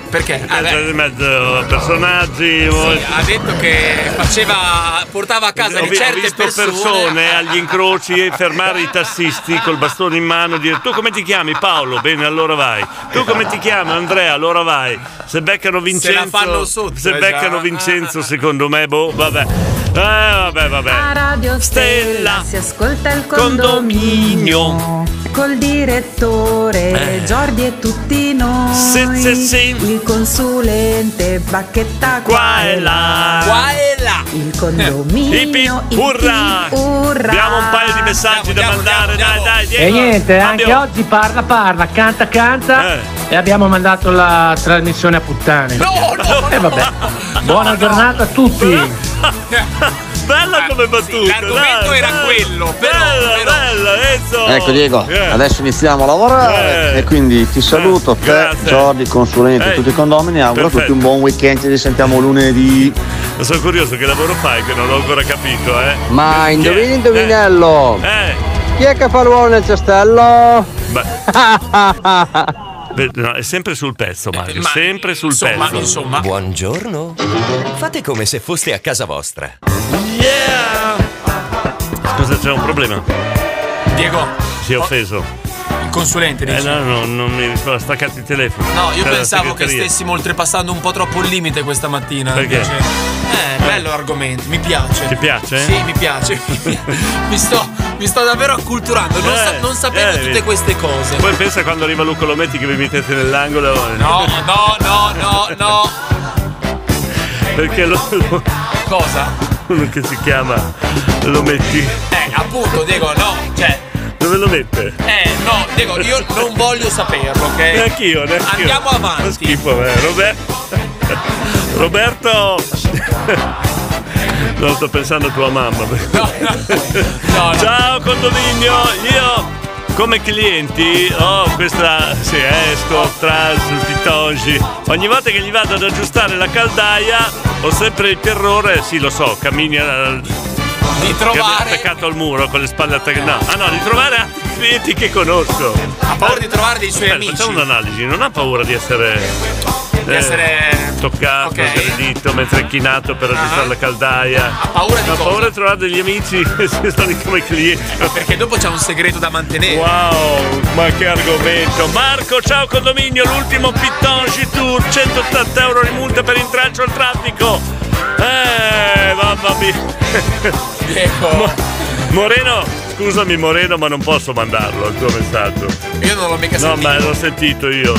S3: Perché? Ah,
S4: Mezzo di mezzo personaggi.
S3: Sì, ha detto che faceva. portava a casa
S4: Ho
S3: di
S4: vi- ho
S3: certe
S4: visto
S3: persone.
S4: agli incroci e fermare i tassisti col bastone in mano e dire tu come ti chiami Paolo? Bene, allora vai. Tu
S16: Esatto.
S4: come ti chiami Andrea? Allora vai. Se beccano Vincenzo,
S3: fanno sotto,
S4: se
S3: eh,
S4: beccano
S3: già.
S4: Vincenzo secondo me, boh, vabbè. Eh, vabbè, vabbè.
S12: A Radio Stella si ascolta il condominio,
S4: Condominio.
S12: col direttore
S4: Eh.
S12: Giordi e tutti noi.
S4: Sì, sì, sì.
S12: Il consulente Bacchetta qua,
S4: e là.
S12: Qua
S3: e là.
S12: Il condominio.
S4: Ip, ip,
S12: ip,
S4: urra.
S12: ip, urra.
S4: Abbiamo un paio di messaggi da mandare, dai, dai,
S16: E
S4: Diego.
S16: niente, anche
S4: Fabio.
S16: oggi parla parla, canta canta
S4: Eh.
S16: e abbiamo mandato la trasmissione a puttane. E vabbè. Buona giornata a tutti.
S4: Bella come battuta. L'argomento era quello, però. Bella, bella, Enzo.
S9: Ecco Diego,
S4: Eh.
S9: adesso iniziamo a lavorare e quindi ti saluto, te,
S4: Grazie.
S9: Jordi, consulente,
S4: Eh.
S9: tutti i condomini, auguro a tutti
S4: Perfetto.
S9: un buon weekend, ci risentiamo lunedì.
S4: Sono curioso che lavoro fai, che non l'ho ancora capito, eh.
S26: Ma
S4: Chi è?
S26: indovini Oh. indovinello!
S4: Eh.
S26: Chi è che fa l'uomo nel cestello?
S4: Beh, no, è sempre sul
S3: Eh,
S4: pezzo, Mario. sempre sul pezzo.
S17: Buongiorno. Fate come se foste a casa vostra.
S4: Scusa, c'è un problema.
S3: Diego.
S4: Si è offeso.
S3: Il consulente
S4: Eh
S3: Oh, dici?
S4: no, no, non mi risponde, ha staccato il telefono.
S3: No, io
S4: C'è la
S3: pensavo che
S4: segreteria.
S3: stessimo oltrepassando un po' troppo il limite questa mattina.
S4: Perché?
S3: invece- Eh, bello argomento, mi piace.
S4: Ti piace?
S3: Sì, mi piace. mi, sto, mi sto davvero acculturando, non, sa-
S4: Eh,
S3: non sapevo
S4: eh,
S3: tutte queste cose.
S4: Poi pensa quando arriva Luca Lometti che vi mettete nell'angolo. eh,
S3: No, no, no, no, no.
S4: Perché lo,
S3: Cosa?
S4: Uno che si chiama Lometti.
S3: Eh, appunto, Diego, no, cioè.
S4: Dove lo mette?
S3: Eh, no, Diego, io non voglio saperlo, ok?
S4: Neanch'io, neanch'io.
S3: Andiamo
S4: Fa
S3: avanti.
S4: schifo, eh. Roberto. Roberto. No, sto pensando a tua mamma. Ciao Condominio, io come clienti ho questa sì, esco, tras, pitongi. Ogni volta che gli vado ad aggiustare la caldaia ho sempre il terrore, sì lo so, cammini al-
S3: Di trovare-
S4: attaccato al muro con le spalle attaccate. No, ah no, di trovare altri clienti che conosco.
S3: Ha paura di trovare dei suoi
S4: Beh,
S3: amici.
S4: Facciamo un'analisi, non ha paura di essere, eh,
S3: Di essere-
S4: toccato,
S3: ok.
S4: aggredito, mentre è chinato per
S3: Ah.
S4: aggiustare la caldaia. Ha
S3: paura di
S4: ha
S3: cosa?
S4: paura di trovare degli amici che si stanno come clienti.
S3: Perché dopo c'è un segreto da mantenere.
S4: Wow, ma che argomento! Marco, ciao condominio, l'ultimo Pittongi Tour, 180 euro di multa per intralcio al traffico. Eh, mamma mia. Mo- Moreno, scusami Moreno, ma non posso mandarlo il tuo messaggio.
S3: Io non l'ho mica
S4: No,
S3: sentito. Eh.
S4: ma l'ho sentito io.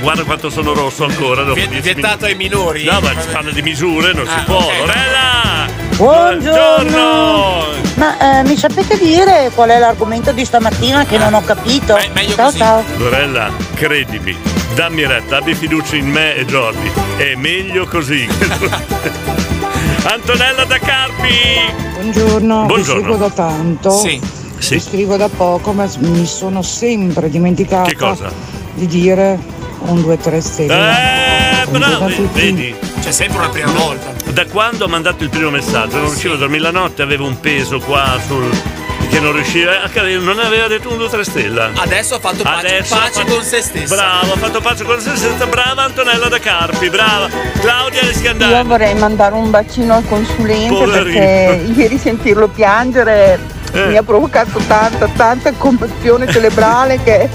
S4: Guarda quanto sono rosso ancora. Dopo
S3: Viet-
S4: 10
S3: vietato ai minori?
S4: No, ma si parla di misure, non si
S3: Ah,
S4: può.
S3: ok.
S4: Lorella!
S33: Buongiorno!
S4: Buongiorno!
S33: Ma eh, mi sapete dire qual è l'argomento di stamattina che non ho capito?
S4: Eh,
S33: ciao ciao.
S4: Lorella, credimi, dammi retta, abbi fiducia in me e Jordi. È meglio così. Antonella da Carpi!
S24: Buongiorno, vi
S4: Buongiorno.
S24: seguo da tanto.
S4: Sì. Sì.
S24: Vi scrivo da poco, ma s- mi sono sempre dimenticata
S4: Che cosa?
S24: di dire un 2 3 stelle.
S4: Bravo, Eh, vedi?
S3: C'è sempre una prima volta.
S4: Da quando ho mandato il primo messaggio non riuscivo a dormire la notte, avevo un peso qua sul. che non riusciva. a cadere, Non aveva detto un 2 3 stella.
S3: Adesso ha fatto pace,
S4: Adesso
S3: pace
S4: ha fatto-
S3: con se stessa.
S4: Bravo, ha fatto pace con se stessa. Brava Antonella da Carpi, brava. Claudia Le Scandali.
S22: Io vorrei mandare un bacino al consulente
S4: Poverino.
S22: perché ieri sentirlo piangere
S4: Eh.
S22: mi ha provocato tanta, tanta commozione cerebrale che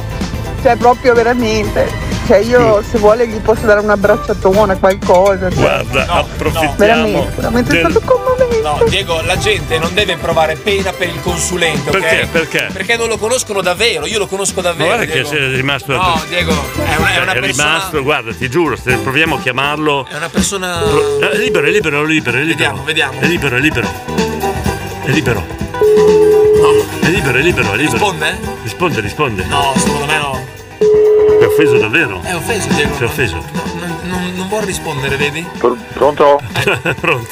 S22: cioè proprio veramente. Cioè io se vuole gli posso dare un abbracciatone, qualcosa. cioè.
S4: Guarda,
S3: approfittiamo.
S22: Veramente, veramente è
S3: del-
S22: stato commovente.
S3: No, Diego, la gente non deve provare pena per il consulente, ok?
S4: Perché? Perché?
S3: Perché non lo conoscono davvero, io lo conosco
S4: Ma
S3: davvero.
S4: guarda che
S3: Diego.
S4: sei rimasto.
S3: No, Diego, è una, è una
S4: È
S3: persona.
S4: rimasto, guarda, ti giuro, se proviamo a chiamarlo.
S3: È una persona.
S4: Eh, libero, è libero, è libero, è libero. Vediamo, vediamo. È libero, è libero. È libero. No, è libero, è libero, è libero. Risponde? Risponde, risponde.
S3: No, secondo me no.
S4: Ti ha offeso davvero?
S3: È offeso, Diego.
S4: Ti ha offeso.
S3: Non, non- non vuol rispondere, vedi?
S4: Pronto? pronto.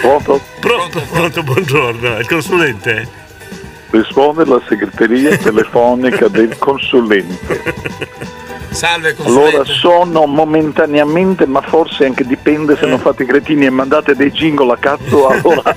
S4: Pronto? Pronto, pronto, buongiorno. È Il consulente?
S27: Risponde la segreteria telefonica del consulente.
S3: Salve,
S27: Allora sono momentaneamente, ma forse anche dipende
S3: Eh.
S27: se non fate i cretini e mandate dei jingle a cazzo allora.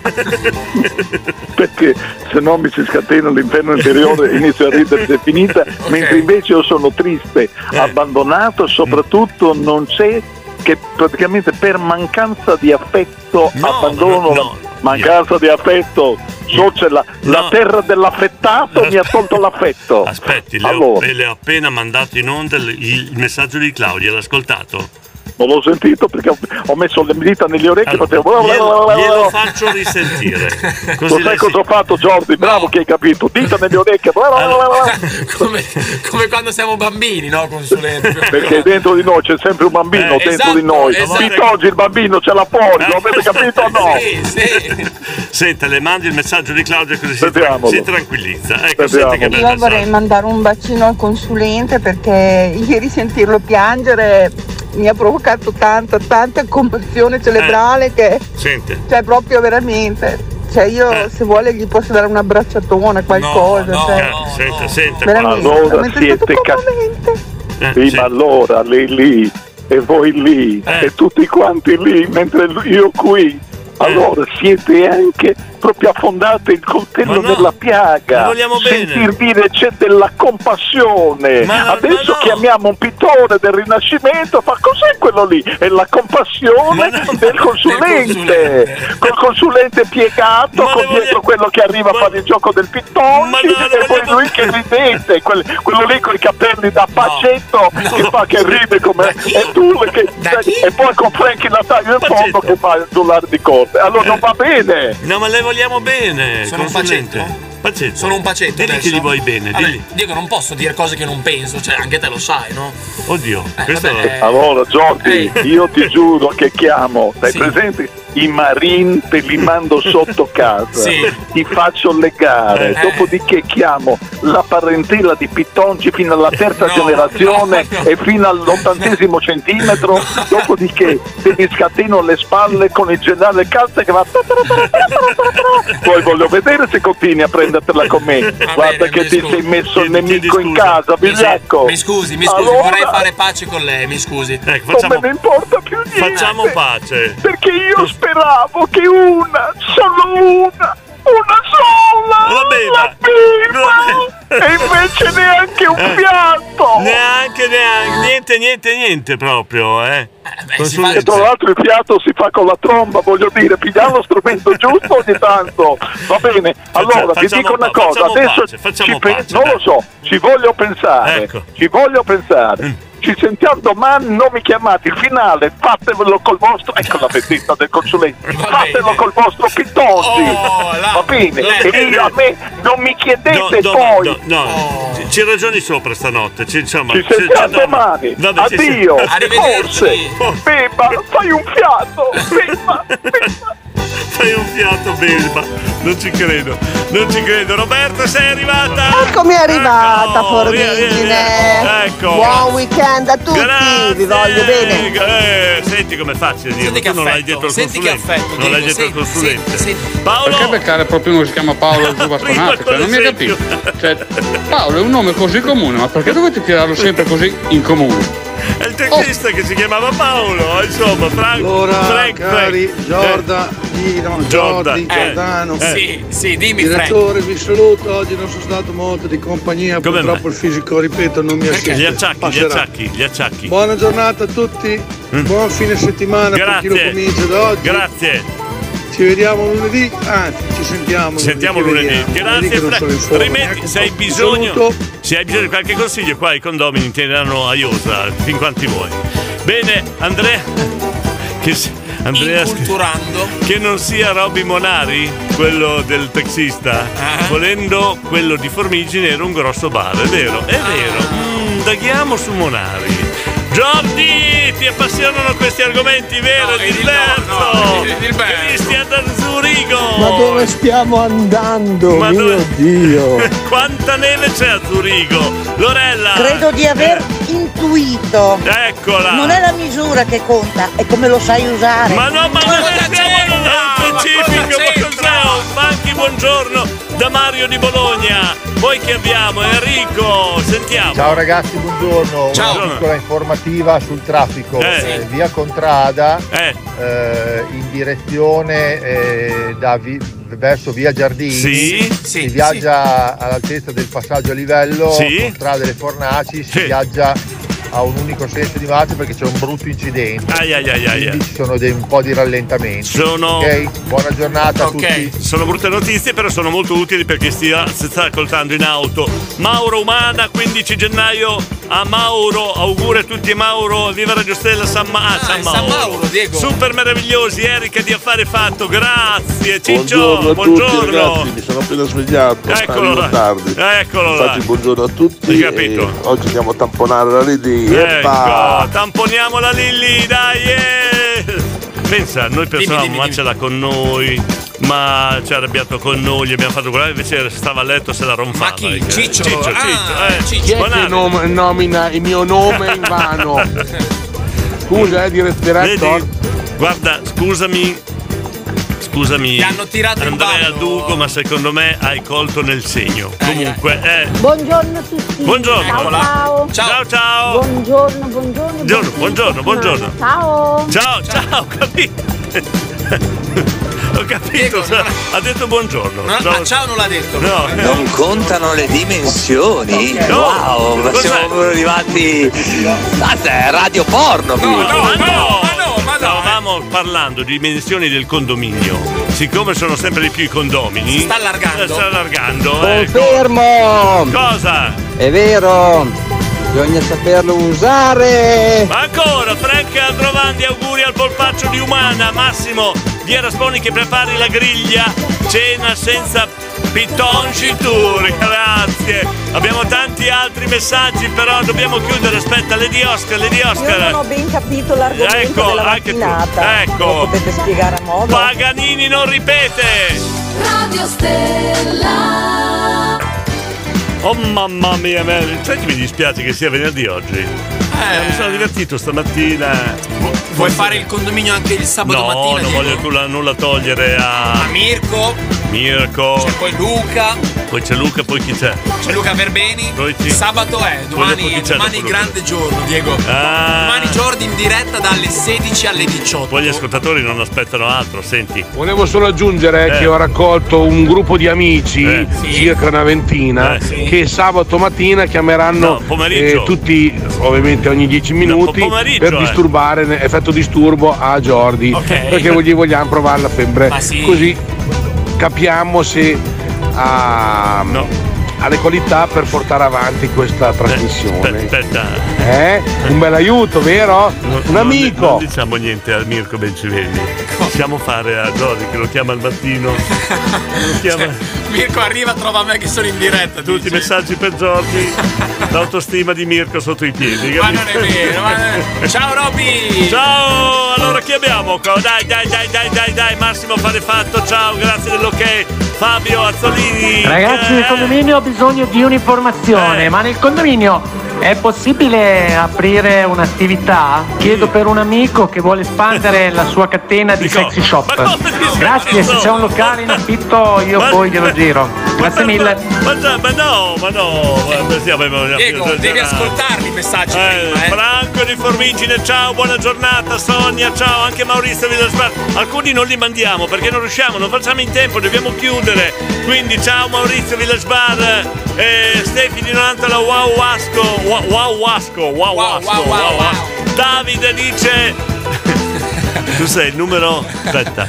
S27: Perché se no mi si scatena l'inferno interiore e inizio a ridere se è finita, mentre invece io sono triste,
S4: Eh.
S27: abbandonato, soprattutto non c'è che praticamente per mancanza di affetto abbandono mancanza di affetto. Soce la, la terra dell'affettato mi ha tolto l'affetto.
S4: Aspetti, le, ho,
S27: allora,
S4: le ho appena mandato in onda il, il messaggio di Claudia, l'ha ascoltato?
S27: non l'ho sentito perché ho, ho messo le dita nelle orecchie
S4: Allora,
S27: facevo
S4: Glielo, glielo faccio risentire. Così
S27: Lo sai
S4: lei si-
S27: cosa ho fatto Jordi? Bravo che hai capito, dita nelle orecchie,
S3: come, come quando siamo bambini, no, consulente?
S27: perché dentro di noi c'è sempre un bambino,
S3: Eh,
S27: dentro
S3: esatto,
S27: di noi.
S3: esatto.
S27: Pitoggi il bambino ce l'ha fuori, lo Oh, avete capito o no?
S4: Senta, le mandi il messaggio di Claudia così si, si tranquillizza. Ecco,
S27: Sentiamolo.
S4: senti che bel
S22: Io
S4: messaggio.
S22: vorrei mandare un bacino al consulente perché ieri sentirlo piangere mi ha provocato tanta, tanta
S4: Eh.
S22: commozione cerebrale che
S4: Sente.
S22: cioè proprio veramente. Cioè io
S4: Eh.
S22: se vuole gli posso dare un abbracciatone, qualcosa. cioè.
S4: Eh, senta, senta. Eh,
S22: Veramente,
S27: Allora
S22: veramente
S27: siete
S4: ca-
S27: Sì, ma allora lei lì e voi lì
S4: Eh.
S27: e tutti quanti lì, mentre lui- io qui. Allora siete anche proprio affondate il coltello nella piaga.
S4: ma vogliamo bene.
S27: Sentir dire c'è della compassione. Adesso chiamiamo un pittore del Rinascimento, fa cos'è quello lì? È la compassione del consulente. Col consulente piegato, con dietro quello che arriva a fare il gioco del pittore e poi lui che ridete, quel- quello lì con i capelli da pacetto che fa che ride come e tu che, e poi con Frankie Natalia in fondo che fa il dollaro di corte. Allora non va bene.
S4: No, ma le vogliamo bene.
S27: Sono un
S4: consulente. Pacetto.
S3: Sono un pacetto.
S4: Dilli
S3: adesso.
S4: che gli vuoi bene,
S3: Vabbè,
S4: dilli.
S3: Diego, non posso dire cose che non penso, cioè anche te lo sai, no?
S4: Oddio, questo
S3: vabbè, eh.
S27: Allora Giordi, io ti giuro che chiamo, stai presente? i marin te li mando sotto casa,
S3: Sì.
S27: certo eh. ti faccio legare,
S3: Eh.
S27: dopodiché chiamo la parentela di Pitongi fino alla terza generazione e fino all'ottantesimo centimetro, dopodiché te li scateno alle spalle con il generale Calza che va... Poi voglio vedere se continui a prendertela con me. Guarda che ti sei messo il nemico in casa,
S3: Mi,
S27: Bigliacco.
S3: mi scusi, mi scusi,
S27: Allora?
S3: vorrei fare pace con lei, mi scusi.
S27: Non facciamo- me ne importa più niente.
S4: Eh, Facciamo pace.
S27: Perché io speravo che una, solo una, una sola,
S4: Va bene.
S27: la bimba, e invece neanche un piatto.
S4: Neanche, neanche, Ah, niente, niente, niente proprio, eh.
S27: E tra l'altro il piatto si fa con la tromba, voglio dire, pigliamo lo strumento giusto ogni tanto. Va bene, allora vi
S4: facciamo
S27: dico una
S4: pa-
S27: cosa,
S4: facciamo
S27: adesso
S4: pace, facciamo
S27: ci pe-
S4: pace,
S27: non
S4: dai. Ecco.
S27: lo so, ci voglio pensare, ci voglio pensare.
S4: Mm.
S27: Ci sentiamo domani, non mi chiamate, il finale, fatevelo col vostro, ecco la vendetta del consulente, fatevelo col vostro Pittozzi, va bene, e io a me non mi chiedete
S4: No,
S27: poi,
S4: no, no,
S3: Oh.
S4: ci- ci ragioni sopra stanotte. Ci, insomma,
S27: ci sentiamo domani,
S4: Vabbè, sì, sì.
S27: addio, forse, Beba, fai un fiato, Beba,
S4: Fai un fiato, Belba. Non ci credo, non ci credo. Roberto, sei arrivata?
S22: Eccomi arrivata,
S4: Ecco, via, via, via.
S22: Formigine.
S4: Ecco.
S22: Buon weekend a tutti, vi voglio bene.
S4: Eh, senti com'è facile dirlo.
S3: Senti
S4: tu non
S3: che
S4: l'hai detto al
S3: affetto, senti
S4: consulente.
S3: che affetto,
S4: non l'hai
S3: Diego,
S4: detto al
S3: senti,
S4: consulente.
S2: Paolo! Perché beccare proprio uno che si chiama Paolo Giubastonati? Cioè, Ecco, non mi hai capito. Cioè, Paolo è un nome così comune, ma perché dovete tirarlo sempre così in comune?
S4: È il tecnista
S2: oh.
S4: che si chiamava Paolo, eh, insomma, Frank.
S2: Allora,
S4: Frank,
S2: cari,
S4: Frank. Eh.
S2: Giorda,
S4: Giordi,
S2: Giordi, Giordano.
S3: Sì, sì, dimmi Frank.
S2: Direttore, vi saluto. Oggi non sono stato molto di compagnia.
S4: Come
S2: purtroppo il fisico, ripeto, non mi assiste.
S4: Gli acciacchi,
S2: Passerà.
S4: gli acciacchi, gli acciacchi.
S2: Buona giornata a tutti. Buon fine settimana per chi lo
S4: Grazie.
S2: comincia da oggi.
S4: Grazie.
S2: Ci vediamo lunedì, anzi, ci sentiamo.
S4: Ci Sentiamo lunedì.
S2: che vediamo.
S4: Grazie,
S2: Lunedì che non sono in
S4: Frank.
S2: forma,
S4: Rimetti,
S2: neanche
S4: se hai
S2: troppo. Vi
S4: bisogno,
S2: saluto.
S4: se hai bisogno di qualche consiglio, qua i condomini ti daranno a Iosa, fin quanti vuoi. Bene, Andrea. Che si- Andrea Che non sia Robby Monari, quello del taxista. Volendo quello di Formigine era un grosso bar, è vero, è vero. Mm, daghiamo su Monari. Giordi, ti appassionano questi argomenti, vero? Gilberto! Cristian D'Arzurigo!
S34: Ma dove stiamo andando?
S4: Ma
S34: mio
S4: dove-
S34: Dio!
S4: Quanta neve c'è a Zurigo? Lorella!
S24: Credo di aver intuito.
S4: Eccola!
S24: Non è la misura che conta, è come lo sai usare.
S4: Ma no, ma non è vero, non è specifico, ma cos'è? Manchi buongiorno da Mario di Bologna. Poi che abbiamo? Enrico, sentiamo.
S16: Ciao ragazzi, buongiorno.
S4: Ciao.
S16: Una piccola informativa sul traffico.
S4: Eh.
S16: Eh, via Contrada eh, in direzione eh, da vi- verso via Giardini.
S4: Sì,
S16: si viaggia all'altezza del passaggio a livello,
S4: Sì.
S16: Contrada delle Fornaci, si viaggia a un unico senso di marcia perché c'è un brutto incidente.
S4: Ai, ai, ai, ai,
S16: Quindi ci sono dei- un po' di rallentamenti.
S4: Sono-
S16: Ok? Buona giornata a tutti.
S4: Ok, sono brutte notizie, però sono molto utili per chi stia, si sta ascoltando in auto. Mauro Umana, 15 gennaio a Mauro. Auguri a tutti, Mauro. Viva Radio Stella San, Ma- ah, San Mauro. Super meravigliosi, Erika di Affare Fatto. Grazie, Ciccio.
S23: buongiorno a tutti
S4: buongiorno.
S23: ragazzi, mi sono appena svegliato,
S4: Eccolo
S23: arrivo
S4: là.
S23: tardi.
S4: Eccolo là.
S23: Infatti buongiorno a tutti.
S4: Hai capito?
S23: e Oggi andiamo a tamponare la Lady. Eppa.
S4: Ecco, tamponiamo la Lilli, dai! eh! Pensa, noi pensavamo, ma ce l'ha con noi, ma ci ha arrabbiato con noi, gli abbiamo fatto quella, invece stava a letto se la ronfava. Ma chi?
S26: Ciccio?
S4: Ciccio,
S26: Ah,
S4: Ciccio, eh.
S34: Chi è che
S4: Bonanni.
S34: nom- nomina il mio nome in vano? Scusa, eh, dire- direttore.
S4: Vedi? Guarda, scusami. Scusami. Ti hanno tirato Andrea Duco, ma secondo me hai colto nel segno. Comunque, eh.
S12: Buongiorno a tutti.
S4: Buongiorno.
S12: Ciao
S4: Eccola.
S12: ciao.
S4: Ciao,
S12: Buongiorno, buongiorno.
S4: Buongiorno, buongiorno, buongiorno.
S12: Ciao.
S4: Ciao, ciao, capito? Ho capito, sa- ha detto buongiorno.
S26: Non-
S4: No.
S26: ma ciao non l'ha detto.
S4: No.
S14: Non contano le dimensioni?
S26: No.
S14: Wow, ma
S26: Cos'è?
S14: siamo arrivati. Basta, è radio porno! qui.
S4: Stavamo parlando di dimensioni del condominio. Siccome sono sempre di più i condomini. Si sta allargando. sta allargando, eh.
S30: Confermo!
S4: Cosa?
S30: È vero! Bisogna saperlo usare!
S4: Ma ancora, Frank Androvandi, auguri al polpaccio di Umana, Massimo di Erasponi che prepari la griglia, cena senza pitonci turi, grazie, Abbiamo tanti altri messaggi, però dobbiamo chiudere. Aspetta, Lady Oscar, Lady
S35: Io
S4: Oscar.
S35: non ho ben capito l'argomento
S4: Ecco,
S35: della
S4: anche tu.
S35: mattinata.
S4: Ecco.
S35: Lo potete spiegare a modo?
S4: Paganini non ripete!
S12: Radio Stella.
S4: Oh mamma mia, me- sai che mi dispiace che sia venerdì oggi? Eh, mi sono divertito stamattina.
S3: Vuoi fare il condominio anche il sabato
S4: no,
S3: mattina?
S4: non
S3: Diego?
S4: voglio nulla, nulla togliere a.
S3: A Mirko,
S4: Mirko.
S3: c'è poi Luca,
S4: Poi c'è Luca, poi chi c'è?
S3: c'è Luca Verbeni.
S4: Poi chi?
S3: Sabato è,
S4: dopo
S3: domani,
S4: chi
S3: è
S4: c'è
S3: domani
S4: dopo Luca?
S3: grande giorno, Diego.
S4: Ah.
S3: Domani Jordi in diretta dalle 16 alle 18.
S4: Poi gli ascoltatori non aspettano altro, senti.
S23: Volevo solo aggiungere
S4: Eh.
S23: che ho raccolto un gruppo di amici,
S4: Sì.
S23: circa una ventina,
S4: Eh, sì.
S23: che sabato mattina chiameranno eh,
S4: No, pomeriggio.
S23: tutti, ovviamente ogni 10 minuti,
S4: pomeriggio,
S23: per
S4: eh.
S23: disturbare, effetto disturbo a Jordi,
S4: Ok.
S23: perché gli vogliamo provare la febbre.
S4: Ma sì.
S23: Così capiamo se ha, ha le qualità per portare avanti
S4: Eh,
S23: questa trasmissione.
S4: Aspetta.
S23: Eh? Un bel aiuto, vero? Un amico!
S4: Non diciamo niente a Mirko Bencivelli.
S3: Ecco.
S4: Possiamo fare a Jordi che lo chiama al mattino. Lo chiama.
S3: Cioè, Mirko arriva, trova me che sono in diretta.
S4: Tutti i messaggi per Jordi. L'autostima di Mirko sotto i piedi.
S3: Ma
S4: capito?
S3: non è vero, ma non è- Ciao Robby!
S4: Ciao! Allora chi abbiamo? qua? Dai, dai, dai, dai, dai, dai, Massimo fare fatto, ciao, grazie dell'ok. Fabio Azzolini.
S36: Ragazzi, nel condominio ho bisogno di un'informazione,
S4: Eh.
S36: ma nel condominio è possibile aprire un'attività? Chiedo per un amico che vuole espandere la sua catena di sexy shop. Grazie, se c'è un locale in affitto io poi glielo giro. Grazie mille.
S4: Ma, già- ma no, ma no, ma siamo in
S3: Diego, devi ascoltarli i messaggi prima, eh.
S4: Franco di Formigine, ciao, buona giornata, Sonia, ciao, anche Maurizio Villasbar. Alcuni non li mandiamo perché non riusciamo, non facciamo in tempo, dobbiamo chiudere. Quindi ciao Maurizio Villasbar, eh, Stefi di Nonantala, wow Wasco, wow wow, Wasco, wow Wasco, wow, Wasco. Davide dice... tu sei il numero... Aspetta,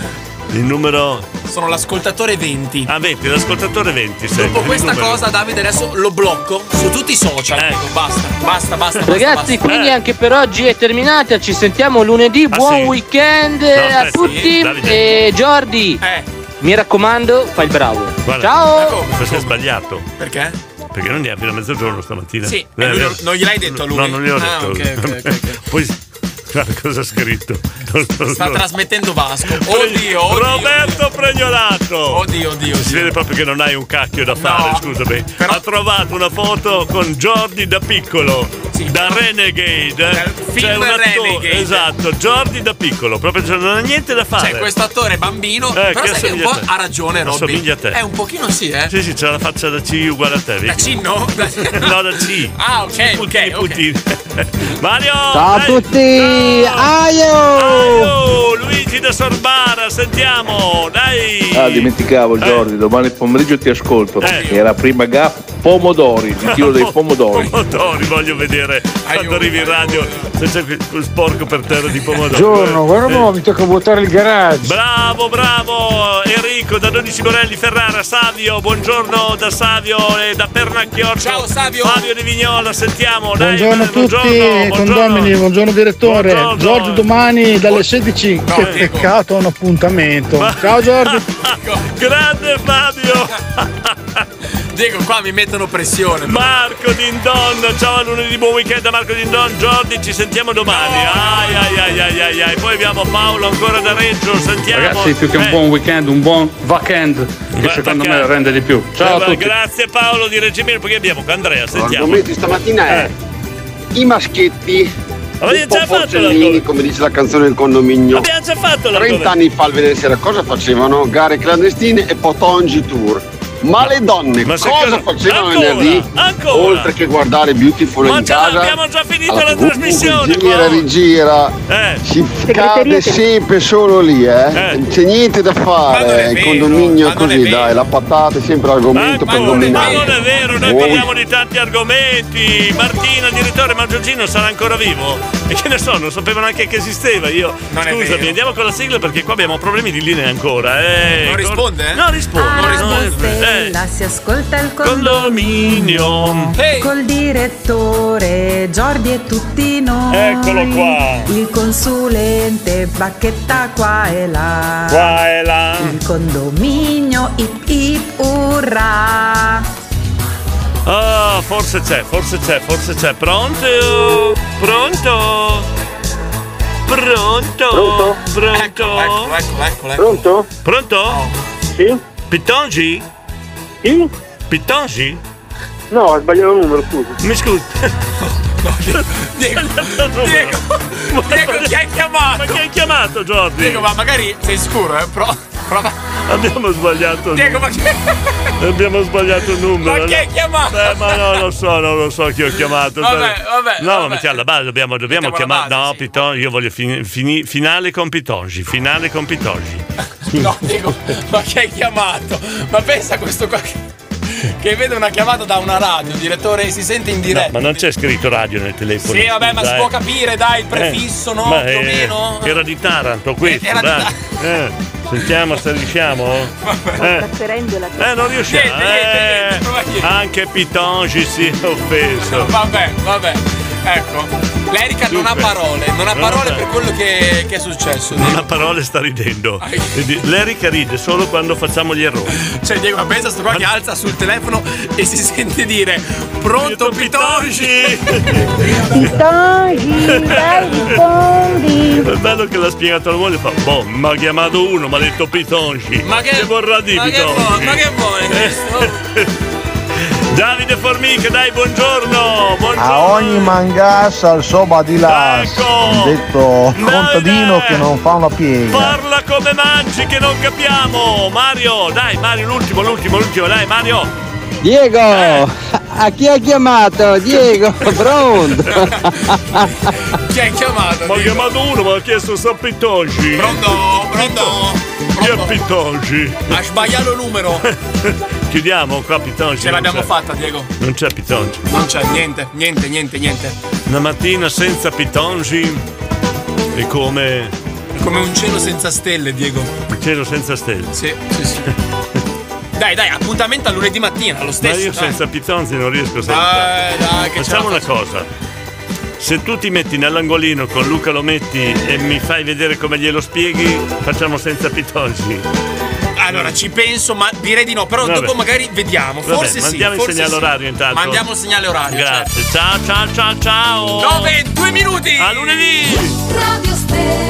S4: il numero...
S3: Sono l'ascoltatore 20.
S4: Ah, 20, l'ascoltatore 20. sei.
S3: Dopo
S4: Il
S3: questa
S4: numero. Eh.
S3: cosa, Davide, adesso lo blocco su tutti i social. Diego, Basta, basta, basta.
S19: Ragazzi,
S3: basta,
S19: quindi anche per oggi è terminata. Ci sentiamo lunedì.
S3: Eh. Ah,
S19: Buon
S3: sì?
S19: weekend
S3: No,
S19: a
S3: eh, sì,
S19: tutti.
S4: Davide.
S19: e Jordi,
S3: Eh.
S19: mi raccomando, fai il bravo.
S4: Guarda,
S19: Ciao.
S4: Questo è sbagliato.
S3: Perché?
S4: Perché non è fino a mezzogiorno stamattina.
S3: Sì,
S4: Eh,
S3: e lui non-
S4: eh,
S3: non gliel'hai detto a lui?
S4: No, non gliel'ho
S3: Ah,
S4: detto.
S3: ok, ok, ok,
S4: Poi guarda cosa ha scritto.
S3: Sta trasmettendo Vasco. Oddio, oddio.
S4: Roberto Pregnolato.
S3: Oddio, oddio.
S4: Si vede proprio che non hai un cacchio da fare, scusami. Ha trovato una foto con Jordi da piccolo, da Renegade.
S3: film
S4: C'è un atto-
S3: Renegade.
S4: Esatto, Jordi da piccolo, proprio cioè, non ha niente da fare. Eh,
S3: C'è questo attore bambino, però sai che un po' ha ragione Robby.
S4: Assomiglia a te.
S3: È un pochino sì, eh.
S4: Sì, sì, c'ha la faccia da C uguale a te. vedi?
S3: Da C no?
S4: no, da C.
S3: Ah, ok, ok, ok.
S4: Mario!
S37: Ciao a
S4: Oh, eh.
S37: tutti!
S4: Aio! Luigi da Sorbara, sentiamo! Dai!
S20: Ah, dimenticavo Jordi, domani pomeriggio ti ascolto. Era prima gaff pomodori, il tiro dei pomodori.
S4: Pomodori, voglio vedere quando arrivi in radio se c'è quel sporco per terra di pomodori.
S2: Buongiorno, guarda
S4: Eh.
S2: mo, mi tocca vuotare il garage.
S4: Bravo, bravo Enrico da 12 Morelli Ferrara, Savio, buongiorno da Savio e da Pernacchioccio. Ciao Savio. Fabio di Vignola, sentiamo. Dai,
S2: Buongiorno a
S4: dai,
S2: tutti, condomini, buongiorno direttore. Giorgio domani dalle 16. che peccato, un appuntamento. Ciao Giorgio.
S4: Grande Fabio!
S3: Diego, qua mi mettono pressione.
S4: Marco Dindon, ciao a lunedì, buon weekend a Marco Dindon, Jordi, ci sentiamo domani. Ai ai ai ai ai ai. Poi abbiamo Paolo ancora da Reggio, sentiamo.
S8: Ragazzi, più che un
S4: Eh,
S8: buon weekend, un buon weekend, che secondo me rende di più. Ciao
S4: eh,
S8: a tutti.
S4: Grazie Paolo di Reggio Emilia, poi abbiamo Andrea, sentiamo.
S16: L'argomento stamattina è i maschietti.
S4: Avete
S16: un po'
S4: già fatto
S16: porcellini, come dice la canzone del condominio.
S4: Abbiamo già fatto
S16: 30 anni fa al Venere sera cosa facevano? Gare clandestine e potongi tour. Ma le donne cosa facevano
S4: ancora,
S16: venerdì?
S4: ancora.
S16: Oltre che guardare Beautiful in casa. Abbiamo
S4: già finito
S16: la trasmissione. Gira, rigira. Si cade cade sempre solo lì, eh. Non c'è niente da fare. Il condominio così, dai, la patata è sempre argomento per dominare.
S4: Eh, Noi parliamo di tanti argomenti. Martina, direttore, ma Giorgino sarà ancora vivo? E che ne so, non sapevo neanche che esisteva io. Scusami, andiamo con la sigla perché qua abbiamo problemi di linea ancora. Eh,
S12: Non
S4: risponde? No, eh, risponde.
S12: A
S4: non
S12: Radio
S4: risponde.
S12: Stella si ascolta il
S4: Condominio.
S12: Col direttore Giordi e tutti noi.
S4: Eccolo qua.
S12: Il consulente Bacchetta qua e là.
S4: Qua e là.
S12: Il condominio ip ip urra.
S4: Ah, forse c'è, forse c'è, forse c'è. Pronto? Pronto? Pronto?
S15: Pronto?
S4: Pronto?
S15: Ecco, ecco, ecco, ecco.
S4: Pronto? Pronto? Sì? Pitongi? Sì? Pitongi?
S25: No, ho sbagliato il numero, scusa.
S4: Mi scusi.
S3: Diego, Diego, Diego, chi hai chiamato? Ma chi hai
S4: chiamato, Jordi?
S3: Diego, ma magari sei sicuro, eh? Pro- prova.
S4: Abbiamo sbagliato. il
S3: Diego, ma chi...
S4: numero. Abbiamo sbagliato il numero.
S3: Ma chi hai chiamato?
S4: Eh, ma no, lo so, non lo so chi ho chiamato.
S3: Vabbè, vabbè,
S4: No, ma mettiamo alla base, dobbiamo, dobbiamo chiamare. no, Piton, io voglio fini- fini- finale con Pitongi. Finale con Pitongi.
S3: No, Diego, ma chi hai chiamato? Ma pensa a questo qua che, che vede una chiamata da una radio, il direttore, e si sente in
S4: No,
S3: diretta.
S4: ma non c'è scritto radio nel telefono.
S3: Sì, vabbè, ma si
S4: scusa,
S3: può
S4: eh.
S3: capire, dai, il prefisso, no?
S4: ma,
S3: Più o
S4: eh,
S3: meno.
S4: Era di Taranto questo,
S3: Era di
S4: dai. Eh, sentiamo se riusciamo. Eh, eh, non riusciamo. eh. Anche Pitongi si è offeso.
S3: Vabbè, vabbè. Ecco, l'Erica non ha
S4: Dunque.
S3: parole, non ha
S4: Non
S3: parole
S4: ha-
S3: per quello che, che è successo.
S4: Non ha parole, sta ridendo. Vedi, L'Erica ride solo quando facciamo gli errori.
S3: Cioè, Diego, ma pensa sto qua che alza sul telefono e si sente dire Pronto Pitongi!
S8: Pitongi, dai, rispondi.
S4: È bello che l'ha spiegato al volo e fa Boh, mi ha chiamato uno, mi ha detto Pitonci Ma che, vorrà dire
S3: ma che
S4: Pitonci? Eh.
S3: vuole- ma che vuole
S4: Davide Formica, dai, buongiorno Buongiorno
S26: A ogni mangassa al soba di là, detto contadino che non fa una piega.
S4: Parla come mangi che non capiamo Mario, dai Mario, l'ultimo, l'ultimo, l'ultimo, dai Mario
S25: Diego!
S4: Eh.
S25: A chi hai chiamato? Diego, pronto!
S3: Chi hai chiamato?
S4: Mi ha chiamato uno, mi ha chiesto sta Pitonci
S3: Pronto, pronto
S4: Chi è Pitonci?
S3: Ha sbagliato il numero
S4: Chiudiamo qua Pitonci
S3: Ce
S4: non
S3: l'abbiamo
S4: c'è.
S3: fatta, Diego
S4: Non c'è Pitonci
S3: Non c'è niente, niente, niente, niente
S4: Una mattina senza Pitonci è come
S3: È Come un cielo senza stelle, Diego
S4: Eh. un cielo senza stelle
S3: Sì, sì, sì Dai, dai, appuntamento a lunedì mattina, lo stesso
S4: Ma io
S3: dai.
S4: senza pitonzi non riesco a
S3: Dai, dai, che ce
S4: Facciamo
S3: la
S4: una cosa. Se tu ti metti nell'angolino con Luca Lometti e mi fai vedere come glielo spieghi, facciamo senza pitonzi.
S3: Allora ci penso, ma direi di no. Però
S4: Vabbè.
S3: dopo magari vediamo.
S4: Vabbè,
S3: forse sì.
S4: mandiamo il
S3: forse
S4: segnale
S3: sì.
S4: orario intanto.
S3: Mandiamo il segnale orario.
S4: Grazie. Ciao ciao ciao ciao.
S3: 9 2 minuti.
S4: A lunedì.
S12: Radio Stella.